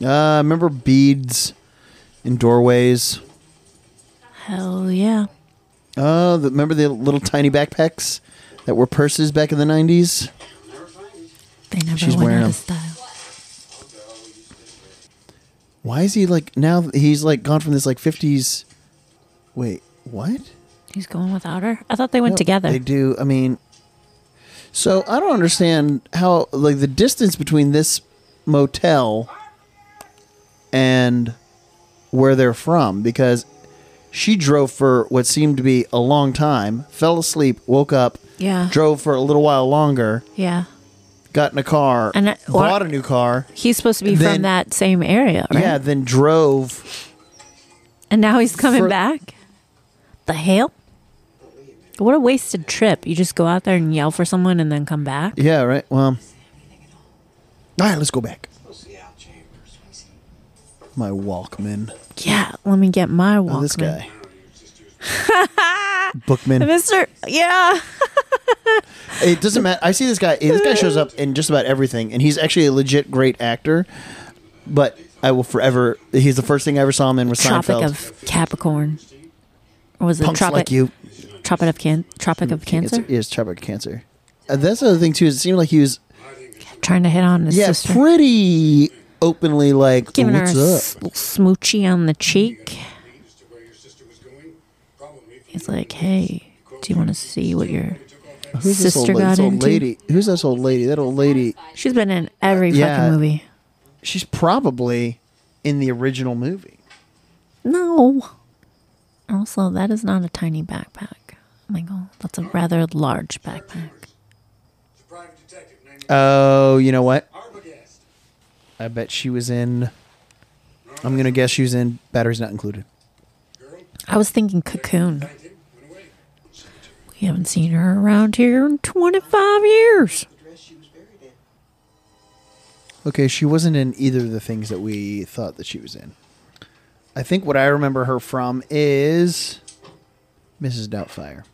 Speaker 1: it.
Speaker 2: Uh, remember beads in doorways?
Speaker 1: Hell yeah.
Speaker 2: Uh, the, remember the little tiny backpacks that were purses back in the 90s?
Speaker 1: They never
Speaker 2: She's
Speaker 1: went
Speaker 2: wearing
Speaker 1: out
Speaker 2: them.
Speaker 1: of style.
Speaker 2: Why is he like now he's like gone from this like 50s Wait, what?
Speaker 1: He's going without her? I thought they went
Speaker 2: No,
Speaker 1: together.
Speaker 2: They do. I mean, so I don't understand how like the distance between this motel and where they're from because she drove for what seemed to be a long time, fell asleep, woke up,
Speaker 1: yeah.
Speaker 2: drove for a little while longer,
Speaker 1: yeah.
Speaker 2: got in a car,
Speaker 1: And I- or-
Speaker 2: bought a new car.
Speaker 1: He's supposed to be
Speaker 2: Then-
Speaker 1: from that same area, right?
Speaker 2: Yeah, then drove.
Speaker 1: And now he's coming
Speaker 2: For-
Speaker 1: back? The hell? What a wasted trip. You just go out there and yell for someone and then come back?
Speaker 2: Yeah, right. Well, all right, let's go back. My Walkman.
Speaker 1: Yeah, let me get my Walkman.
Speaker 2: Oh, this guy. Bookman.
Speaker 1: Mr. Yeah.
Speaker 2: It doesn't matter. I see this guy. This guy shows up in just about everything, and he's actually a legit great actor. But I will forever. He's the first thing I ever saw him in was
Speaker 1: Tropic
Speaker 2: Seinfeld.
Speaker 1: of Capricorn. Or was it
Speaker 2: Punks
Speaker 1: Tropic
Speaker 2: like you. Mm,
Speaker 1: Tropic of Can Tropic of Cancer?
Speaker 2: Cancer? Yes, Tropic of Cancer. Uh, that's the other thing too. Is it seemed like he was
Speaker 1: Trying to hit on his
Speaker 2: yeah
Speaker 1: sister.
Speaker 2: pretty openly like
Speaker 1: Giving her a
Speaker 2: what's up.
Speaker 1: s- little smoochie on the cheek. He's like, hey, do you want to see what your
Speaker 2: Who's this old,
Speaker 1: sister
Speaker 2: lady?
Speaker 1: got
Speaker 2: This old
Speaker 1: into?
Speaker 2: lady? Who's this old lady? That old lady.
Speaker 1: She's been in every
Speaker 2: Yeah.
Speaker 1: fucking movie.
Speaker 2: She's probably in the original movie.
Speaker 1: No. Also, that is not a tiny backpack. Oh my god, that's a rather large backpack.
Speaker 2: Oh, you know what? I bet she was in. I'm gonna guess she was in. Batteries not included.
Speaker 1: I was thinking cocoon. We haven't seen her around here in 25 years.
Speaker 2: Okay, she wasn't in either of the things that we thought that she was in. I think what I remember her from is Mrs. Doubtfire.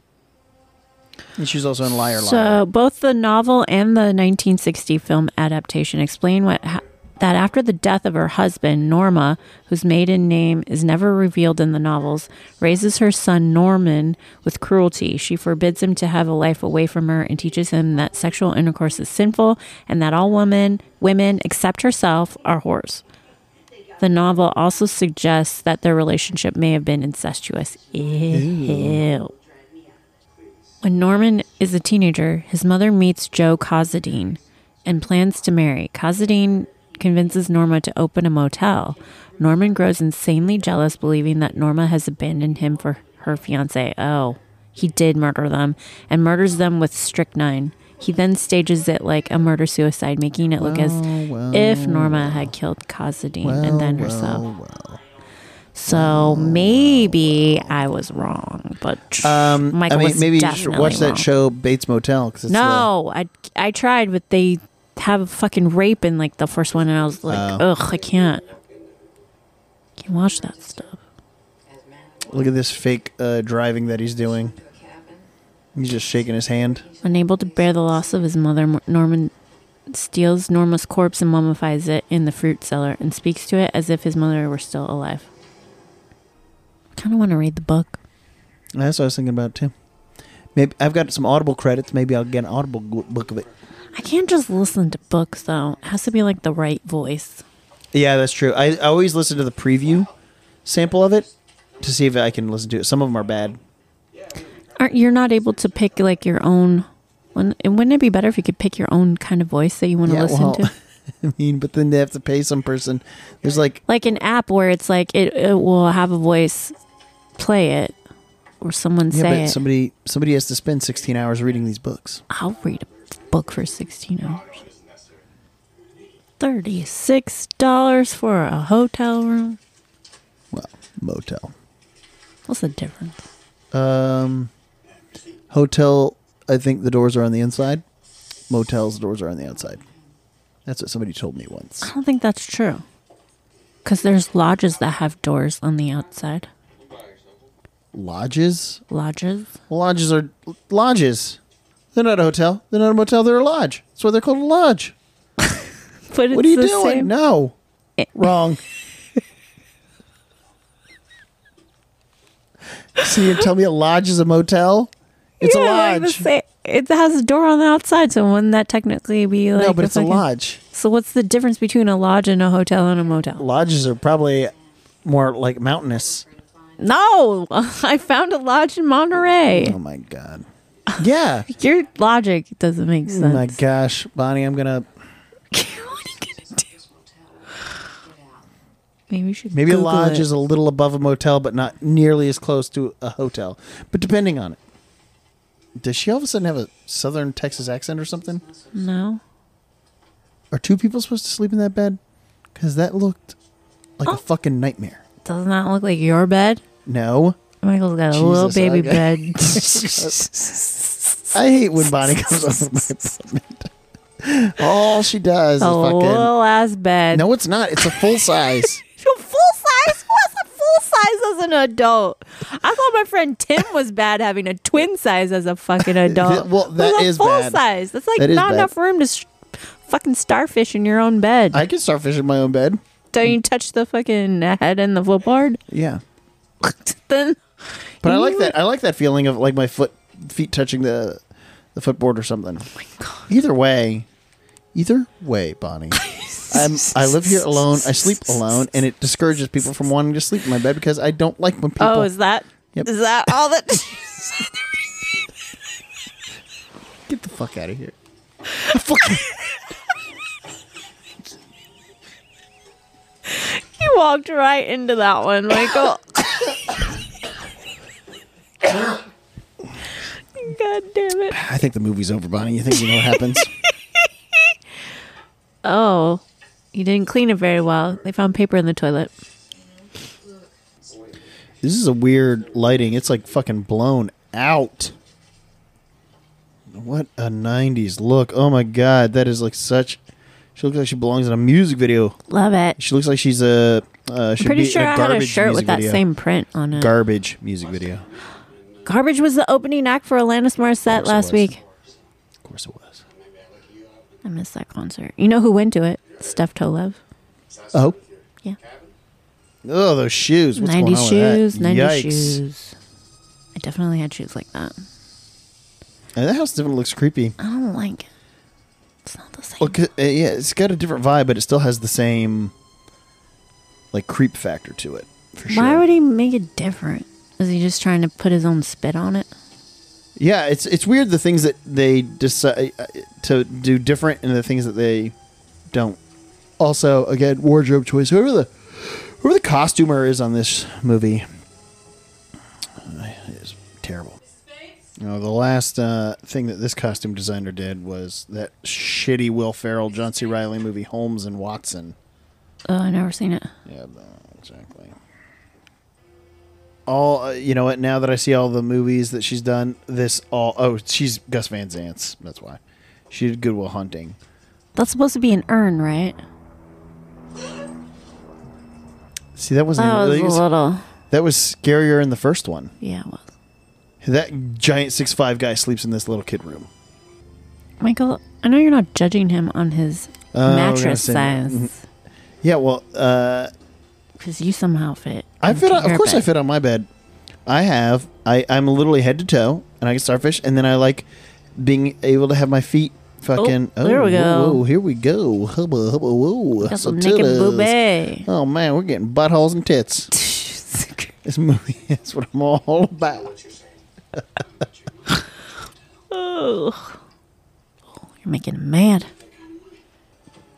Speaker 2: And she's also in Liar Liar.
Speaker 1: So, both the novel and the 1960 film adaptation explain what ha- that after the death of her husband, Norma, whose maiden name is never revealed in the novels, raises her son Norman with cruelty. She forbids him to have a life away from her and teaches him that sexual intercourse is sinful and that all women, women except herself, are whores. The novel also suggests that their relationship may have been incestuous. Ew. When Norman is a teenager, his mother meets Joe Cozzadine and plans to marry. Cozzadine convinces Norma to open a motel. Norman grows insanely jealous, believing that Norma has abandoned him for her fiance. Oh, he did murder them and murders them with strychnine. He then stages it like a murder suicide, making it look
Speaker 2: Oh,
Speaker 1: as if Norma had killed Cozzadine and then herself. so maybe I was wrong, but
Speaker 2: um, I
Speaker 1: Michael
Speaker 2: mean,
Speaker 1: was
Speaker 2: maybe you should
Speaker 1: definitely
Speaker 2: watch
Speaker 1: wrong.
Speaker 2: that show Bates Motel. 'cause it's
Speaker 1: No, I I tried, but they have fucking rape in like the first one, and I was like,
Speaker 2: Oh.
Speaker 1: ugh, I can't. Can't watch that stuff.
Speaker 2: the- look at this fake uh, driving that he's doing. He's just shaking his hand.
Speaker 1: Unable to bear the loss of his mother, Mor- Norman steals Norma's corpse and mummifies it in the fruit cellar, and speaks to it as if his mother were still alive. I kind of want to read the book.
Speaker 2: That's what I was thinking about too. Maybe I've got some Audible credits. Maybe I'll get an Audible g- book of it.
Speaker 1: I can't just listen to books though. It has to be like the right voice.
Speaker 2: Yeah, that's true. I, I always listen to the preview sample of it to see if I can listen to it. Some of them are bad.
Speaker 1: aren't you're not able to pick like your own wouldn't- and wouldn't it be better if you could pick your own kind of voice that you want to
Speaker 2: Yeah,
Speaker 1: listen
Speaker 2: well,
Speaker 1: to
Speaker 2: I mean, but then they have to pay some person. There's like,
Speaker 1: like an app where it's like it, it will have a voice play it or someone
Speaker 2: yeah,
Speaker 1: say
Speaker 2: but
Speaker 1: it
Speaker 2: somebody somebody has to spend 16 hours reading these books.
Speaker 1: i'll read a book for 16 hours $36 for a hotel room
Speaker 2: Well, motel,
Speaker 1: what's the difference
Speaker 2: um, hotel I think the doors are on the inside. Motels doors are on the outside. That's what somebody told me once.
Speaker 1: I don't think that's true. Because there's lodges that have doors on the outside.
Speaker 2: Lodges?
Speaker 1: Lodges?
Speaker 2: Well, lodges are lodges. They're not a hotel. They're not a motel. They're a lodge. That's why they're called a lodge.
Speaker 1: But it's
Speaker 2: What are you
Speaker 1: the
Speaker 2: doing?
Speaker 1: same- Eh.
Speaker 2: No. Wrong. so you tell me a lodge is a motel? It's
Speaker 1: Yeah,
Speaker 2: a
Speaker 1: like the
Speaker 2: lodge.
Speaker 1: sa- it has a door on the outside, so wouldn't that technically be like?
Speaker 2: no, but it's a
Speaker 1: fucking-
Speaker 2: lodge.
Speaker 1: So what's the difference between a lodge and a hotel and a motel?
Speaker 2: Lodges are probably more like mountainous.
Speaker 1: No, I found a lodge in Monterey.
Speaker 2: Oh my god. Yeah.
Speaker 1: Your logic doesn't make sense.
Speaker 2: oh my gosh, Bonnie, I'm gonna
Speaker 1: what are you gonna do? Maybe you should
Speaker 2: maybe
Speaker 1: Google
Speaker 2: a lodge
Speaker 1: it.
Speaker 2: is a little above a motel, but not nearly as close to a hotel. But depending on it. Does she all of a sudden have a southern Texas accent or something?
Speaker 1: no.
Speaker 2: Are two people supposed to sleep in that bed? Because that looked like
Speaker 1: Oh.
Speaker 2: a fucking nightmare.
Speaker 1: Does not look like your bed.
Speaker 2: No.
Speaker 1: Michael's got a
Speaker 2: Jesus,
Speaker 1: little baby
Speaker 2: I-
Speaker 1: bed.
Speaker 2: I hate when Bonnie comes over my apartment. All she does
Speaker 1: a
Speaker 2: is fucking.
Speaker 1: little ass bed.
Speaker 2: No, it's not. It's a full size.
Speaker 1: Full size? What's a full size as an adult? I thought my friend Tim was bad having a twin size as a fucking adult.
Speaker 2: Well, that
Speaker 1: What's a
Speaker 2: is
Speaker 1: full
Speaker 2: bad.
Speaker 1: size. That's like
Speaker 2: That is
Speaker 1: not
Speaker 2: bad.
Speaker 1: enough room to sh- fucking starfish in your own bed.
Speaker 2: I can starfish in my own bed.
Speaker 1: Don't you touch the fucking head and the footboard?
Speaker 2: Yeah.
Speaker 1: then oh,
Speaker 2: But I like that. I like that feeling of like my foot feet touching the the footboard or something. Oh my god. Either way, either way, Bonnie. I'm, I live here alone. I sleep alone, and it discourages people from wanting to sleep in my bed because I don't like when people.
Speaker 1: oh, is that is
Speaker 2: Yep.
Speaker 1: that all that?
Speaker 2: Get the fuck out of here. Fuck you.
Speaker 1: you walked right into that one, Michael. God damn it!
Speaker 2: I think the movie's over, Bonnie. You think you know what happens?
Speaker 1: Oh, you didn't clean it very well. They found paper in the toilet.
Speaker 2: this is a weird lighting. It's like fucking blown out. What a 90s look. Oh my god, that is like such. She looks like she belongs in a music video.
Speaker 1: Love it.
Speaker 2: She looks like she's a. Uh, should
Speaker 1: Pretty
Speaker 2: be
Speaker 1: sure
Speaker 2: in
Speaker 1: I
Speaker 2: a
Speaker 1: had
Speaker 2: garbage
Speaker 1: a shirt with
Speaker 2: music
Speaker 1: that
Speaker 2: video.
Speaker 1: same print on it.
Speaker 2: Garbage music video. Of
Speaker 1: Garbage was the opening act for Alanis Morissette
Speaker 2: it was.
Speaker 1: last week.
Speaker 2: course it was.
Speaker 1: I missed that concert. You know who went to it? Steph Tolev.
Speaker 2: Oh.
Speaker 1: Yeah.
Speaker 2: Oh, those shoes. What's
Speaker 1: Ninety
Speaker 2: going on
Speaker 1: shoes,
Speaker 2: with that?
Speaker 1: ninety
Speaker 2: Yikes.
Speaker 1: shoes. I definitely had shoes like that.
Speaker 2: And that house definitely looks creepy.
Speaker 1: I don't like it. It's not the same.
Speaker 2: Well, 'cause- uh, yeah, it's got a different vibe, but it still has the same like creep factor to it. For sure.
Speaker 1: Why would he make it different? Is he just trying to put his own spit on it?
Speaker 2: Yeah, it's it's weird the things that they decide uh, to do different and the things that they don't. Also, again, wardrobe choice. Whoever the whoever the costumer is on this movie uh, is terrible. You know, the last uh, thing that this costume designer did was that shitty Will Ferrell, John C. Riley movie, Holmes and Watson.
Speaker 1: Oh, I never seen it.
Speaker 2: Yeah, no, exactly. All uh, you know what? Now that I see all the movies that she's done, this all oh she's Gus Van Zant's. That's why she did Goodwill Hunting.
Speaker 1: That's supposed to be an urn, right?
Speaker 2: See, that wasn't
Speaker 1: That was
Speaker 2: really,
Speaker 1: a little.
Speaker 2: that was scarier in the first one.
Speaker 1: Yeah, it was.
Speaker 2: That giant six five guy sleeps in this little kid room.
Speaker 1: Michael, I know you're not judging him on his
Speaker 2: we're Oh, gonna
Speaker 1: mattress
Speaker 2: say- Mm-hmm.
Speaker 1: size
Speaker 2: Yeah, well, uh,
Speaker 1: because you somehow fit.
Speaker 2: I fit. On,
Speaker 1: into
Speaker 2: of
Speaker 1: your
Speaker 2: course, I
Speaker 1: bed.
Speaker 2: fit on my bed. I have. I I'm literally head to toe, and I can starfish, and then I like being able to have my feet fucking.
Speaker 1: Oh, there we
Speaker 2: whoa,
Speaker 1: go.
Speaker 2: whoa, here we go. Hubba hubba whoa.
Speaker 1: Got
Speaker 2: So
Speaker 1: some naked
Speaker 2: tittas.
Speaker 1: boobay.
Speaker 2: Oh man, we're getting buttholes and tits. This movie is what I'm all about.
Speaker 1: oh, you're making him mad.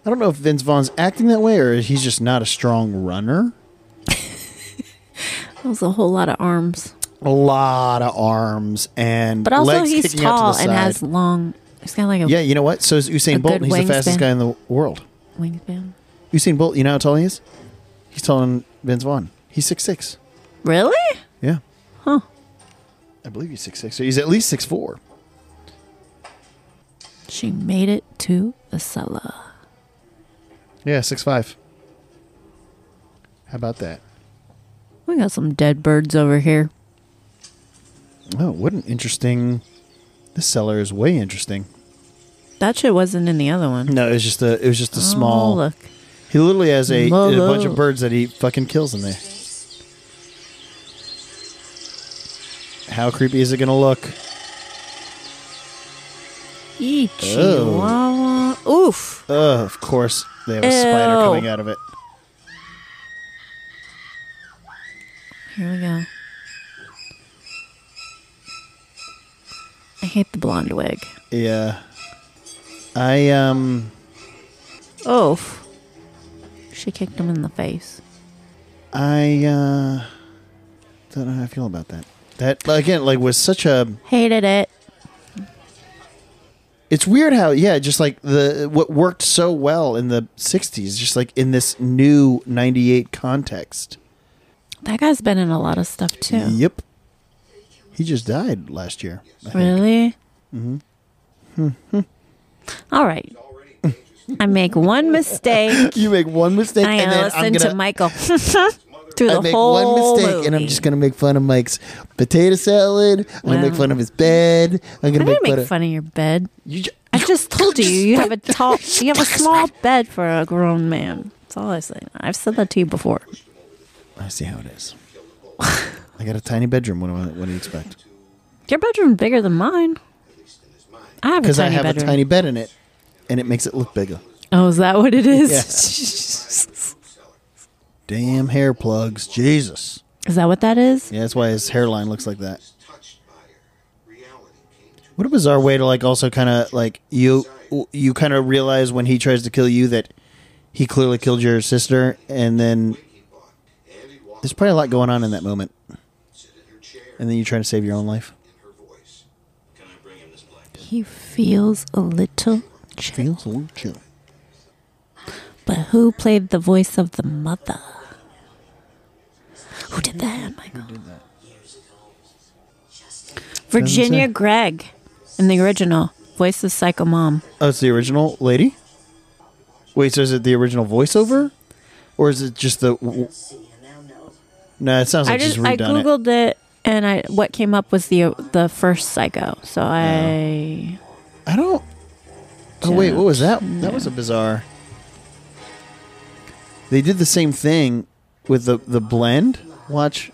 Speaker 2: I don't know if Vince Vaughn's acting that way or he's just not a strong runner.
Speaker 1: That was a whole lot of arms,
Speaker 2: A lot of arms and
Speaker 1: but also
Speaker 2: legs
Speaker 1: he's
Speaker 2: kicking out to
Speaker 1: tall
Speaker 2: the
Speaker 1: and
Speaker 2: side.
Speaker 1: has long. He's got like a
Speaker 2: Yeah, you know what? So is
Speaker 1: a
Speaker 2: Usain
Speaker 1: good
Speaker 2: Bolt. He's the fastest
Speaker 1: wingspan.
Speaker 2: guy in the world.
Speaker 1: wingspan.
Speaker 2: Usain Bolt, you know how tall he is? He's taller than Vince Vaughn. He's six six.
Speaker 1: Really?
Speaker 2: Yeah. Huh. I believe he's six six. So he's at least six four.
Speaker 1: She made it to the cellar.
Speaker 2: Yeah, six five. How about that?
Speaker 1: We got some dead birds over here.
Speaker 2: Oh, what an interesting. This cellar is way interesting.
Speaker 1: That shit wasn't in the other one.
Speaker 2: No, it was just a. It was just a
Speaker 1: Oh,
Speaker 2: small.
Speaker 1: look.
Speaker 2: He literally has a, a
Speaker 1: Molo.
Speaker 2: bunch of birds that he fucking kills in there. How creepy is it gonna look?
Speaker 1: Eee, chihuahua.
Speaker 2: Oh.
Speaker 1: Oof.
Speaker 2: Ugh, of course they have a spider
Speaker 1: Ew.
Speaker 2: coming out of it.
Speaker 1: Here we go. I hate the blonde wig.
Speaker 2: Yeah. I um. Oh.
Speaker 1: Oof. She kicked him in the face.
Speaker 2: I uh. Don't know how I feel about that. That again, like, was such a.
Speaker 1: Hated it.
Speaker 2: it's weird how yeah just like the what worked so well in the 60s just like in this new 98 context
Speaker 1: That guy's been in a lot of stuff too.
Speaker 2: yep he just died last year I think.
Speaker 1: Really? Mm-hmm. All right. I make one mistake.
Speaker 2: you make one mistake
Speaker 1: I
Speaker 2: and then
Speaker 1: listen
Speaker 2: i'm gonna
Speaker 1: to Michael through
Speaker 2: I
Speaker 1: the
Speaker 2: make
Speaker 1: whole
Speaker 2: one mistake and I'm
Speaker 1: movie.
Speaker 2: just gonna make fun of Mike's potato salad. I'm gonna make
Speaker 1: Well.
Speaker 2: fun of his bed. I'm
Speaker 1: I
Speaker 2: gonna
Speaker 1: didn't
Speaker 2: make fun
Speaker 1: make
Speaker 2: of.
Speaker 1: fun of your bed.
Speaker 2: You ju-
Speaker 1: I just told you you have a tall, you have a small bed for a grown man. That's all I say. I've said that to you before.
Speaker 2: I see how it is. I got a tiny bedroom. What do I, what do you expect?
Speaker 1: Your bedroom's bigger than mine. I have a
Speaker 2: Because I
Speaker 1: tiny
Speaker 2: have
Speaker 1: bedroom.
Speaker 2: a tiny bed in it, and it makes it look bigger.
Speaker 1: oh, is that what it is?
Speaker 2: Damn hair plugs, Jesus.
Speaker 1: Is that what that is?
Speaker 2: Yeah, that's why his hairline looks like that. What a bizarre way to like also kind of like you you kind of realize when he tries to kill you that he clearly killed your sister, and then there's probably a lot going on in that moment, and then you try to save your own life.
Speaker 1: He feels a little chill.
Speaker 2: Feels a little chill.
Speaker 1: But who played the voice of the mother? Who did that, Michael? Virginia
Speaker 2: say.
Speaker 1: Gregg in the original voice of Psycho Mom.
Speaker 2: Oh, it's the original lady. Wait, so is it the original voiceover, or is it just the? No, it sounds like
Speaker 1: I just
Speaker 2: she's
Speaker 1: I
Speaker 2: redone it.
Speaker 1: googled it. and I what came up was the the first Psycho. So I
Speaker 2: I don't. Oh wait, what was that? That was a bizarre. They did the same thing with the the blend. Watch,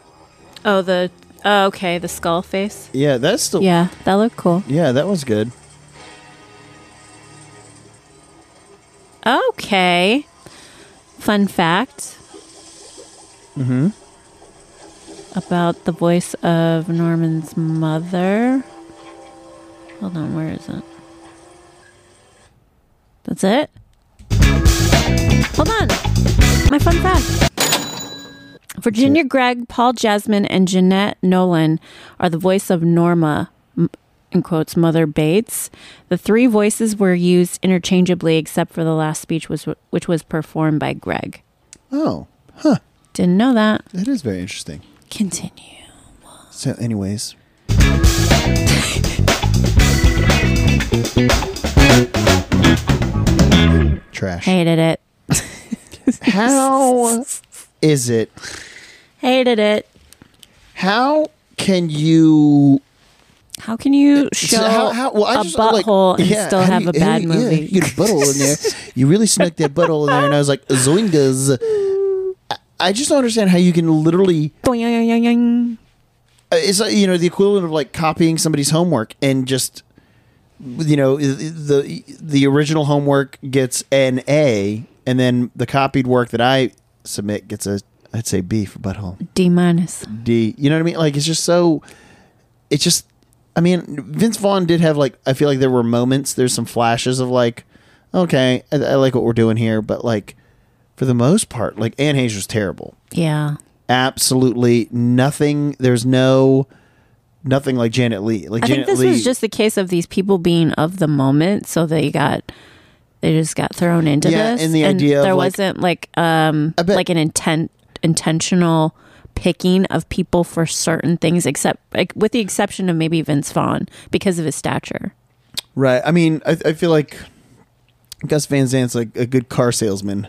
Speaker 1: oh the oh, okay the skull face.
Speaker 2: yeah, that's still yeah,
Speaker 1: Yeah, that looked cool.
Speaker 2: that was good.
Speaker 1: Okay. Fun fact. Mm-hmm. About the voice of Norman's mother. Hold on, where is it? That's it? Hold on. My fun fact. Virginia Gregg, Paul Jasmine, and Jeanette Nolan are the voice of Norma, m- in quotes, Mother Bates. The three voices were used interchangeably, except for the last speech, was which was performed by Gregg.
Speaker 2: Oh,
Speaker 1: Didn't know that.
Speaker 2: that is very interesting.
Speaker 1: Continue.
Speaker 2: So, anyways, trash.
Speaker 1: Hated it.
Speaker 2: How is it
Speaker 1: Hated it.
Speaker 2: How can you
Speaker 1: How can you show
Speaker 2: so how- how- well, I
Speaker 1: a
Speaker 2: just, like,
Speaker 1: butthole and
Speaker 2: yeah,
Speaker 1: still
Speaker 2: how do
Speaker 1: have
Speaker 2: you-
Speaker 1: a
Speaker 2: how
Speaker 1: bad
Speaker 2: do you- yeah,
Speaker 1: movie?
Speaker 2: you get a butthole in there. You really snuck that butthole in there, and I was like, "Zoingas!" I- I just don't understand how you can literally.
Speaker 1: Boing, yoing, yoing, yoing.
Speaker 2: uh, It's like, you know the equivalent of like copying somebody's homework and just you know i- i- the the original homework gets an A, and then the copied work that I submit gets a I'd say B for butthole.
Speaker 1: D minus.
Speaker 2: D. You know what I mean? Like it's just so. It's just. I mean, Vince Vaughn did have like. I feel like there were moments. There's some flashes of like, okay, I, I like what we're doing here, but like, for the most part, like Anne Hayes was terrible.
Speaker 1: Yeah.
Speaker 2: Absolutely nothing. There's no. Nothing like Janet Lee. Like
Speaker 1: I
Speaker 2: Janet
Speaker 1: think this
Speaker 2: Lee.
Speaker 1: was just the case of these people being of the moment, so they got they just got thrown into
Speaker 2: Yeah,
Speaker 1: this.
Speaker 2: and the idea of,
Speaker 1: there
Speaker 2: like-
Speaker 1: wasn't like um
Speaker 2: I bet-
Speaker 1: like an intent intentional picking of people for certain things, except like with the exception of maybe Vince Vaughn because of his stature.
Speaker 2: Right. I mean, I, I feel like Gus Van Zant's like a good car salesman.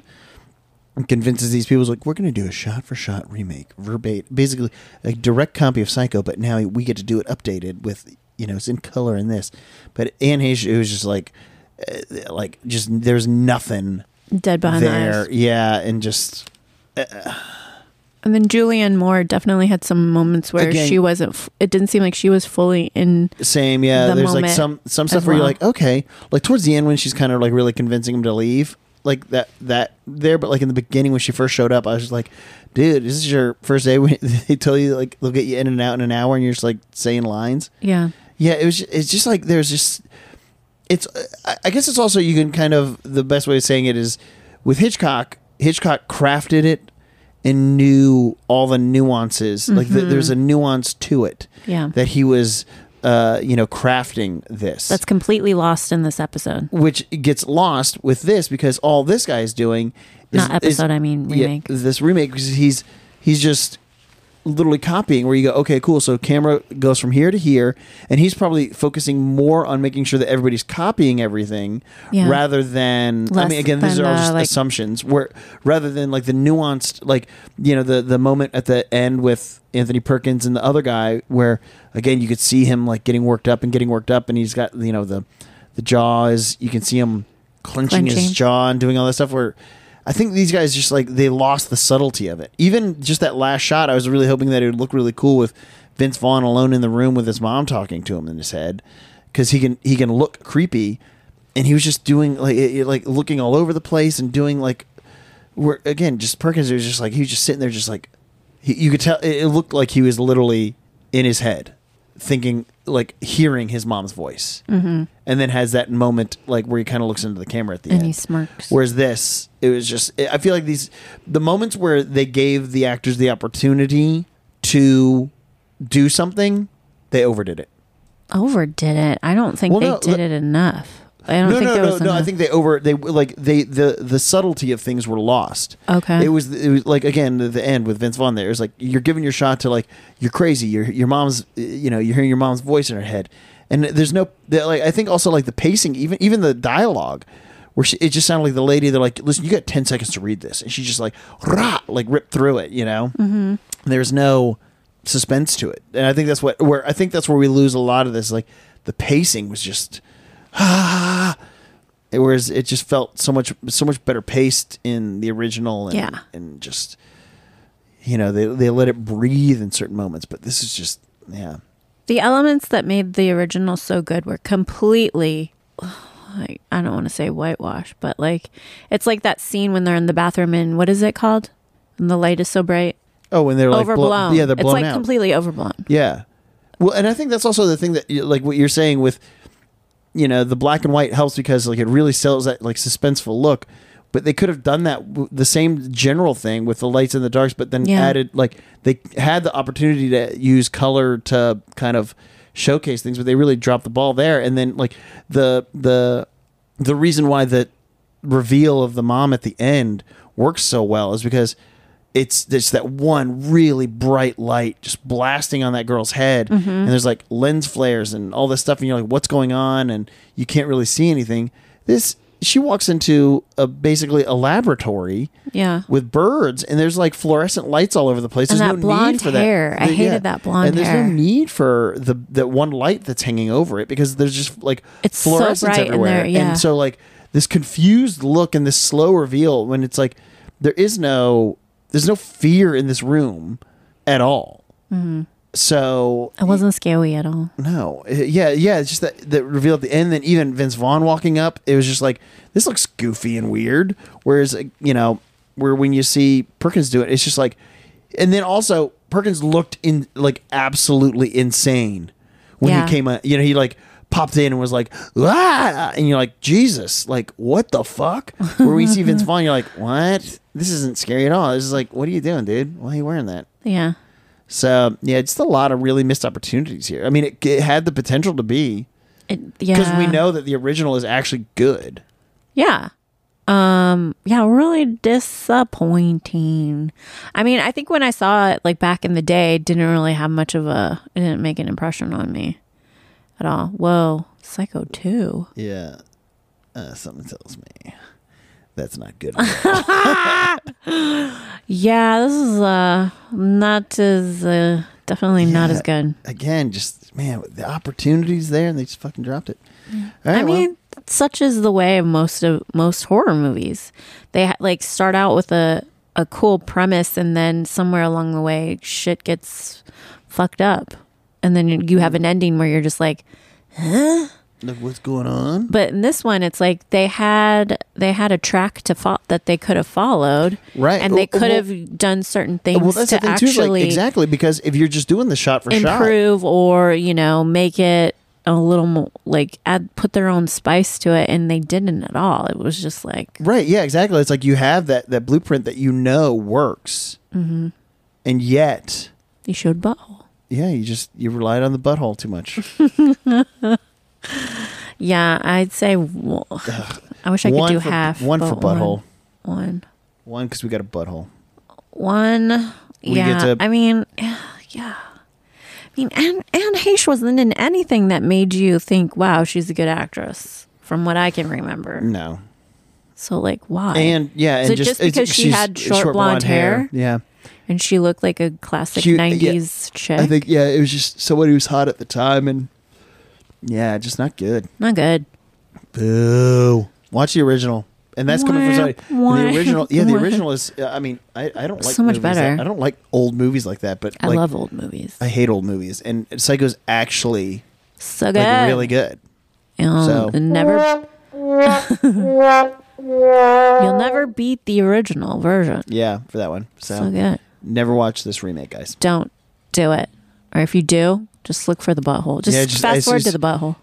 Speaker 2: And convinces these people like we're going to do a shot for shot remake, verbatim, basically a direct copy of Psycho, but now we get to do it updated with you know it's in color and this. But Anne Heche, it was just like, uh, like just there's nothing
Speaker 1: Dead behind the
Speaker 2: there.
Speaker 1: eyes.
Speaker 2: Yeah, and just
Speaker 1: And then Julianne Moore definitely had some moments where
Speaker 2: Again-
Speaker 1: she wasn't. F- it didn't seem like she was fully in.
Speaker 2: same yeah
Speaker 1: The
Speaker 2: there's like
Speaker 1: moment
Speaker 2: some some
Speaker 1: as
Speaker 2: stuff where you're
Speaker 1: well.
Speaker 2: like okay like towards the end when she's kind of like really convincing him to leave like that that there but like in the beginning when she first showed up i was just like dude this is your first day when they tell you like they'll get you in and out in an hour and you're just like saying lines
Speaker 1: Yeah,
Speaker 2: yeah it was it's just like there's just it's I- i guess it's also you can kind of the best way of saying it is with hitchcock hitchcock crafted it and knew all the nuances like th there's a nuance to it
Speaker 1: Yeah.
Speaker 2: that he was uh you know crafting this
Speaker 1: that's completely lost in this episode.
Speaker 2: which gets lost with this because all this guy is doing is,
Speaker 1: Not
Speaker 2: is-
Speaker 1: episode, I mean
Speaker 2: yeah,
Speaker 1: remake.
Speaker 2: this remake because he's he's just literally copying where you go okay cool so camera goes from here to here and he's probably focusing more on making sure that everybody's copying everything
Speaker 1: Yeah.
Speaker 2: rather than i
Speaker 1: Less
Speaker 2: mean again these
Speaker 1: than
Speaker 2: are all
Speaker 1: the,
Speaker 2: just
Speaker 1: like-
Speaker 2: assumptions where rather than like the nuanced like you know the the moment at the end with anthony perkins and the other guy where again you could see him like getting worked up and getting worked up and he's got you know the the jaws you can see him clenching, his
Speaker 1: Clenching.
Speaker 2: jaw and doing all that stuff where I think these guys just like they lost the subtlety of it. Even just that last shot, I was really hoping that it would look really cool with Vince Vaughn alone in the room with his mom talking to him in his head because he can he can look creepy, and he was just doing like it- it- like looking all over the place and doing like where again just Perkins was just like he was just sitting there just like he, you could tell it, it looked like he was literally in his head thinking like hearing his mom's voice mm-hmm. and then has that moment like where he kind of looks into the camera at the
Speaker 1: And
Speaker 2: end
Speaker 1: he smirks.
Speaker 2: Whereas this, it was just, I feel like these, the moments where they gave the actors the opportunity to do something, they overdid it.
Speaker 1: Overdid it. I don't think
Speaker 2: Well,
Speaker 1: they
Speaker 2: no,
Speaker 1: did
Speaker 2: the-
Speaker 1: it enough. I don't
Speaker 2: No,
Speaker 1: think
Speaker 2: no,
Speaker 1: there
Speaker 2: no,
Speaker 1: was
Speaker 2: no. I
Speaker 1: enough.
Speaker 2: think they over, they like, they, the, the subtlety of things were lost.
Speaker 1: Okay.
Speaker 2: It was, it was like, again, the, the end with Vince Vaughn there, it was like, you're giving your shot to like, you're crazy. Your, your mom's, you know, you're hearing your mom's voice in her head. And there's no, the, like, I think also like the pacing, even, even the dialogue. Where she, it just sounded like the lady. They're like, "Listen, you got ten seconds to read this," and she just like, rah, like ripped through it, you know.
Speaker 1: Mm-hmm.
Speaker 2: there's no suspense to it and i think that's what where i think that's where we lose a lot of this like the pacing was just ah whereas it just felt so much so much better paced in the original and,
Speaker 1: Yeah.
Speaker 2: and just you know they, they let it breathe in certain moments but this is just yeah
Speaker 1: the elements that made the original so good were completely like I don't want to say whitewash, but like it's like that scene when they're in the bathroom and what is it called? And the light is so bright.
Speaker 2: oh and they're like blow-
Speaker 1: overblown.
Speaker 2: yeah they're blown
Speaker 1: it's like
Speaker 2: out
Speaker 1: completely overblown.
Speaker 2: Yeah. Well, and I think that's also the thing that you- like what you're saying with you know, the black and white helps because like it really sells that like suspenseful look, but they could have done that w- the same general thing with the lights and the darks but then
Speaker 1: Yeah.
Speaker 2: added like they had the opportunity to use color to kind of showcase things, but they really dropped the ball there and then like the the the reason why the reveal of the mom at the end works so well is because it's it's that one really bright light just blasting on that girl's head and there's like lens flares and all this stuff and you're like what's going on and you can't really see anything this she walks into a basically a laboratory
Speaker 1: Yeah.
Speaker 2: with birds and there's like fluorescent lights all over the place
Speaker 1: And
Speaker 2: there's
Speaker 1: that
Speaker 2: no
Speaker 1: blonde
Speaker 2: need for
Speaker 1: hair.
Speaker 2: that
Speaker 1: I hated that blonde
Speaker 2: and there's
Speaker 1: hair.
Speaker 2: no need for the that one light that's hanging over it because there's just like
Speaker 1: It's so
Speaker 2: fluorescence
Speaker 1: bright in
Speaker 2: everywhere
Speaker 1: there, yeah.
Speaker 2: and so like this confused look and this slow reveal when it's like there is no there's no fear in this room at all
Speaker 1: Mm-hmm.
Speaker 2: so
Speaker 1: It wasn't scary at all.
Speaker 2: no Uh, yeah yeah it's just that that reveal at the end then even vince vaughn walking up it was just like this looks goofy and weird whereas uh, you know where when you see perkins do it it's just like and then also perkins looked in like absolutely insane when
Speaker 1: Yeah.
Speaker 2: he came out you know he like popped in and was like ah and you're like jesus like what the fuck where we see vince vaughn you're like what this isn't scary at all this is like what are you doing dude why are you wearing that
Speaker 1: Yeah.
Speaker 2: so yeah, just a lot of really missed opportunities here. I mean, it, it had the potential to be
Speaker 1: It, yeah.
Speaker 2: because we know that the original is actually good.
Speaker 1: Yeah. Um yeah, really disappointing. I mean, I think when I saw it like back in the day, it didn't really have much of a it didn't make an impression on me at all. Whoa. Psycho 2.
Speaker 2: Yeah. Uh, something tells me that's not good. enough.
Speaker 1: Yeah, this is uh not as uh definitely not as good.
Speaker 2: Again, just man, the opportunities there, and they just fucking dropped it. All right,
Speaker 1: I
Speaker 2: well,
Speaker 1: mean, such is the way of most of most horror movies. They ha- like start out with a a cool premise, and then somewhere along the way, shit gets fucked up, and then you- you have an ending where you're just like.
Speaker 2: look what's going on.
Speaker 1: But in this one, it's like they had they had a track to fo- that they could have followed,
Speaker 2: Right.
Speaker 1: And they
Speaker 2: Well,
Speaker 1: could
Speaker 2: well-
Speaker 1: have done certain things
Speaker 2: Well, that's
Speaker 1: to
Speaker 2: the thing too. is,
Speaker 1: actually
Speaker 2: Like, exactly because if you're just doing the shot for shot,
Speaker 1: improve or you know make it a little more like add put their own spice to it and they didn't at all it was just like
Speaker 2: right? Yeah, exactly. It's like you have that that blueprint that you know works,
Speaker 1: Mm-hmm.
Speaker 2: and yet,
Speaker 1: you showed butthole
Speaker 2: yeah, you just you relied on the butthole too much.
Speaker 1: yeah i'd say well, i wish i could
Speaker 2: one
Speaker 1: do
Speaker 2: for,
Speaker 1: half
Speaker 2: one for
Speaker 1: but
Speaker 2: butthole,
Speaker 1: one
Speaker 2: one because we got a butthole.
Speaker 1: one, one
Speaker 2: We
Speaker 1: yeah
Speaker 2: get to-
Speaker 1: i mean yeah i mean and and Heche wasn't in anything that made you think wow she's a good actress from what i can remember
Speaker 2: No,
Speaker 1: so like why
Speaker 2: and yeah,
Speaker 1: Is
Speaker 2: and
Speaker 1: it just
Speaker 2: it's-
Speaker 1: because she
Speaker 2: she's
Speaker 1: had short blonde hair?
Speaker 2: Yeah,
Speaker 1: and she looked like a classic
Speaker 2: Cute, yeah.
Speaker 1: 90s chick
Speaker 2: I think yeah, it was just somebody who was hot at the time, and yeah, just not good.
Speaker 1: not good
Speaker 2: Boo! Watch the original, and that's coming from somebody.
Speaker 1: Wah,
Speaker 2: The original, yeah, the
Speaker 1: wah.
Speaker 2: original is. uh, I mean, I, I don't like
Speaker 1: So much
Speaker 2: movies that-
Speaker 1: better.
Speaker 2: I don't like old movies like that, but
Speaker 1: I
Speaker 2: like,
Speaker 1: love old movies.
Speaker 2: I hate old movies, and Psycho's actually
Speaker 1: so good.
Speaker 2: like really good.
Speaker 1: You'll
Speaker 2: so-
Speaker 1: never. You'll never beat the original version.
Speaker 2: Yeah, for that one. So,
Speaker 1: So good.
Speaker 2: never watch this remake, guys.
Speaker 1: Don't do it. Or if you do, just look for the butthole. Just,
Speaker 2: Yeah, just- I
Speaker 1: fast forward
Speaker 2: just-
Speaker 1: to the butthole.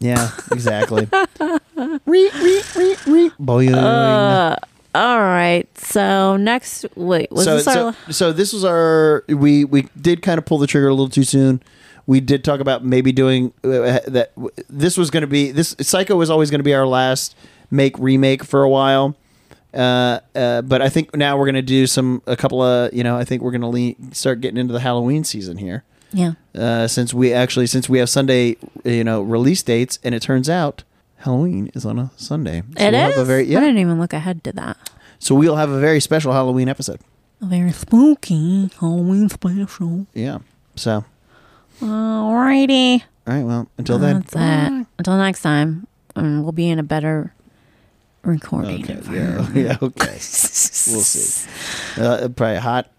Speaker 2: Yeah, exactly. re, re, re, re. Boing.
Speaker 1: All right. So next, wait, was
Speaker 2: so,
Speaker 1: this
Speaker 2: so,
Speaker 1: our?
Speaker 2: so this was our we we did kind of pull the trigger a little too soon. We did talk about maybe doing uh, that. This was going to be this Psycho was always going to be our last make remake for a while. Uh, uh, but I think now we're going to do some a couple of you know I think we're going to lean, start getting into the Halloween season here.
Speaker 1: yeah.
Speaker 2: Uh, since we actually since we have Sunday you know release dates and it turns out Halloween is on a Sunday. So
Speaker 1: it
Speaker 2: we'll
Speaker 1: is.
Speaker 2: Have a very,
Speaker 1: I
Speaker 2: yeah.
Speaker 1: didn't even look ahead to that.
Speaker 2: So we'll have a very special Halloween episode.
Speaker 1: Very spooky Halloween special.
Speaker 2: Yeah. So
Speaker 1: Alrighty.
Speaker 2: All right. Well, until then.
Speaker 1: That's it. Until next time, and we'll be in a better recording.
Speaker 2: Okay,
Speaker 1: environment.
Speaker 2: yeah. Yeah. Okay. we'll see. Uh, probably hot.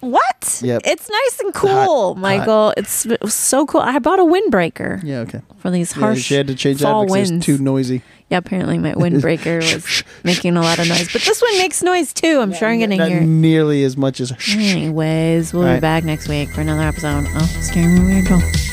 Speaker 1: What?
Speaker 2: Yep.
Speaker 1: It's nice and cool,
Speaker 2: hot.
Speaker 1: Michael. It's it was so cool. I bought a windbreaker
Speaker 2: Yeah. Okay.
Speaker 1: for these
Speaker 2: Yeah,
Speaker 1: harsh
Speaker 2: she had to change
Speaker 1: fall
Speaker 2: that because it was
Speaker 1: winds.
Speaker 2: too noisy.
Speaker 1: yeah, apparently my windbreaker was making a lot of noise, but this one makes noise too. I'm sure I'm gonna
Speaker 2: Not
Speaker 1: hear. it.
Speaker 2: nearly as much as.
Speaker 1: Anyways, we'll be
Speaker 2: Alright.
Speaker 1: back next week for another episode of Scary Movie Ritual.